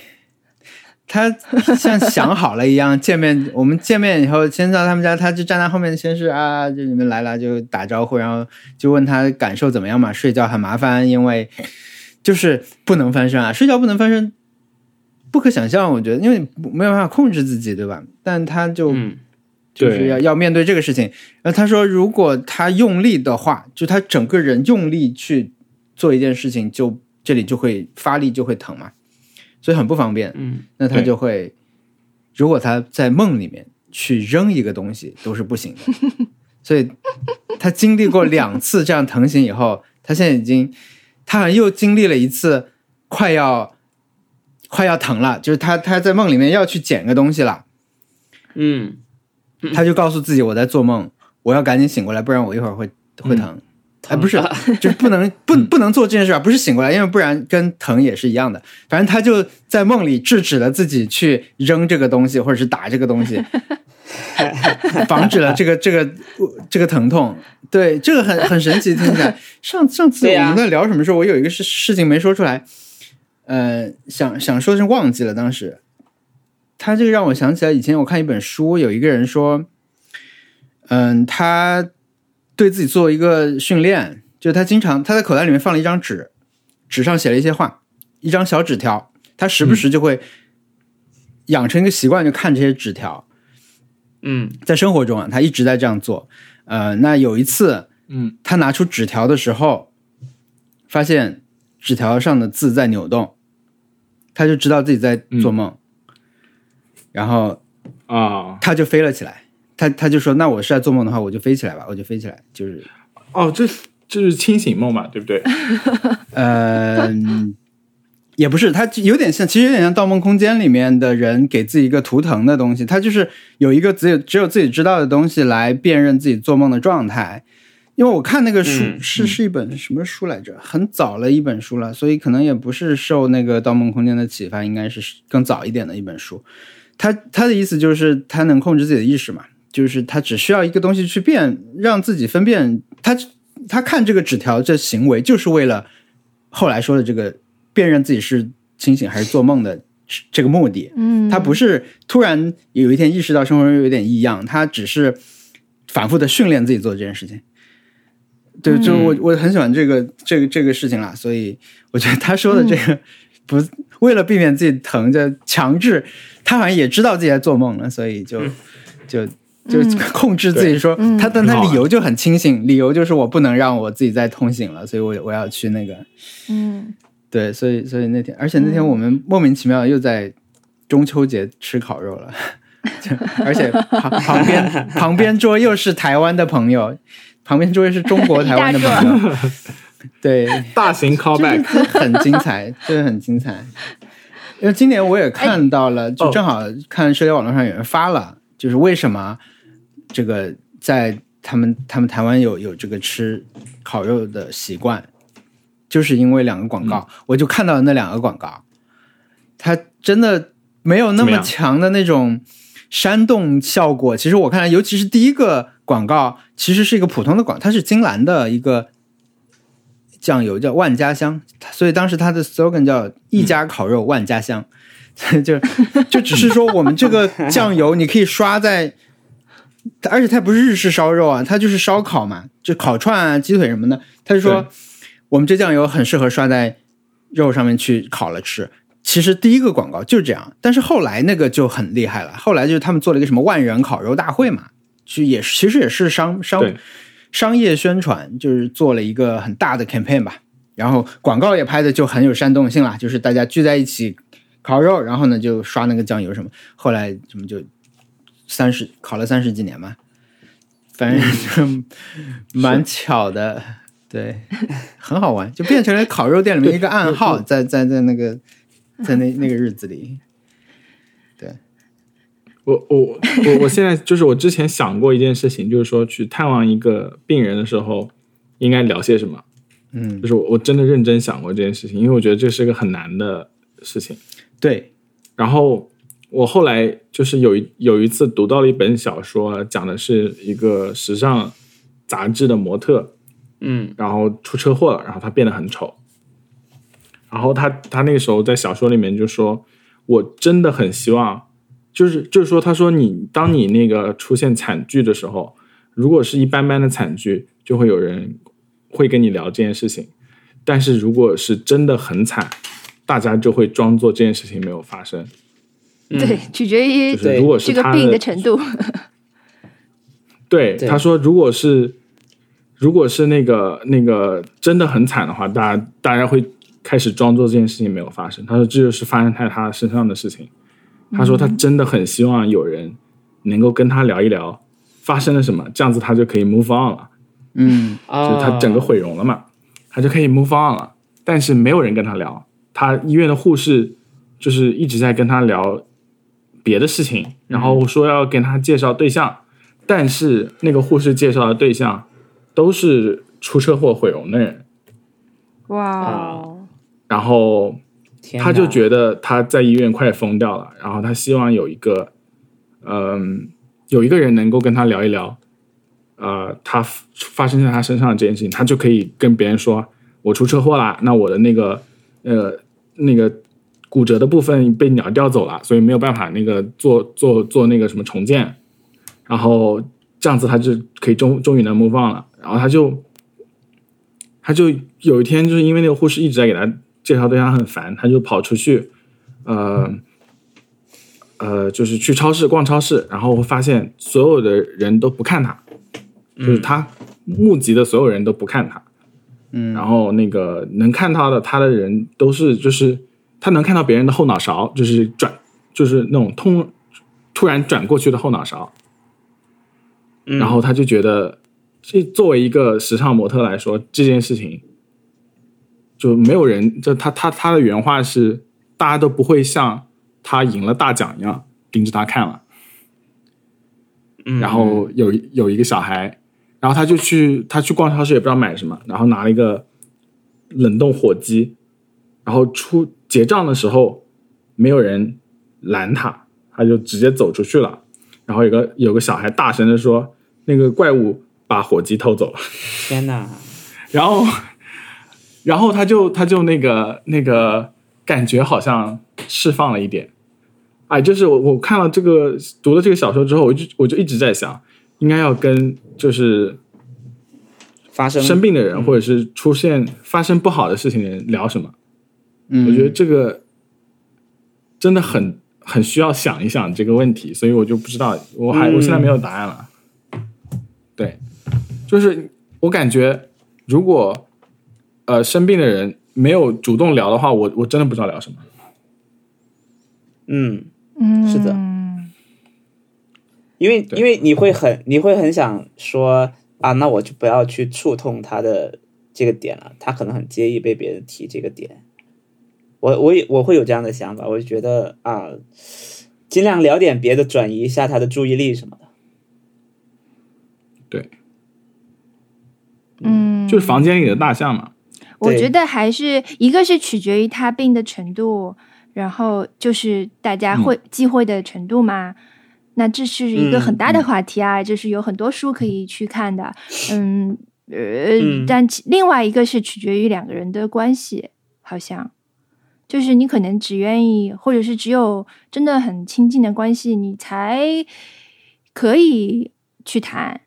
Speaker 1: 他像想好了一样，见面我们见面以后，先到他们家，他就站在后面，先是啊，就你们来了就打招呼，然后就问他感受怎么样嘛，睡觉很麻烦，因为就是不能翻身啊，睡觉不能翻身。不可想象，我觉得，因为你没有办法控制自己，对吧？但他就
Speaker 4: 嗯
Speaker 1: 就是要
Speaker 2: 对
Speaker 1: 要面对这个事情。然后他说，如果他用力的话，就他整个人用力去做一件事情，就这里就会发力，就会疼嘛，所以很不方便。
Speaker 4: 嗯
Speaker 1: 那他就会，如果他在梦里面去扔一个东西都是不行的，所以他经历过两次这样疼醒以后，他现在已经，他好像又经历了一次快要快要疼了，就是他他在梦里面要去捡个东西了。
Speaker 4: 嗯，
Speaker 1: 他就告诉自己我在做梦，我要赶紧醒过来，不然我一会儿会会疼。哎，不是， *laughs* 就是不能不不能做这件事啊！不是醒过来，因为不然跟疼也是一样的。反正他就在梦里制止了自己去扔这个东西，或者是打这个东西，防止了这个这个这个疼痛。对，这个很很神奇，听起来。上上次
Speaker 4: 对
Speaker 1: 我
Speaker 4: 呀
Speaker 1: 们在聊什么时候，我有一个事事情没说出来，呃，想想说是忘记了。当时他这个让我想起来，以前我看一本书，有一个人说，嗯，他对自己做一个训练，就是他经常他在口袋里面放了一张纸，纸上写了一些话，一张小纸条，他时不时就会养成一个习惯，就看这些纸条。
Speaker 4: 嗯
Speaker 1: 在生活中啊，他一直在这样做。呃，那有一次，
Speaker 2: 嗯，
Speaker 1: 他拿出纸条的时候，发现纸条上的字在扭动，他就知道自己在做梦，然后
Speaker 2: 啊
Speaker 1: 他就飞了起来。他他就说：“那我是在做梦的话，我就飞起来吧，我就飞起来。”就是，
Speaker 2: 哦，这这是清醒梦嘛，对不对？
Speaker 1: 呃，也不是，它有点像，其实有点像《盗梦空间》里面的人给自己一个图腾的东西，它就是有一个只有只有自己知道的东西来辨认自己做梦的状态。因为我看那个书、
Speaker 4: 嗯
Speaker 1: 是是一本什么书来着，很早了一本书了，所以可能也不是受那个《盗梦空间》的启发，应该是更早一点的一本书。他他的意思就是他能控制自己的意识嘛，就是他只需要一个东西去辨，让自己分辨。他他看这个纸条这行为，就是为了后来说的这个辨认自己是清醒还是做梦的这个目的。
Speaker 3: 嗯，
Speaker 1: 他不是突然有一天意识到生活中有点异样，他只是反复的训练自己做这件事情。对，就
Speaker 2: 嗯
Speaker 1: 我我很喜欢这个这个这个事情啦，所以我觉得他说的这个、
Speaker 2: 嗯
Speaker 1: *laughs* 不为了避免自己疼，就强制他好像也知道自己在做梦了，所以
Speaker 2: 嗯
Speaker 1: 就、就就
Speaker 3: 嗯
Speaker 1: *laughs* 控制自己说、
Speaker 3: 嗯
Speaker 1: 他，但他
Speaker 2: 很好
Speaker 1: 理
Speaker 2: 玩
Speaker 1: 由就很清醒，理由就是我不能让我自己再通醒了，所以我我要去那个
Speaker 3: 嗯
Speaker 1: 对，所以所以那天，而且那天我们莫名其妙又在中秋节吃烤肉了，就而且旁旁边旁边桌又是台湾的朋友，旁边桌又是中国台湾的朋友，对，*laughs*
Speaker 2: 大型 callback，
Speaker 1: 这很精彩，真的很精彩。因为今年我也看到了，就正好看社交网络上有人发了，就是为什么这个在他们他们台湾有有这个吃烤肉的习惯，就是因为两个广告，
Speaker 2: 嗯
Speaker 1: 我就看到了那两个广告，它真的没有那
Speaker 2: 怎么
Speaker 1: 么
Speaker 2: 样
Speaker 1: 强的那种煽动效果。其实我看来，尤其是第一个广告，其实是一个普通的广，它是金兰的一个酱油叫万家香，所以当时它的 slogan 叫“一家烤肉万家香”， *laughs* 就就只是说我们这个酱油你可以刷在，而且它也不是日式烧肉啊，它就是烧烤嘛，就烤串啊、鸡腿什么的。他就说
Speaker 2: 对
Speaker 1: 我们这酱油很适合刷在肉上面去烤了吃。其实第一个广告就这样，但是后来那个就很厉害了，后来就是他们做了一个什么万人烤肉大会嘛，就也是其实也是商商
Speaker 2: 对
Speaker 1: 商业宣传，就是做了一个很大的 campaign 吧。然后广告也拍的就很有煽动性啦，就是大家聚在一起烤肉，然后呢就刷那个酱油什么。后来怎么就三十烤了三十几年嘛，反
Speaker 3: 嗯
Speaker 1: 正就蛮巧的，对，很好玩，就变成了烤肉店里面一个暗号，在在在那个在那那个日子里，
Speaker 2: 我我我我现在就是我之前想过一件事情，就是说去探望一个病人的时候，应该聊些什么。
Speaker 1: 嗯
Speaker 2: 就，是我我真的认真想过这件事情，因为我觉得这是个很难的事情。
Speaker 1: 对，
Speaker 2: 然后我后来就是有一有一次读到了一本小说，讲的是一个时尚杂志的模特，
Speaker 4: 嗯
Speaker 2: 然后出车祸了，然后他变得很丑。然后他他那个时候在小说里面就说：“我真的很希望，就是就是说，他说你当你那个出现惨剧的时候，如果是一般般的惨剧，就会有人会跟你聊这件事情；但是如果是真的很惨，大家就会装作这件事情没有发生。
Speaker 3: 对，取决于
Speaker 2: 就是如果是
Speaker 3: 这个
Speaker 2: 他
Speaker 3: 病的程度。
Speaker 2: 对，
Speaker 4: 对
Speaker 2: 他说如果是如果是那个那个真的很惨的话，大家大家会开始装作这件事情没有发生。他说这就是发生在他身上的事情。他说他真的很希望有人能够跟他聊一聊发生了什么，这样子他就可以 move on 了，
Speaker 1: 嗯
Speaker 2: 就是
Speaker 4: 啊，
Speaker 2: 他整个毁容了嘛，他就可以 move on 了。但是没有人跟他聊，他医院的护士就是一直在跟他聊别的事情，然后说要给他介绍对象，但是那个护士介绍的对象都是出车祸毁容的人，
Speaker 3: 哇哦
Speaker 4: 啊，
Speaker 2: 然后
Speaker 4: 天
Speaker 2: 他就
Speaker 4: 得
Speaker 2: 觉得他在医院快疯掉了，然后他希望有一个，嗯、有一个人能够跟他聊一聊，呃，他发生在他身上的这件事情，他就可以跟别人说，我出车祸啦，那我的那个呃那个骨折的部分被鸟叼走了，所以没有办法那个做做做那个什么重建，然后这样子他就可以终终于能 move on 了，然后他就他就有一天就是因为那个护士一直在给他介绍对象很烦，他就跑出去，呃呃，就是去超市逛超市，然后会发现所有的人都不看他，就是他目击的所有人都不看他，
Speaker 1: 嗯
Speaker 2: 然后那个能看到的他的人都是就是他能看到别人的后脑勺，就是转就是那种通突然转过去的后脑勺，然后他就觉得，这作为一个时尚模特来说，这件事情就没有人，就他他他的原话是，大家都不会像他赢了大奖一样盯着他看了。
Speaker 4: 嗯，
Speaker 2: 然后有有一个小孩，然后他就去他去逛超市也不知道买什么，然后拿了一个冷冻火鸡，然后出结账的时候没有人拦他，他就直接走出去了。然后有个有个小孩大声的说：“那个怪物把火鸡偷走了。” *laughs*
Speaker 4: 天哪，
Speaker 2: 然后， *laughs* 然后他就他就那个那个感觉好像释放了一点，哎，就是我我看了这个读了这个小说之后，我就我就一直在想，应该要跟就是
Speaker 4: 发生
Speaker 2: 生病的
Speaker 3: 嗯
Speaker 2: 人或者是出现发生不好的事情的人聊什么，
Speaker 1: 嗯，
Speaker 2: 我觉得这个真的很很需要想一想这个问题，所以我就不知道，我还、我现在没有答案了。
Speaker 3: 嗯
Speaker 2: 对，就是我感觉，如果呃生病的人没有主动聊的话，我我真的不知道聊什么。
Speaker 4: 嗯。
Speaker 3: 嗯，
Speaker 4: 是的因为
Speaker 2: 对
Speaker 4: 因为你会很你会很想说啊，那我就不要去触痛他的这个点了，他可能很介意被别人提这个点。我我也我会有这样的想法，我就觉得啊，尽量聊点别的，转移一下他的注意力什么的。
Speaker 2: 对，
Speaker 3: 嗯，
Speaker 2: 就是房间里的大象嘛。
Speaker 3: 我
Speaker 4: 对
Speaker 3: 觉得还是一个是取决于他病的程度，然后就是大家会、忌讳的程度嘛。那这是一个很大的话题啊，就是有很多书可以去看的。嗯，呃，
Speaker 4: 嗯
Speaker 3: 但其另外一个是取决于两个人的关系，好像就是你可能只愿意，或者是只有真的很亲近的关系，你才可以去谈。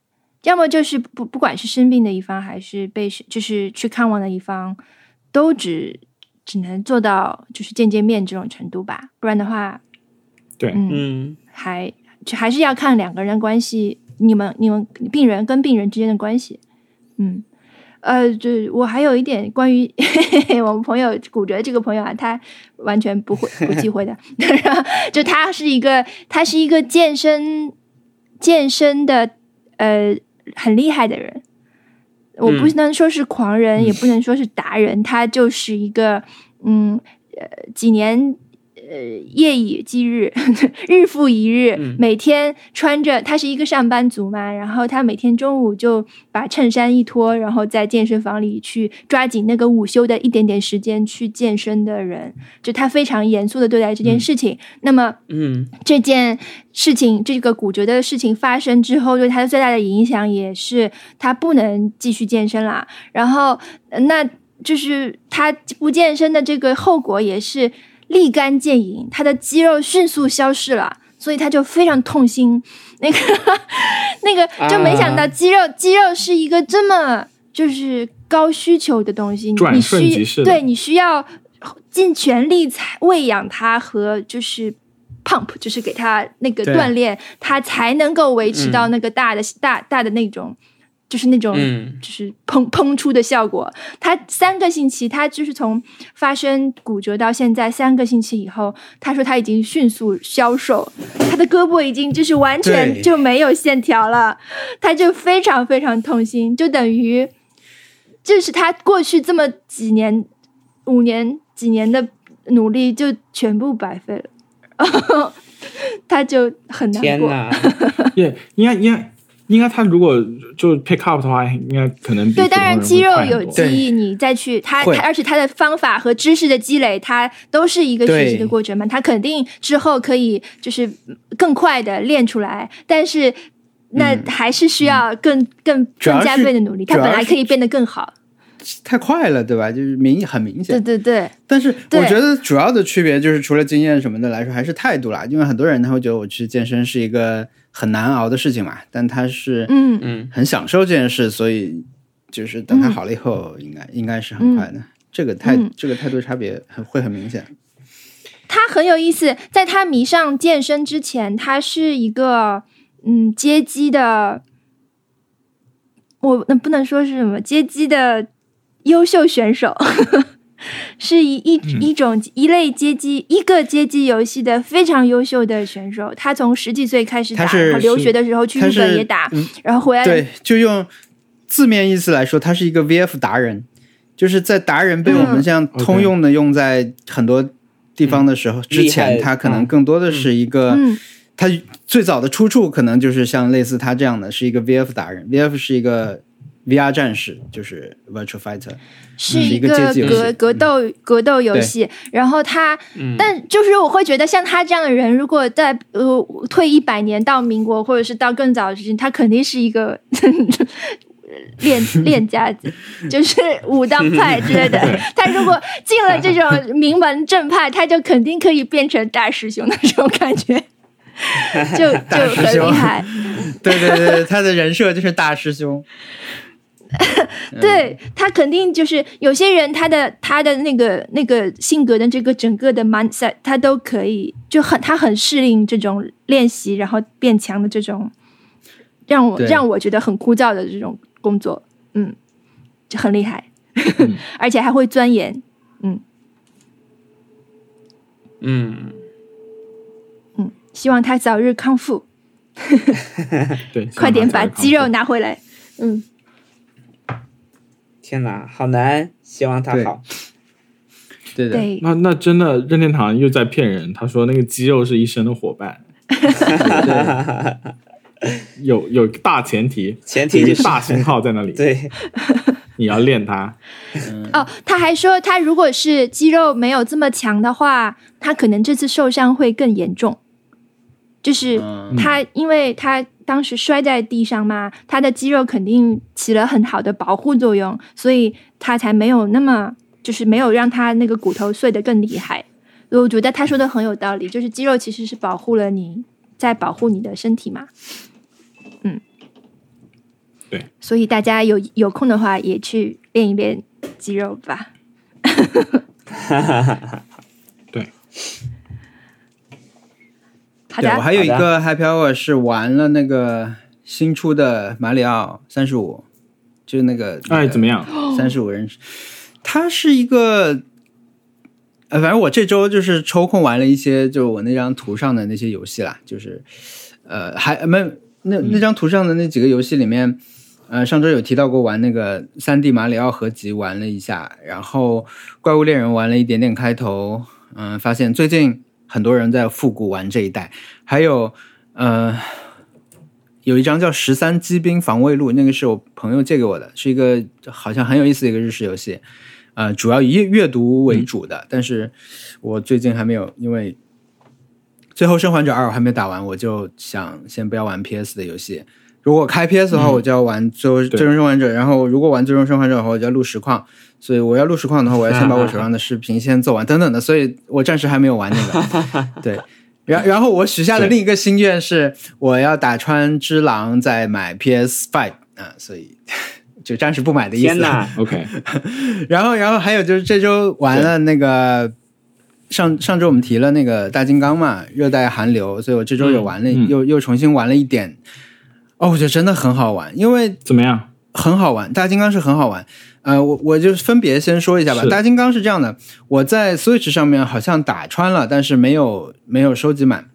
Speaker 3: 要么就是不不管是生病的一方，还是被就是去看望的一方，都只只能做到就是见见面这种程度吧，不然的话，
Speaker 2: 对，
Speaker 3: 嗯，
Speaker 4: 嗯
Speaker 3: 还就还是要看两个人关系，你们你们病人跟病人之间的关系，嗯。呃，对我还有一点关于 *laughs* 我们朋友古哲这个朋友啊，他完全不
Speaker 4: *laughs*
Speaker 3: 会不忌讳的， *laughs* 就他是一个他是一个健身健身的呃很厉害的人，我不
Speaker 4: 嗯
Speaker 3: 能说是狂人，也不能说是达人，他就是一个嗯呃几年。呃，夜以继日， *laughs* 日复一日，
Speaker 4: 嗯
Speaker 3: 每天穿着，他是一个上班族嘛，然后他每天中午就把衬衫一脱，然后在健身房里去抓紧那个午休的一点点时间去健身的人，就他非常严肃的对待这
Speaker 2: 嗯
Speaker 3: 件事情。那么，
Speaker 4: 嗯
Speaker 3: 这件事情，这个骨折的事情发生之后，对他最大的影响也是他不能继续健身啦。然后，呃那就是他不健身的这个后果也是立竿见影，他的肌肉迅速消失了，所以他就非常痛心。那个 *laughs* 那个，就没想到
Speaker 4: 啊
Speaker 3: 肌肉、肌肉是一个这么就是高需求的东西，你
Speaker 2: 转
Speaker 3: 你
Speaker 2: 瞬
Speaker 3: 需
Speaker 2: 即逝的
Speaker 3: 对你需要尽全力才喂养它和就是 pump，就是给它那个
Speaker 2: 对
Speaker 3: 锻炼，它才能够维持
Speaker 4: 嗯
Speaker 3: 到那个大的、大大的那种，就是那种。
Speaker 4: 嗯
Speaker 3: 就是砰砰出的效果。他三个星期，他就是从发生骨折到现在三个星期以后，他说他已经迅速消瘦，他的胳膊已经就是完全
Speaker 1: 对
Speaker 3: 就没有线条了，他就非常非常痛心，就等于这是他过去这么几年、五年、几年的努力就全部白费了。 *laughs* 他就很难
Speaker 4: 天
Speaker 3: 过， *laughs*
Speaker 4: 哪，
Speaker 2: 也应该应该应该他如果就 pick up 的话，应该可能比
Speaker 3: 对，
Speaker 2: 普通
Speaker 3: 当然
Speaker 2: 人会
Speaker 3: 肌肉
Speaker 2: 快很
Speaker 3: 有
Speaker 2: 多
Speaker 3: 记忆，你再去他
Speaker 1: 会
Speaker 3: 他，而且他的方法和知识的积累，它都是一个学习的过程嘛，他肯定之后可以就是更快的练出来，但是那还是需要更、更
Speaker 1: 嗯主要
Speaker 3: 更
Speaker 1: 是
Speaker 3: 加倍的努力，他
Speaker 1: 主要
Speaker 3: 本来
Speaker 1: 是
Speaker 3: 可以变得更好，
Speaker 1: 太快了，对吧？就是明很明
Speaker 3: 对
Speaker 1: 显。
Speaker 3: 对对，
Speaker 1: 但是
Speaker 3: 对
Speaker 1: 我觉得主要的区别就是，除了经验什么的来说，还是态度啦。因为很多人他会觉得我去健身是一个很难熬的事情嘛，但他是
Speaker 3: 嗯，
Speaker 4: 嗯
Speaker 1: 很享受这件事，所以就是等他好了以后，应该应该是很快的。这个态
Speaker 3: 嗯
Speaker 1: 这个态度差别很会很明显。
Speaker 3: 他很有意思，在他迷上健身之前，他是一个嗯街机的，我那不能说是什么街机的优秀选手， *laughs* 是一一
Speaker 1: 嗯
Speaker 3: 一种一类街机一个街机游戏的非常优秀的选手。他从十几岁开始打，
Speaker 1: 他是
Speaker 3: 然后留学的时候去
Speaker 1: 他
Speaker 3: 日本
Speaker 1: 是
Speaker 3: 也打，
Speaker 1: 嗯
Speaker 3: 然后回来
Speaker 1: 对，就用字面意思来说，他是一个 VF 达人，就是在达人被我们这
Speaker 3: 嗯
Speaker 1: 样通用的用在很多地方的时候，之前
Speaker 4: 厉害
Speaker 1: 他可能更多的是一个，
Speaker 3: 嗯
Speaker 1: 他最早的出处可能就是像类似他这样的，是一个 VF 达人，VF 是一
Speaker 3: 嗯
Speaker 1: 个 VR 战士，就是 Virtual Fighter，嗯是
Speaker 3: 是
Speaker 1: 一
Speaker 3: 一
Speaker 1: 个
Speaker 3: 个
Speaker 1: 街机游戏
Speaker 3: 格格斗格斗游
Speaker 1: 嗯对
Speaker 3: 戏，然后他，
Speaker 6: 嗯
Speaker 3: 但就是我会觉得像他这样的人，如果在呃退一百年到民国，或者是到更早的事情，他肯定是
Speaker 1: *laughs*
Speaker 3: 一个练练家子，就是武当派
Speaker 1: *laughs*
Speaker 3: 之类的。他如果进了这种名门正派，他就肯定可以变成大师兄那种感觉， *laughs* 就
Speaker 1: 大
Speaker 3: 就
Speaker 1: 师
Speaker 3: 很
Speaker 1: 兄
Speaker 3: 厉害。
Speaker 1: 对对对对，他的人设就是大师兄，嗯
Speaker 3: 对他肯定就是有些人，他的他的那个那个性格的这个整个的 mindset，他都可以就很他很适应这种练习，然后变强的这种，让我
Speaker 1: 对
Speaker 3: 让我觉得很枯燥的这种工作，嗯，就很厉害，而且还会钻研，
Speaker 6: 嗯，
Speaker 3: 嗯，希望他早日康复，
Speaker 2: 对，
Speaker 3: *laughs* 快点把肌肉
Speaker 2: 拿。
Speaker 3: 拿回来，嗯，
Speaker 4: 天哪，好难！希望他
Speaker 1: 对
Speaker 4: 好。
Speaker 1: 对的，嗯
Speaker 3: 对，
Speaker 2: 那那真的任天堂又在骗人，他说那个肌肉是一生的伙伴，有有大前提，
Speaker 4: *laughs* 前提
Speaker 2: 有
Speaker 4: 就
Speaker 2: 一
Speaker 4: 是
Speaker 2: 个大星号在那里，
Speaker 4: 对，
Speaker 2: 你要练它。
Speaker 3: 哦，他还说他如果是肌肉没有这么强的话，他可能这次受伤会更严重。就是
Speaker 1: 嗯
Speaker 3: 他，因为他当时摔在地上嘛，他的肌肉肯定起了很好的保护作用，所以他才没有那么，就是没有让他那个骨头碎得更厉害。所以我觉得他说的很有道理，就是肌肉其实是保护了你，在保护你的身体嘛。嗯，
Speaker 2: 对。
Speaker 3: 所以大家有有空的话，也去练一练肌肉吧。
Speaker 2: 对，
Speaker 3: *laughs* 好
Speaker 1: 对我
Speaker 3: 的，
Speaker 1: 还有一
Speaker 4: 好
Speaker 1: 个 Happy Hour 是玩了那个新出的马里奥三十五，就是那个
Speaker 2: 哎，怎么样？
Speaker 1: 三十五人，它是一个，呃，反正我这周就是抽空玩了一些，就是我那张图上的那些游戏啦，就是，呃，还没那那张图上的那几个游戏里面，呃，上周有提到过玩那个三 D 马里奥合集玩了一下，然后怪物猎人玩了一点点开头，嗯、发现最近很多人在复古玩这一代，还有，呃。有一张叫《十三机兵防卫录》，那个是我朋友借给我的，是一个好像很有意思的一个日式游戏，呃，主要以阅阅读
Speaker 4: 嗯
Speaker 1: 为主的。但是我最近还没有，因为《最后生还者二》我还没打完，我就想先不要玩 PS 的游戏。如果开 PS 的
Speaker 4: 嗯
Speaker 1: 话，我就要玩最后《最终生还者》，然后如果玩《最终生还者》的话，我就要录实况。所以我要录实况的话，我要先把我手上的视频先做完，等等的。所以我暂时还没有玩那
Speaker 4: *laughs*
Speaker 1: 个。对，然然后我许下的另一个心愿是，我要打穿只狼，再买 PS Five 啊，所以 *laughs* 就暂时不买的意思。
Speaker 4: 天哪！
Speaker 2: OK，
Speaker 1: 然后，然后还有就是这周玩了那个上上周我们提了那个大金刚嘛，热带寒流，所以我这周也玩了，
Speaker 2: 嗯嗯
Speaker 1: 又又重新玩了一点。哦，我觉得真的很好玩，因为
Speaker 2: 怎么样？
Speaker 1: 很好玩，大金刚是很好玩。呃，我我就分别先说一下吧。
Speaker 2: 是
Speaker 1: 大金刚是这样的，我在 Switch 上面好像打穿了，但是没有没有收集满，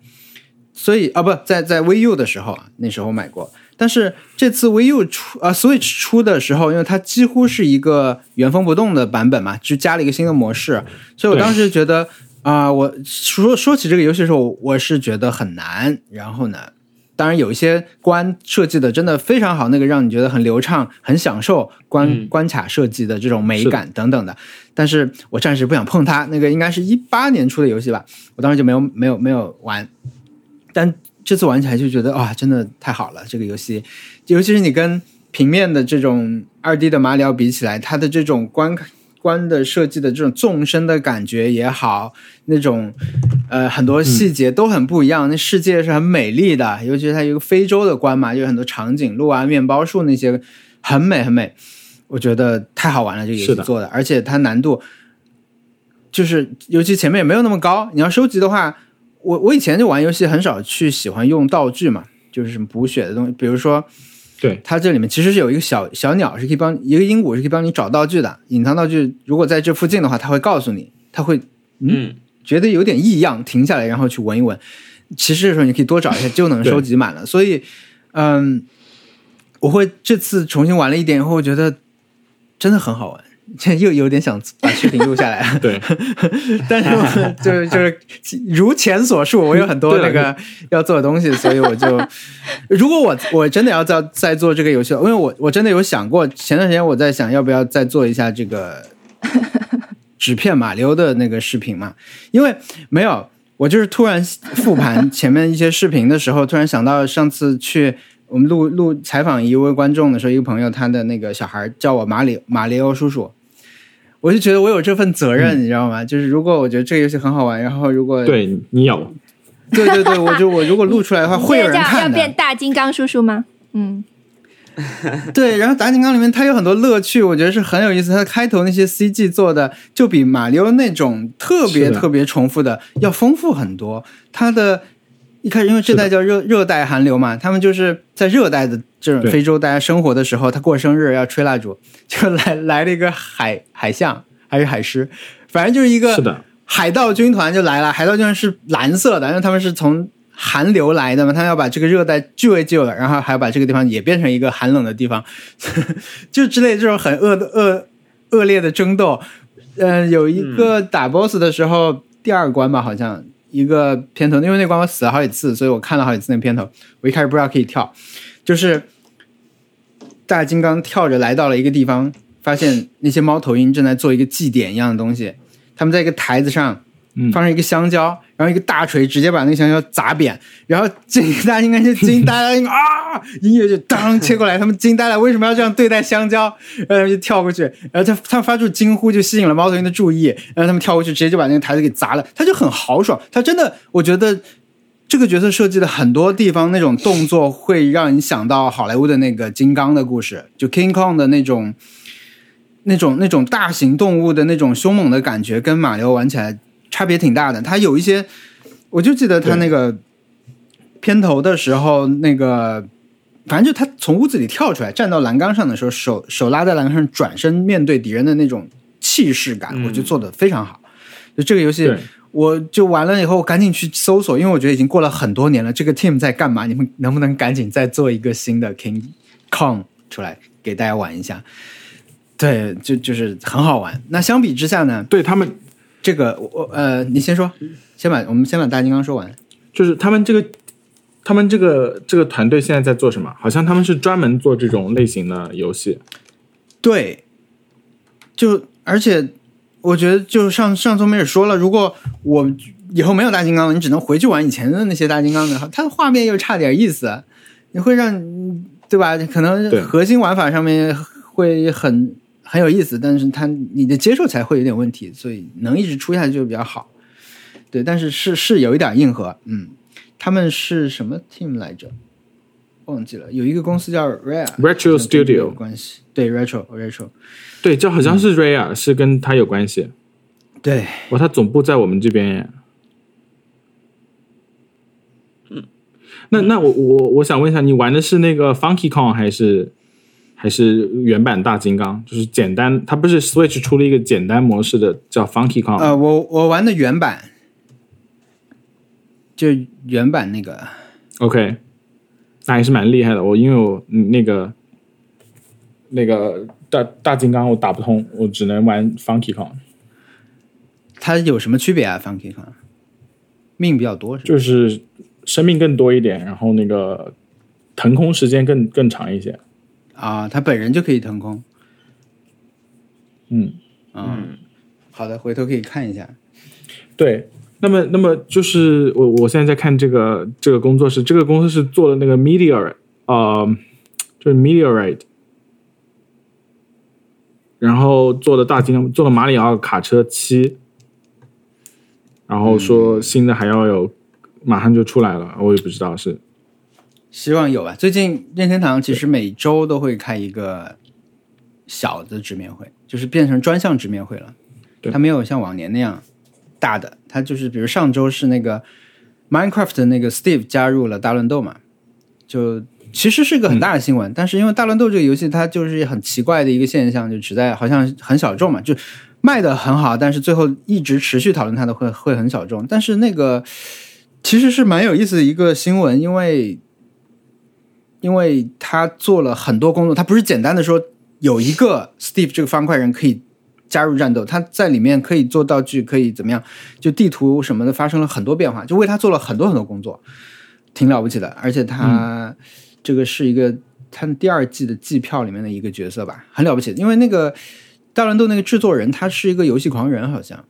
Speaker 1: 所以啊不在在 VU 的时候啊，那时候买过。但是这次 VU 出啊 Switch 出的时候，因为它几乎是一个原封不动的版本嘛，就加了一个新的模式，所以我
Speaker 2: 对
Speaker 1: 当时觉得啊、我说说起这个游戏的时候，我是觉得很难。然后呢，当然有一些关设计的真的非常好，那个让你觉得很流畅、很享受关、
Speaker 6: 嗯
Speaker 1: 关卡设计的这种美感等等的。但是我暂时不想碰它，那个应该是一八年出的游戏吧，我当时就没有没有没有玩。但这次玩起来就觉得哇，真的太好了！这个游戏，尤其是你跟平面的这种二 D 的马里奥比起来，它的这种关关的设计的这种纵深的感觉也好，那种呃很多细节都很不一样。那世界是很美丽的，尤其是它有一个非洲的关嘛，有很多长颈鹿啊、面包树那些，很美很美。我觉得太好玩了，这个游
Speaker 2: 是
Speaker 1: 戏
Speaker 2: 的
Speaker 1: 做的，而且它难度就是，尤其前面也没有那么高。你要收集的话，我我以前就玩游戏很少去喜欢用道具嘛，就是什么补血的东西，比如说
Speaker 2: 对，
Speaker 1: 它这里面其实是有一个小小鸟是可以帮一个鹦鹉是可以帮你找道具的，隐藏道具如果在这附近的话，它会告诉你，它会
Speaker 6: 嗯，
Speaker 1: 觉得有点异样，停下来然后去闻一闻。其实的时候你可以多找一下，就能收集满了。所以，嗯，我会这次重新玩了一点以后，我觉得真的很好玩。这又有点想把视频录下来了。
Speaker 2: 对，
Speaker 1: 但是我就是 *laughs* 就是如前所述，我有很多那
Speaker 2: 对
Speaker 1: 个要做的东西，所以我就如果我我真的要再再做这个游戏，因为我我真的有想过，前段时间我在想要不要再做一下这个纸片马里欧的那个视频嘛，因为没有，我就是突然复盘前面一些视频的时候，突然想到上次去。我们录录采访一位观众的时候，一个朋友他的那个小孩叫我马里马里欧叔叔，我就觉得我有这份责任，你知道吗？就是如果我觉得这个游戏很好玩，然后如果
Speaker 2: 对你有，
Speaker 1: 对对对，我就我如果录出来
Speaker 3: *laughs*
Speaker 1: 的话，啊会有人
Speaker 3: 现在叫要
Speaker 1: 看的。
Speaker 3: 变大金刚叔叔吗？嗯，
Speaker 1: 对，然后打金刚里面它有很多乐趣，我觉得是很有意思。它的开头那些 CG 做的就比马里奥那种特别
Speaker 2: 是的
Speaker 1: 特别重复的要丰富很多。它的一开始因为这代叫热热带寒流嘛，他们就是在热带的这种
Speaker 2: 对
Speaker 1: 非洲大家生活的时候，他过生日要吹蜡烛，就来来了一个海海象还是海狮，反正就是一个
Speaker 2: 是的，
Speaker 1: 海盗军团就来了，海盗军团是蓝色的，因为他们是从寒流来的嘛，他们要把这个热带聚为己有，然后还要把这个地方也变成一个寒冷的地方， *laughs* 就之类这种很恶的恶恶劣的争斗。嗯、有一个打 BOSS 的时候，第二关吧，好像一个片头，因为那关我死了好几次，所以我看了好几次那个片头，我一开始不知道可以跳，就是大金刚跳着来到了一个地方，发现那些猫头鹰正在做一个祭典一样的东西，他们在一个台子上
Speaker 2: 嗯
Speaker 1: 放上一个香蕉，然后一个大锤直接把那个香蕉砸扁，然后这个大金刚就惊呆了，一个啊，音乐就当切过来，他们惊呆了，为什么要这样对待香蕉？然后他们就跳过去，然后他他们发出惊呼，就吸引了猫头鹰的注意，然后他们跳过去，直接就把那个台子给砸了，他就很豪爽，他真的，我觉得。这个角色设计的很多地方，那种动作会让你想到好莱坞的那个金刚的故事，就 King Kong 的那种那种那种大型动物的那种凶猛的感觉，跟马里奥玩起来差别挺大的。它有一些，我就记得它那个片头的时候，那个反正就他从屋子里跳出来，站到栏杆上的时候，手手拉在栏杆上，转身面对敌人的那种气势感，我觉得做的非常好。就这个游戏
Speaker 2: 对。
Speaker 1: 我就完了以后，赶紧去搜索，因为我觉得已经过了很多年了。这个 team 在干嘛？你们能不能赶紧再做一个新的 King Kong 出来给大家玩一下？对，就就是很好玩。那相比之下呢，
Speaker 2: 对他们
Speaker 1: 这个我我呃，你先说，先把我们先把大金刚说完。
Speaker 2: 就是他们这个，他们这个这个团队现在在做什么？好像他们是专门做这种类型的游戏。
Speaker 1: 对，就而且我觉得，就上上周梅也说了，如果我以后没有大金刚了，你只能回去玩以前的那些大金刚的，它的画面又差点意思，你会让你对吧？可
Speaker 2: 对
Speaker 1: 能核心玩法上面会很很有意思，但是它你的接受才会有点问题，所以能一直出下去就比较好。对，但是是是有一点硬核，嗯，他们是什么 team 来着？忘记了，有一个公司叫 Rare
Speaker 2: Retro
Speaker 1: 好像跟这个有
Speaker 2: Studio
Speaker 1: 关系，对 Retro Retro，
Speaker 2: 对，这好像是 Rare，、是跟他有关系。
Speaker 1: 对，
Speaker 2: 哇，他哦总部在我们这边耶。那那我我我想问一下，你玩的是那个 Funky Kong 还是还是原版大金刚？就是简单，它不是 Switch 出了一个简单模式的叫 Funky Kong，、
Speaker 1: 呃，我我玩的原版，就原版那个，
Speaker 2: OK，那还是蛮厉害的。我因为我嗯那个那个大大金刚我打不通，我只能玩 Funky Kong，
Speaker 1: 它有什么区别啊？Funky Kong 命比较多是吧？
Speaker 2: 就是生命更多一点，然后那个腾空时间更更长一些。
Speaker 1: 啊，他本人就可以腾空。
Speaker 2: 嗯，
Speaker 1: 啊，好的，回头可以看一下。
Speaker 2: 对。那么，那么就是我我现在在看这个这个工作室，这个工作室做的那个 Meteor，呃，就是 Meteorite，然后做的大金刚，做了马里奥卡车七，然
Speaker 1: 嗯
Speaker 2: 后说新的还要有，马上就出来了，我也不知道是
Speaker 1: 希望有吧。最近任天堂其实每周都会开一个小的直面会，就是变成专项直面会了。
Speaker 2: 对
Speaker 1: 它没有像往年那样大的，它就是比如上周是那个 Minecraft 的那个 Steve 加入了大乱斗嘛，就其实是个很大的新闻，但是因为大乱斗这个游戏它就是很奇怪的一个现象，就只在好像很小众嘛，就卖的很好，但是最后一直持续讨论它的会会很小众。但是那个其实是蛮有意思的一个新闻，因为因为他做了很多工作，他不是简单的说有一个 Steve 这个方块人可以加入战斗，它在里面可以做道具，可以怎么样？就地图什么的发生了很多变化，就为它做了很多很多工作，挺了不起的。而且
Speaker 2: 嗯
Speaker 1: 它、这个是一个它第二季的季票里面的一个角色吧，很了不起。因为那个大乱斗那个制作人，他是一个游戏狂人，好像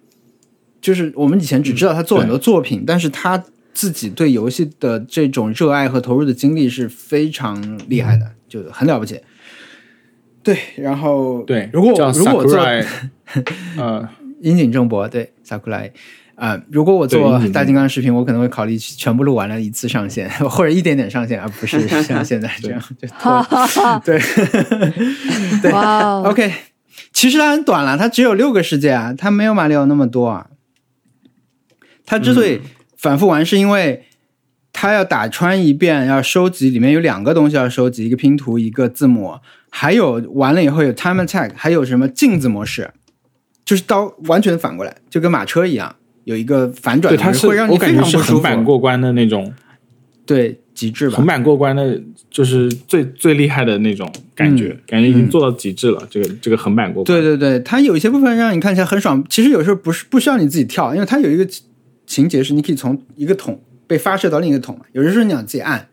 Speaker 1: 就是我们以前只知道他做很多
Speaker 2: 嗯
Speaker 1: 作品，但是他自己对游戏的这种热爱和投入的精力是非常厉害
Speaker 2: 嗯
Speaker 1: 的，就很了不起。对，然后
Speaker 2: 对，
Speaker 1: 如果
Speaker 2: 叫
Speaker 1: 我如果我做 *laughs*
Speaker 2: Sakurai，呃，
Speaker 1: 樱井正博，对萨库莱，啊、如果我
Speaker 2: 对
Speaker 1: 做
Speaker 2: 樱井
Speaker 1: 大金刚视频，我可能会考虑全部录完了一次上线， *laughs* 或者一点点上线，而不是像现在这样就拖。对对啊
Speaker 3: 哇哦，
Speaker 1: ，OK，其实它很短了，它只有六个世界啊，它没有马里奥那么多啊。它之所
Speaker 2: 嗯
Speaker 1: 以反复玩，是因为它要打穿一遍，要收集里面有两个东西要收集，一个拼图，一个字母，还有完了以后有 time attack，还有什么镜子模式，就是刀完全反过来，就跟马车一样，有一个反转
Speaker 2: 对，
Speaker 1: 的模
Speaker 2: 它
Speaker 1: 式，
Speaker 2: 是
Speaker 1: 会让你
Speaker 2: 我感
Speaker 1: 非
Speaker 2: 觉
Speaker 1: 常
Speaker 2: 是
Speaker 1: 不
Speaker 2: 横
Speaker 1: 舒
Speaker 2: 版
Speaker 1: 服。啊
Speaker 2: 过关的那种，
Speaker 1: 对，极致吧
Speaker 2: 横。版过关的，就是最最厉害的那种感觉，感觉已经做到极致了。这个这个横版过关，
Speaker 1: 嗯对对对，它有一些部分让你看起来很爽，其实有时候不是不需要你自己跳，因为它有一个情节是你可以从一个桶被发射到另一个桶嘛，有的时候你想自己按，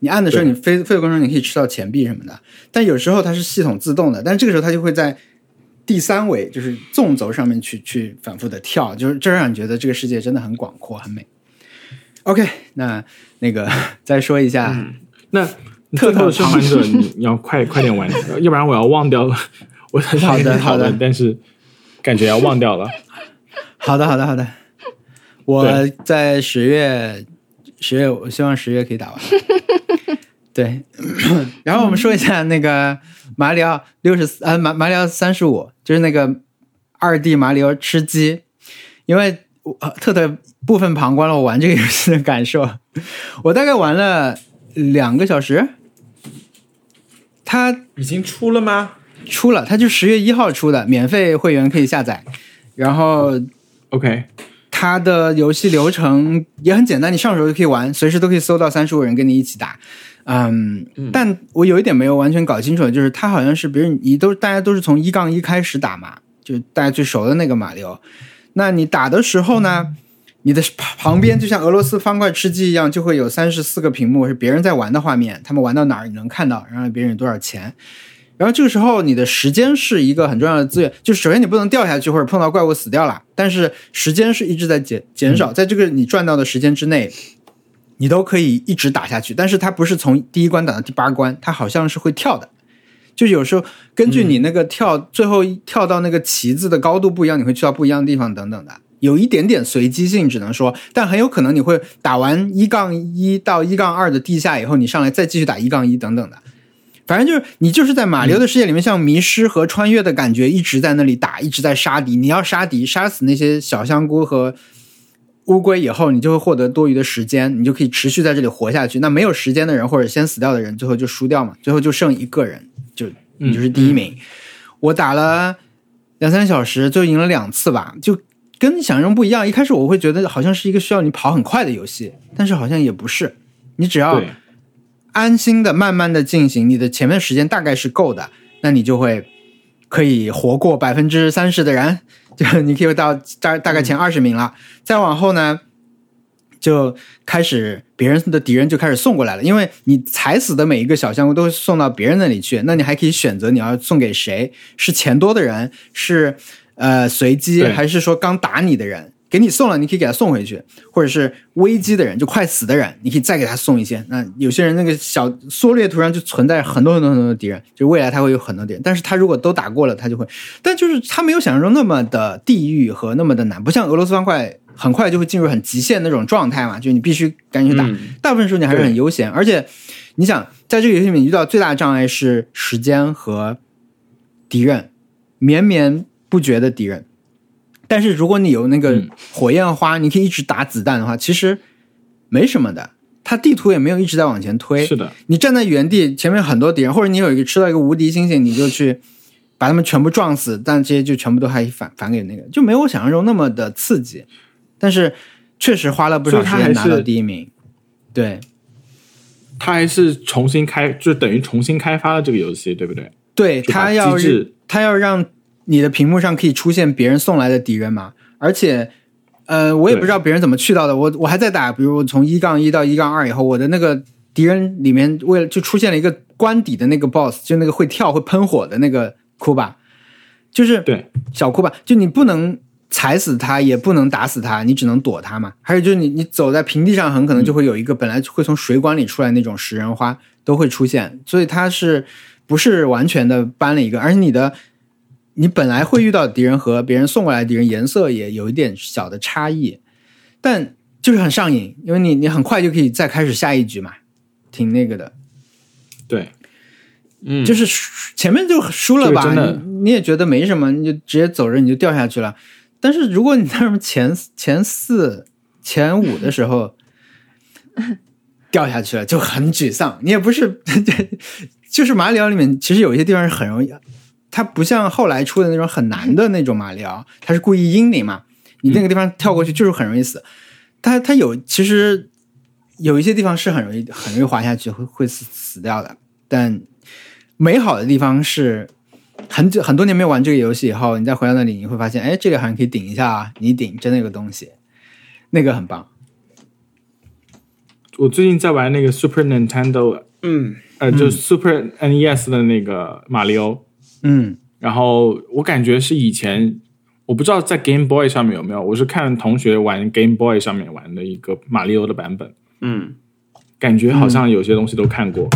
Speaker 1: 你按的时候
Speaker 2: 对
Speaker 1: 你飞飞的过程中你可以吃到钱币什么的，但有时候它是系统自动的，但这个时候它就会在第三维就是纵轴上面去去反复的跳，就是这让你觉得这个世界真的很广阔很美。OK，那那个 *laughs* 再说一下，
Speaker 2: 那
Speaker 1: 特
Speaker 2: 特
Speaker 1: 特
Speaker 2: 特生还
Speaker 1: *laughs*
Speaker 2: 者，你你要快快点玩，要不然我要忘掉。 *laughs* 我很想
Speaker 1: 好的
Speaker 2: 跟你
Speaker 1: 好
Speaker 2: 讨
Speaker 1: 的
Speaker 2: 论，但是感觉要忘掉了。
Speaker 1: 好的好的好的，我
Speaker 2: 对
Speaker 1: 在十月十月，我希望十月可以打完。对， *clears throat* 然后我们说一下那个马里奥六十四，呃，马马里奥三十五，就是那个二 D 马里奥吃鸡，因为我、呃特特部分旁观了我玩这个游戏的感受，我大概玩了两个小时，它
Speaker 2: 已经出了吗
Speaker 1: 出了，它就十月一号出的，免费会员可以下载，然后
Speaker 2: ？OK，
Speaker 1: 它的游戏流程也很简单，你上手就可以玩，随时都可以搜到三十五人跟你一起打。嗯，但我有一点没有完全搞清楚，就是它好像是，比如你都大家都是从一杠一开始打嘛，就是大家最熟的那个马里奥。那你打的时候呢，你的旁旁边就像俄罗斯方块吃鸡一样，就会有三十四个屏幕是别人在玩的画面，他们玩到哪儿你能看到，然后别人有多少钱。然后这个时候，你的时间是一个很重要的资源，就首先你不能掉下去或者碰到怪物死掉了，但是时间是一直在减减少，在这个你赚到的时间之内，你都可以一直打下去，但是它不是从第一关打到第八关，它好像是会跳的，就有时候根据你那个跳、最后跳到那个旗子的高度不一样，你会去到不一样的地方等等的，有一点点随机性，只能说，但很有可能你会打完一杠一到一杠二的地下以后，你上来再继续打一杠一等等的。反正就是你就是在马里奥的世界里面，像迷失和穿越的感觉，一直在那里打，一直在杀敌。你要杀敌，杀死那些小香菇和乌龟以后，你就会获得多余的时间，你就可以持续在这里活下去。那没有时间的人或者先死掉的人，最后就输掉嘛，最后就剩一个人，就你就是第一名。我打了两三个小时，就赢了两次吧，就跟想象中不一样。一开始我会觉得好像是一个需要你跑很快的游戏，但是好像也不是，你只要
Speaker 2: 对，
Speaker 1: 安心的、慢慢的进行，你的前面时间大概是够的，那你就会可以活过百分之三十的人， *laughs* 就你可以到大大概前二十名了。再往后呢，就开始别人的敌人就开始送过来了，因为你踩死的每一个小香菇都会送到别人那里去，那你还可以选择你要送给谁，是钱多的人，是呃随机，
Speaker 2: 对
Speaker 1: 还是说刚打你的人。给你送了，你可以给他送回去，或者是危机的人，就快死的人，你可以再给他送一些。那有些人那个小缩略图上就存在很多很多很多的敌人，就未来他会有很多敌人，但是他如果都打过了，他就会但就是它没有想象中那么的地狱和那么的难，不像俄罗斯方块很快就会进入很极限那种状态嘛，就你必须赶紧去打。大部分时候你还是很悠闲，而且你想在这个游戏里面遇到最大的障碍是时间和敌人，绵绵不绝的敌人。但是如果你有那个火焰花，你可以一直打子弹的话，其实没什么的。它地图也没有一直在往前推，
Speaker 2: 是的，
Speaker 1: 你站在原地，前面很多敌人，或者你有一个吃到一个无敌星星，你就去把他们全部撞死，但这些就全部都还返返给那个，就没有我想象中那么的刺激。但是确实花了不少
Speaker 2: 所以
Speaker 1: 时
Speaker 2: 它
Speaker 1: 间
Speaker 2: 还
Speaker 1: 拿到
Speaker 2: 是
Speaker 1: 第一名。对
Speaker 2: 它还是重新开，就是等于重新开发了这个游戏，对不对？
Speaker 1: 对，
Speaker 2: 就把
Speaker 1: 他要
Speaker 2: 机制
Speaker 1: 他要让你的屏幕上可以出现别人送来的敌人码，而且，呃，我也不知道别人怎么去到的。我我还在打，比如我从一杠一到一杠二以后，我的那个敌人里面为了就出现了一个关底的那个 BOSS，就那个会跳会喷火的那个库巴，就是
Speaker 2: 对
Speaker 1: 小库巴，就你不能踩死他，也不能打死他，你只能躲他嘛。还有就是你你走在平地上，很可能就会有一个本来会从水管里出来那种食人花都会出现，所以它是不是完全的搬了一个，而且你的。你本来会遇到的敌人和别人送过来的敌人颜色也有一点小的差异，但就是很上瘾，因为你你很快就可以再开始下一局嘛，挺那个的。
Speaker 2: 对，
Speaker 6: 嗯，
Speaker 1: 就是是输前面就输了吧，
Speaker 2: 这个真的
Speaker 1: 你你也觉得没什么，你就直接走着你就掉下去了。但是如果你在什么前前四、前五的时候
Speaker 2: *laughs*
Speaker 1: 掉下去了，就很沮丧。你也不是， *laughs* 就是马里奥里面其实有一些地方是很容易，它不像后来出的那种很难的那种马里奥，它是故意阴你嘛，你那个地方跳过去就是很容易死。它它有其实有一些地方是很容易很容易滑下去会会死死掉的，但美好的地方是，很久很多年没有玩这个游戏以后，你再回到那里，你会发现，哎，这个好像可以顶一下啊，你一顶真的有个东西，那个很棒。
Speaker 2: 我最近在玩那个 Super Nintendo，
Speaker 4: 嗯，
Speaker 2: 呃，就是 Super NES 的那个马里奥，
Speaker 1: 嗯
Speaker 2: 然后我感觉是以前我不知道在 Game Boy 上面有没有，我是看同学玩 Game Boy 上面玩的一个马里奥的版本，
Speaker 6: 嗯
Speaker 2: 感觉好像有些东西都看过，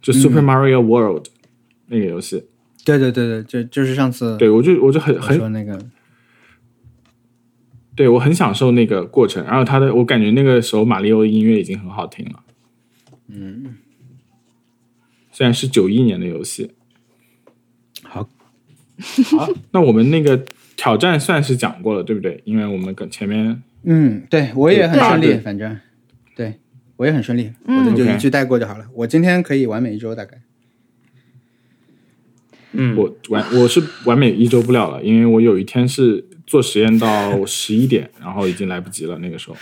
Speaker 2: 就 Super Mario World 那个游戏，，
Speaker 1: 对对对对，就就是上次
Speaker 2: 对我就我就很
Speaker 1: 我
Speaker 2: 很
Speaker 1: 说那个，
Speaker 2: 对我很享受那个过程，然后他的我感觉那个时候马里奥的音乐已经很好听了，嗯，虽然是九一年的游戏，
Speaker 1: 好，
Speaker 2: 好，那我们那个挑战算是讲过了，对不对？因为我们跟前面
Speaker 1: 嗯，对我也很
Speaker 3: 对
Speaker 1: 顺利，
Speaker 2: 对嗯
Speaker 1: 反正对我也很顺利，我的就一
Speaker 2: OK
Speaker 1: 句带过就好了。我今天可以完美一周大概。
Speaker 6: 嗯，
Speaker 2: 我完我是完美一周不了了，因为我有一天是做实验到十一点，然后已经来不及了。那个时候，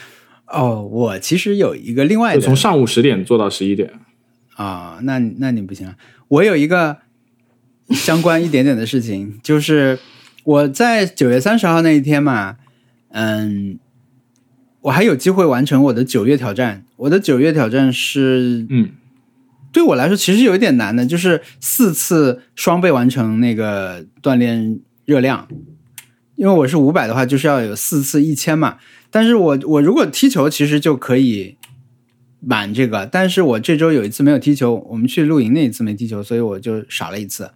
Speaker 1: 哦，我其实有一个另外
Speaker 2: 就
Speaker 1: 的
Speaker 2: 从上午十点做到十一点。
Speaker 1: 啊、那你那你不行啊！我有一个相关一点点的事情， *laughs* 就是我在九月三十号那一天嘛，嗯，我还有机会完成我的九月挑战。我的九月挑战是
Speaker 2: 嗯，
Speaker 1: 对我来说其实有一点难的，就是四次双倍完成那个锻炼热量，因为我是五百的话，就是要有四次一千嘛。但是我我如果踢球，其实就可以满这个，但是我这周有一次没有踢球，我们去露营那一次没踢球，所以我就少了一次。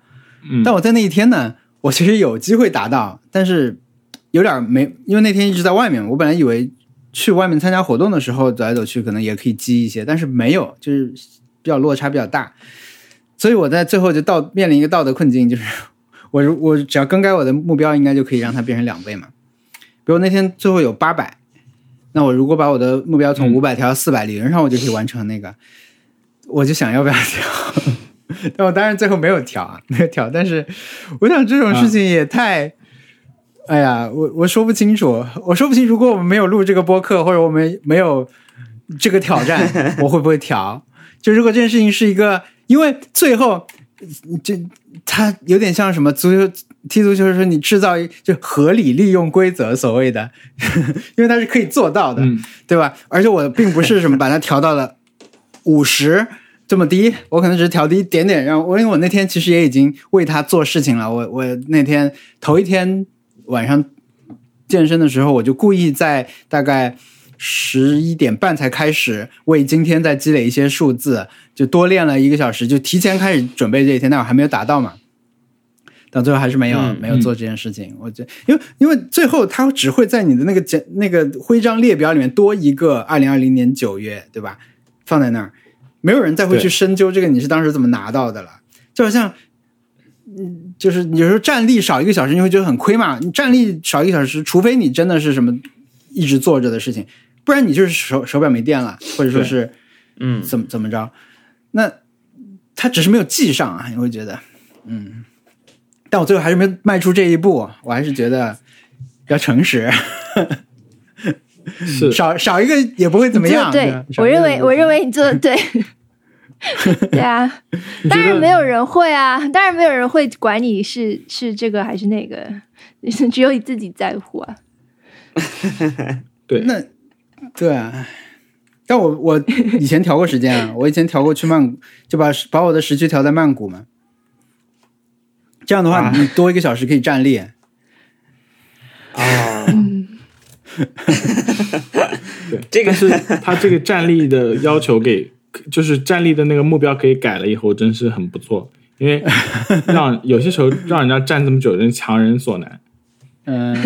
Speaker 2: 嗯
Speaker 1: 但我在那一天呢，我其实有机会达到，但是有点没，因为那天一直在外面，我本来以为去外面参加活动的时候走来走去可能也可以积一些，但是没有，就是比较落差比较大，所以我在最后就到面临一个道德困境，就是 *laughs* 我如我只要更改我的目标，应该就可以让它变成两倍嘛。比如那天最后有八百，那我如果把我的目标从五百调到四百、理论上我就可以完成那个。我就想要不要调， *laughs* 但我当然最后没有调啊， *laughs* 没有调。但是我想这种事情也太，哎呀，我我说不清楚，我说不清。如果我们没有录这个播客，或者我们没有这个挑战，我会不会调？就如果这件事情是一个，因为最后这它有点像什么足球踢足球的时候，你制造一就合理利用规则所谓的， *laughs* 因为它是可以做到的，
Speaker 2: 嗯
Speaker 1: 对吧？而且我并不是什么把它调到了五十这么低，我可能只是调低一点点。然后我因为我那天其实也已经为他做事情了，我我那天头一天晚上健身的时候，我就故意在大概十一点半才开始为今天再积累一些数字，就多练了一个小时，就提前开始准备这一天，但我还没有达到嘛。到最后还是没有、
Speaker 6: 嗯
Speaker 1: 没有做这件事情，我觉得，因为因为最后它只会在你的那个简那个徽章列表里面多一个二零二零年九月，对吧？放在那儿，没有人再会去
Speaker 2: 对
Speaker 1: 深究这个你是当时怎么拿到的了。就好像，嗯，就是有时候站立少一个小时，你会觉得很亏嘛。你站立少一个小时，除非你真的是什么一直坐着的事情，不然你就是手手表没电了，或者说是
Speaker 6: 嗯
Speaker 1: 怎么怎么着。那他只是没有记上啊，你会觉得，嗯。但我最后还是没迈出这一步，我还是觉得要诚实，
Speaker 2: 是
Speaker 1: 少少一个也不会怎么样。啊
Speaker 3: 对
Speaker 1: 吧，
Speaker 3: 我认为，我认
Speaker 1: 为
Speaker 3: 为你做的对，对啊，
Speaker 2: 你觉
Speaker 3: 当然
Speaker 2: 得
Speaker 3: 没有人会啊，当然没有人会管你是是这个还是那个， *laughs* 只有你自己在乎啊。
Speaker 2: 对
Speaker 1: 那对啊，但我我以前调过时间啊，我以前调过去曼谷，就把把我的时区调在曼谷嘛。这样的话，你多一个小时可以站立。
Speaker 4: 啊，
Speaker 2: 嗯
Speaker 4: *laughs*
Speaker 2: 对，
Speaker 4: 这个
Speaker 2: 但是他这个站立的要求给， *laughs* 就是站立的那个目标可以改了以后，真是很不错，因为让有些时候让人家站这么久，真强人所难。
Speaker 1: 嗯，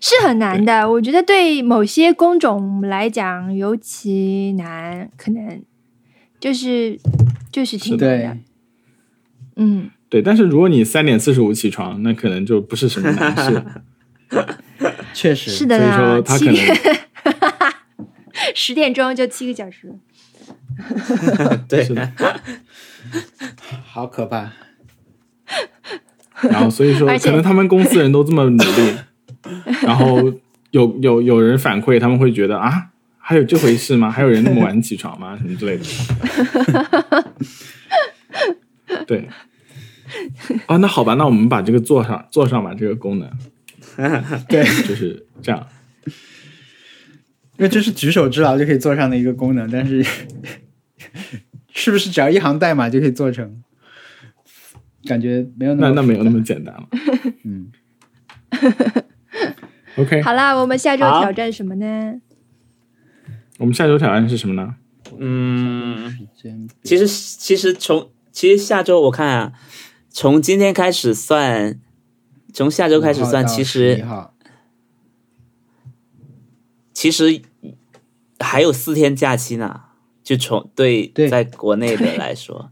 Speaker 3: 是很难的，我觉得对某些工种来讲尤其难，可能就是就是挺
Speaker 1: 对
Speaker 3: 难的。，嗯，
Speaker 2: 对，但是如果你三点四十五起床，那可能就不是什么难事。
Speaker 1: 确实
Speaker 3: 是的
Speaker 2: 所以
Speaker 3: 啦
Speaker 2: 说，他
Speaker 3: 啊七
Speaker 2: 可能
Speaker 3: 点十点钟就七个小时，
Speaker 4: 对
Speaker 2: 是的，
Speaker 1: 好可怕。
Speaker 2: 然后所以 *laughs* 说
Speaker 3: 而，且
Speaker 2: 可能他们公司人都这么努 *laughs* 力，然后有有有人反馈，他们会觉得啊，还有这回事吗？还有人那么晚起床吗？什么之类的。对，啊，那好吧，那我们把这个做上做上吧，这个功能
Speaker 1: 对，
Speaker 2: 就是这样。
Speaker 1: 因为这是举手之劳就可以做上的一个功能，但是是不是只要一行代码就可以做成？感觉没有
Speaker 2: 那
Speaker 1: 么
Speaker 2: 那没有那么简单 *laughs* 了。
Speaker 1: 嗯
Speaker 2: OK，
Speaker 3: 好啦，我们下周
Speaker 4: 好
Speaker 3: 挑战什么呢？
Speaker 2: 我们下周挑战是什么呢？
Speaker 4: 嗯。
Speaker 1: 真
Speaker 4: 其实其实从其实下周我看啊，从今天开始算，从下周开始算，其
Speaker 1: 一
Speaker 4: 实
Speaker 1: 号
Speaker 4: 其实还有四天假期呢，就从对
Speaker 1: 对
Speaker 4: 在国内的
Speaker 3: *laughs*
Speaker 4: 来说，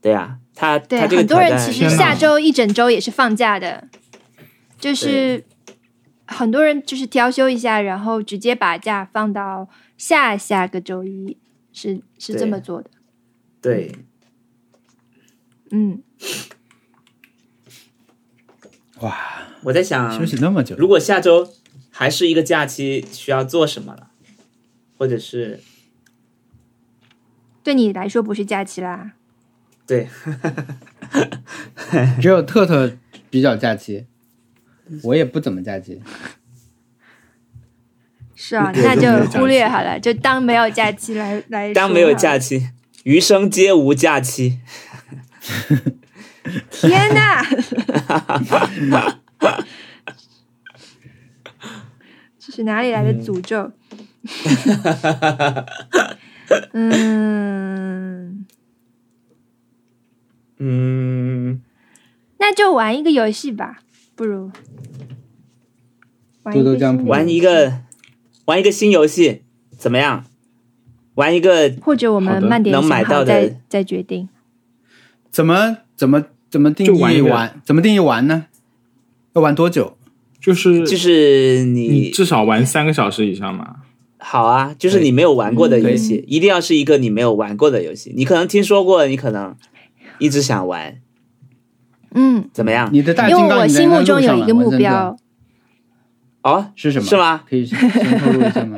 Speaker 4: 对啊，他
Speaker 3: 对，
Speaker 4: 他这个
Speaker 3: 很多
Speaker 4: 挑
Speaker 3: 人
Speaker 4: 战，
Speaker 3: 其实
Speaker 2: 天哪
Speaker 3: 下周一整周也是放假的，就是很多人就是调休一下，然后直接把假放到下下个周一，是是这
Speaker 4: 对
Speaker 3: 么做的。
Speaker 4: 对
Speaker 3: 嗯，
Speaker 1: 哇，
Speaker 4: 我在想
Speaker 1: 休息那么久，
Speaker 4: 嗯如果下周还是一个假期，需要做什么了，或者是
Speaker 3: 对你来说不是假期啦，
Speaker 4: 对
Speaker 1: 只有特特比较假期，我也不怎么假期。
Speaker 3: 是啊，
Speaker 2: 对
Speaker 3: 那
Speaker 2: 就没有
Speaker 3: 就
Speaker 2: 假期
Speaker 3: 忽略好了，就当没有假期来来。
Speaker 4: 当没有假，期，余生皆无假期，
Speaker 3: 天
Speaker 2: *laughs*
Speaker 3: 哪！这是哪里来的诅咒？嗯。
Speaker 4: 嗯，
Speaker 3: 那就玩一个游戏吧，不如玩一
Speaker 1: 多
Speaker 3: 个
Speaker 1: 多酱
Speaker 3: 新
Speaker 1: 谱
Speaker 4: 玩一个玩一个新游戏怎么样？玩一个
Speaker 3: 或者我
Speaker 2: 好
Speaker 3: 们
Speaker 2: 的
Speaker 3: 慢点
Speaker 4: 能
Speaker 3: 想
Speaker 4: 买
Speaker 3: 好
Speaker 4: 到的
Speaker 3: 再再决定。
Speaker 1: 怎么怎么怎么定
Speaker 2: 就
Speaker 1: 义
Speaker 2: 玩一个
Speaker 1: 怎么定义玩呢？要玩多久？
Speaker 2: 就是
Speaker 4: 就是
Speaker 2: 你
Speaker 4: 你
Speaker 2: 至少玩三个小时以上嘛。
Speaker 4: 好啊，就是你没有玩过的游戏，一定要是一个你没有玩过的游戏。你可能听说过，你可能一直想玩，
Speaker 3: 嗯，
Speaker 4: 怎么
Speaker 2: 啊
Speaker 4: 样？
Speaker 1: 你的大
Speaker 3: 因
Speaker 1: 金
Speaker 3: 为
Speaker 1: 刚
Speaker 3: 我
Speaker 1: 你在
Speaker 3: 心
Speaker 1: 那
Speaker 3: 目
Speaker 1: 路
Speaker 3: 中有
Speaker 1: 上
Speaker 3: 一
Speaker 1: 了
Speaker 3: 个目
Speaker 1: 文森特
Speaker 3: 标，
Speaker 4: 哦，
Speaker 1: 是什么？
Speaker 4: 是？吗？
Speaker 1: 可以先先透露一
Speaker 2: *laughs*
Speaker 1: 下吗？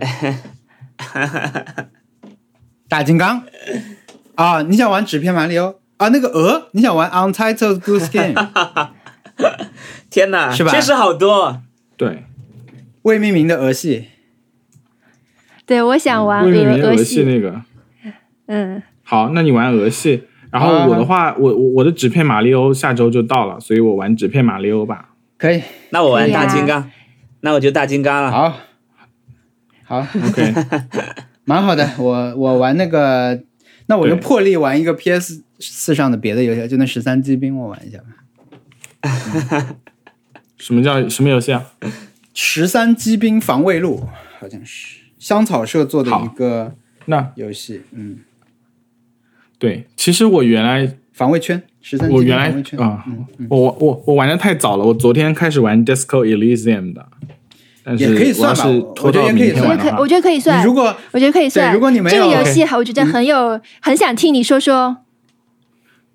Speaker 1: *laughs* 大金刚啊，你想玩纸片马里奥啊？那个鹅，你想玩 Untitled Goose
Speaker 2: *laughs*
Speaker 1: Game
Speaker 4: 天哪，
Speaker 1: 是吧
Speaker 4: 确实好多。
Speaker 2: 对，
Speaker 1: 未命名的鹅系？
Speaker 3: 对我想玩
Speaker 2: 未命名
Speaker 3: 俄
Speaker 2: 的
Speaker 3: 俄
Speaker 2: 游戏
Speaker 3: 系，
Speaker 2: 啊那个。
Speaker 3: 嗯，
Speaker 2: 好，那你玩俄系，然后我的话，
Speaker 1: 啊
Speaker 2: 我我我的纸片马里欧下周就到了，所以我玩纸片马里欧吧。
Speaker 1: 可以，
Speaker 4: 那我玩
Speaker 3: 可以啊
Speaker 4: 大金刚，那我就大金
Speaker 2: 啊
Speaker 4: 刚了。
Speaker 1: 好，好， *laughs*
Speaker 2: OK，
Speaker 1: 蛮好的。我我玩那个，那我就
Speaker 2: 对
Speaker 1: 破例玩一个 PS 四上的别的游戏，就那十三机兵，我玩一下吧。
Speaker 2: 什么叫什么游戏啊？
Speaker 1: 十三机兵防卫录好像是香草社做的一个
Speaker 2: 那
Speaker 1: 游戏，嗯，
Speaker 2: 对，其实我原来
Speaker 1: 防卫圈，十三机
Speaker 2: 我
Speaker 1: 兵
Speaker 2: 原来
Speaker 1: 防卫圈，
Speaker 2: 啊、
Speaker 1: 嗯，
Speaker 2: 我我我我玩的太早了，我昨天开始玩 Disco Elysium 的，但是
Speaker 1: 也可以
Speaker 2: 我要
Speaker 1: 算吧
Speaker 2: 是
Speaker 1: 我
Speaker 2: 拖
Speaker 1: 我觉
Speaker 2: 到
Speaker 1: 得也
Speaker 2: 明
Speaker 1: 可以
Speaker 2: 天
Speaker 1: 算
Speaker 3: 我觉得
Speaker 2: 玩的
Speaker 3: 可
Speaker 2: 话
Speaker 3: 我觉得可以
Speaker 1: 你
Speaker 3: 算
Speaker 1: 如，果
Speaker 3: 我觉得可以算。
Speaker 1: 对如果你没有
Speaker 3: 这个游戏，我觉得很有很想听你说说。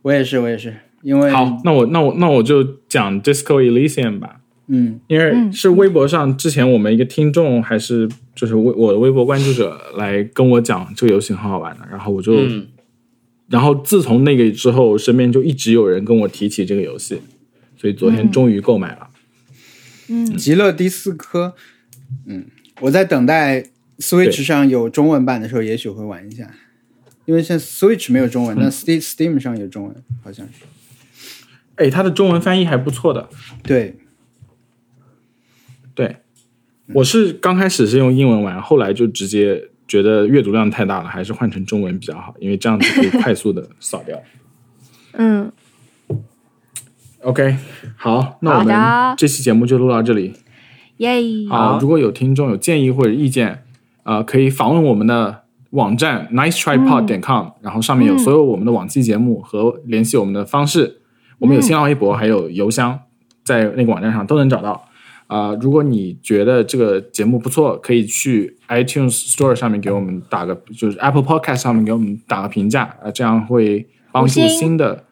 Speaker 1: 我也是，我也是，因为
Speaker 2: 好，，那我那我那我就讲 Disco Elysium 吧。
Speaker 1: 嗯
Speaker 2: 因为是微博上之前我们一个听众还是就是微我的微博关注者来跟我讲这个游戏很好玩的，然后我就，
Speaker 6: 嗯
Speaker 2: 然后自从那个之后，身边就一直有人跟我提起这个游戏，所以昨天终于购买了。
Speaker 3: 嗯
Speaker 1: 极乐迪斯科，嗯，我在等待 Switch
Speaker 2: 对
Speaker 1: 上有中文版的时候，也许会玩一下，因为现在 Switch 没有中文，
Speaker 2: 嗯
Speaker 1: 但 Steam Steam 上有中文，好像是。
Speaker 2: 哎，它的中文翻译还不错的，
Speaker 1: 对，
Speaker 2: 对，我是刚开始是用英文玩，后来就直接觉得阅读量太大了，还是换成中文比较好，因为这样子可以快速的扫 *laughs* 掉。
Speaker 3: 嗯，
Speaker 2: OK，好，那我
Speaker 3: 好的
Speaker 2: 们这期节目就录到这里。
Speaker 3: 耶！
Speaker 2: 好，啊如果有听众有建议或者意见，呃，可以访问我们的网站 nice tripod 点 com，、然后上面有所有我们的往期节目和联系我们的方式。我们有新浪微博，还有邮箱，在那个网站上都能找到。啊、如果你觉得这个节目不错，可以去 iTunes Store 上面给我们打个，就是 Apple Podcast 上面给我们打个评价啊、呃这样会帮助
Speaker 3: 五星
Speaker 2: 新的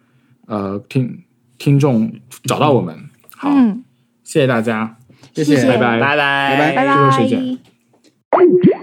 Speaker 2: 呃听听众找到我们。好，
Speaker 3: 嗯，
Speaker 2: 谢谢大家。
Speaker 1: 谢
Speaker 3: 谢谢
Speaker 2: 拜拜
Speaker 4: 拜拜
Speaker 1: 嗯拜拜
Speaker 3: 拜
Speaker 1: 拜
Speaker 2: 这个
Speaker 3: 拜
Speaker 2: 谁。讲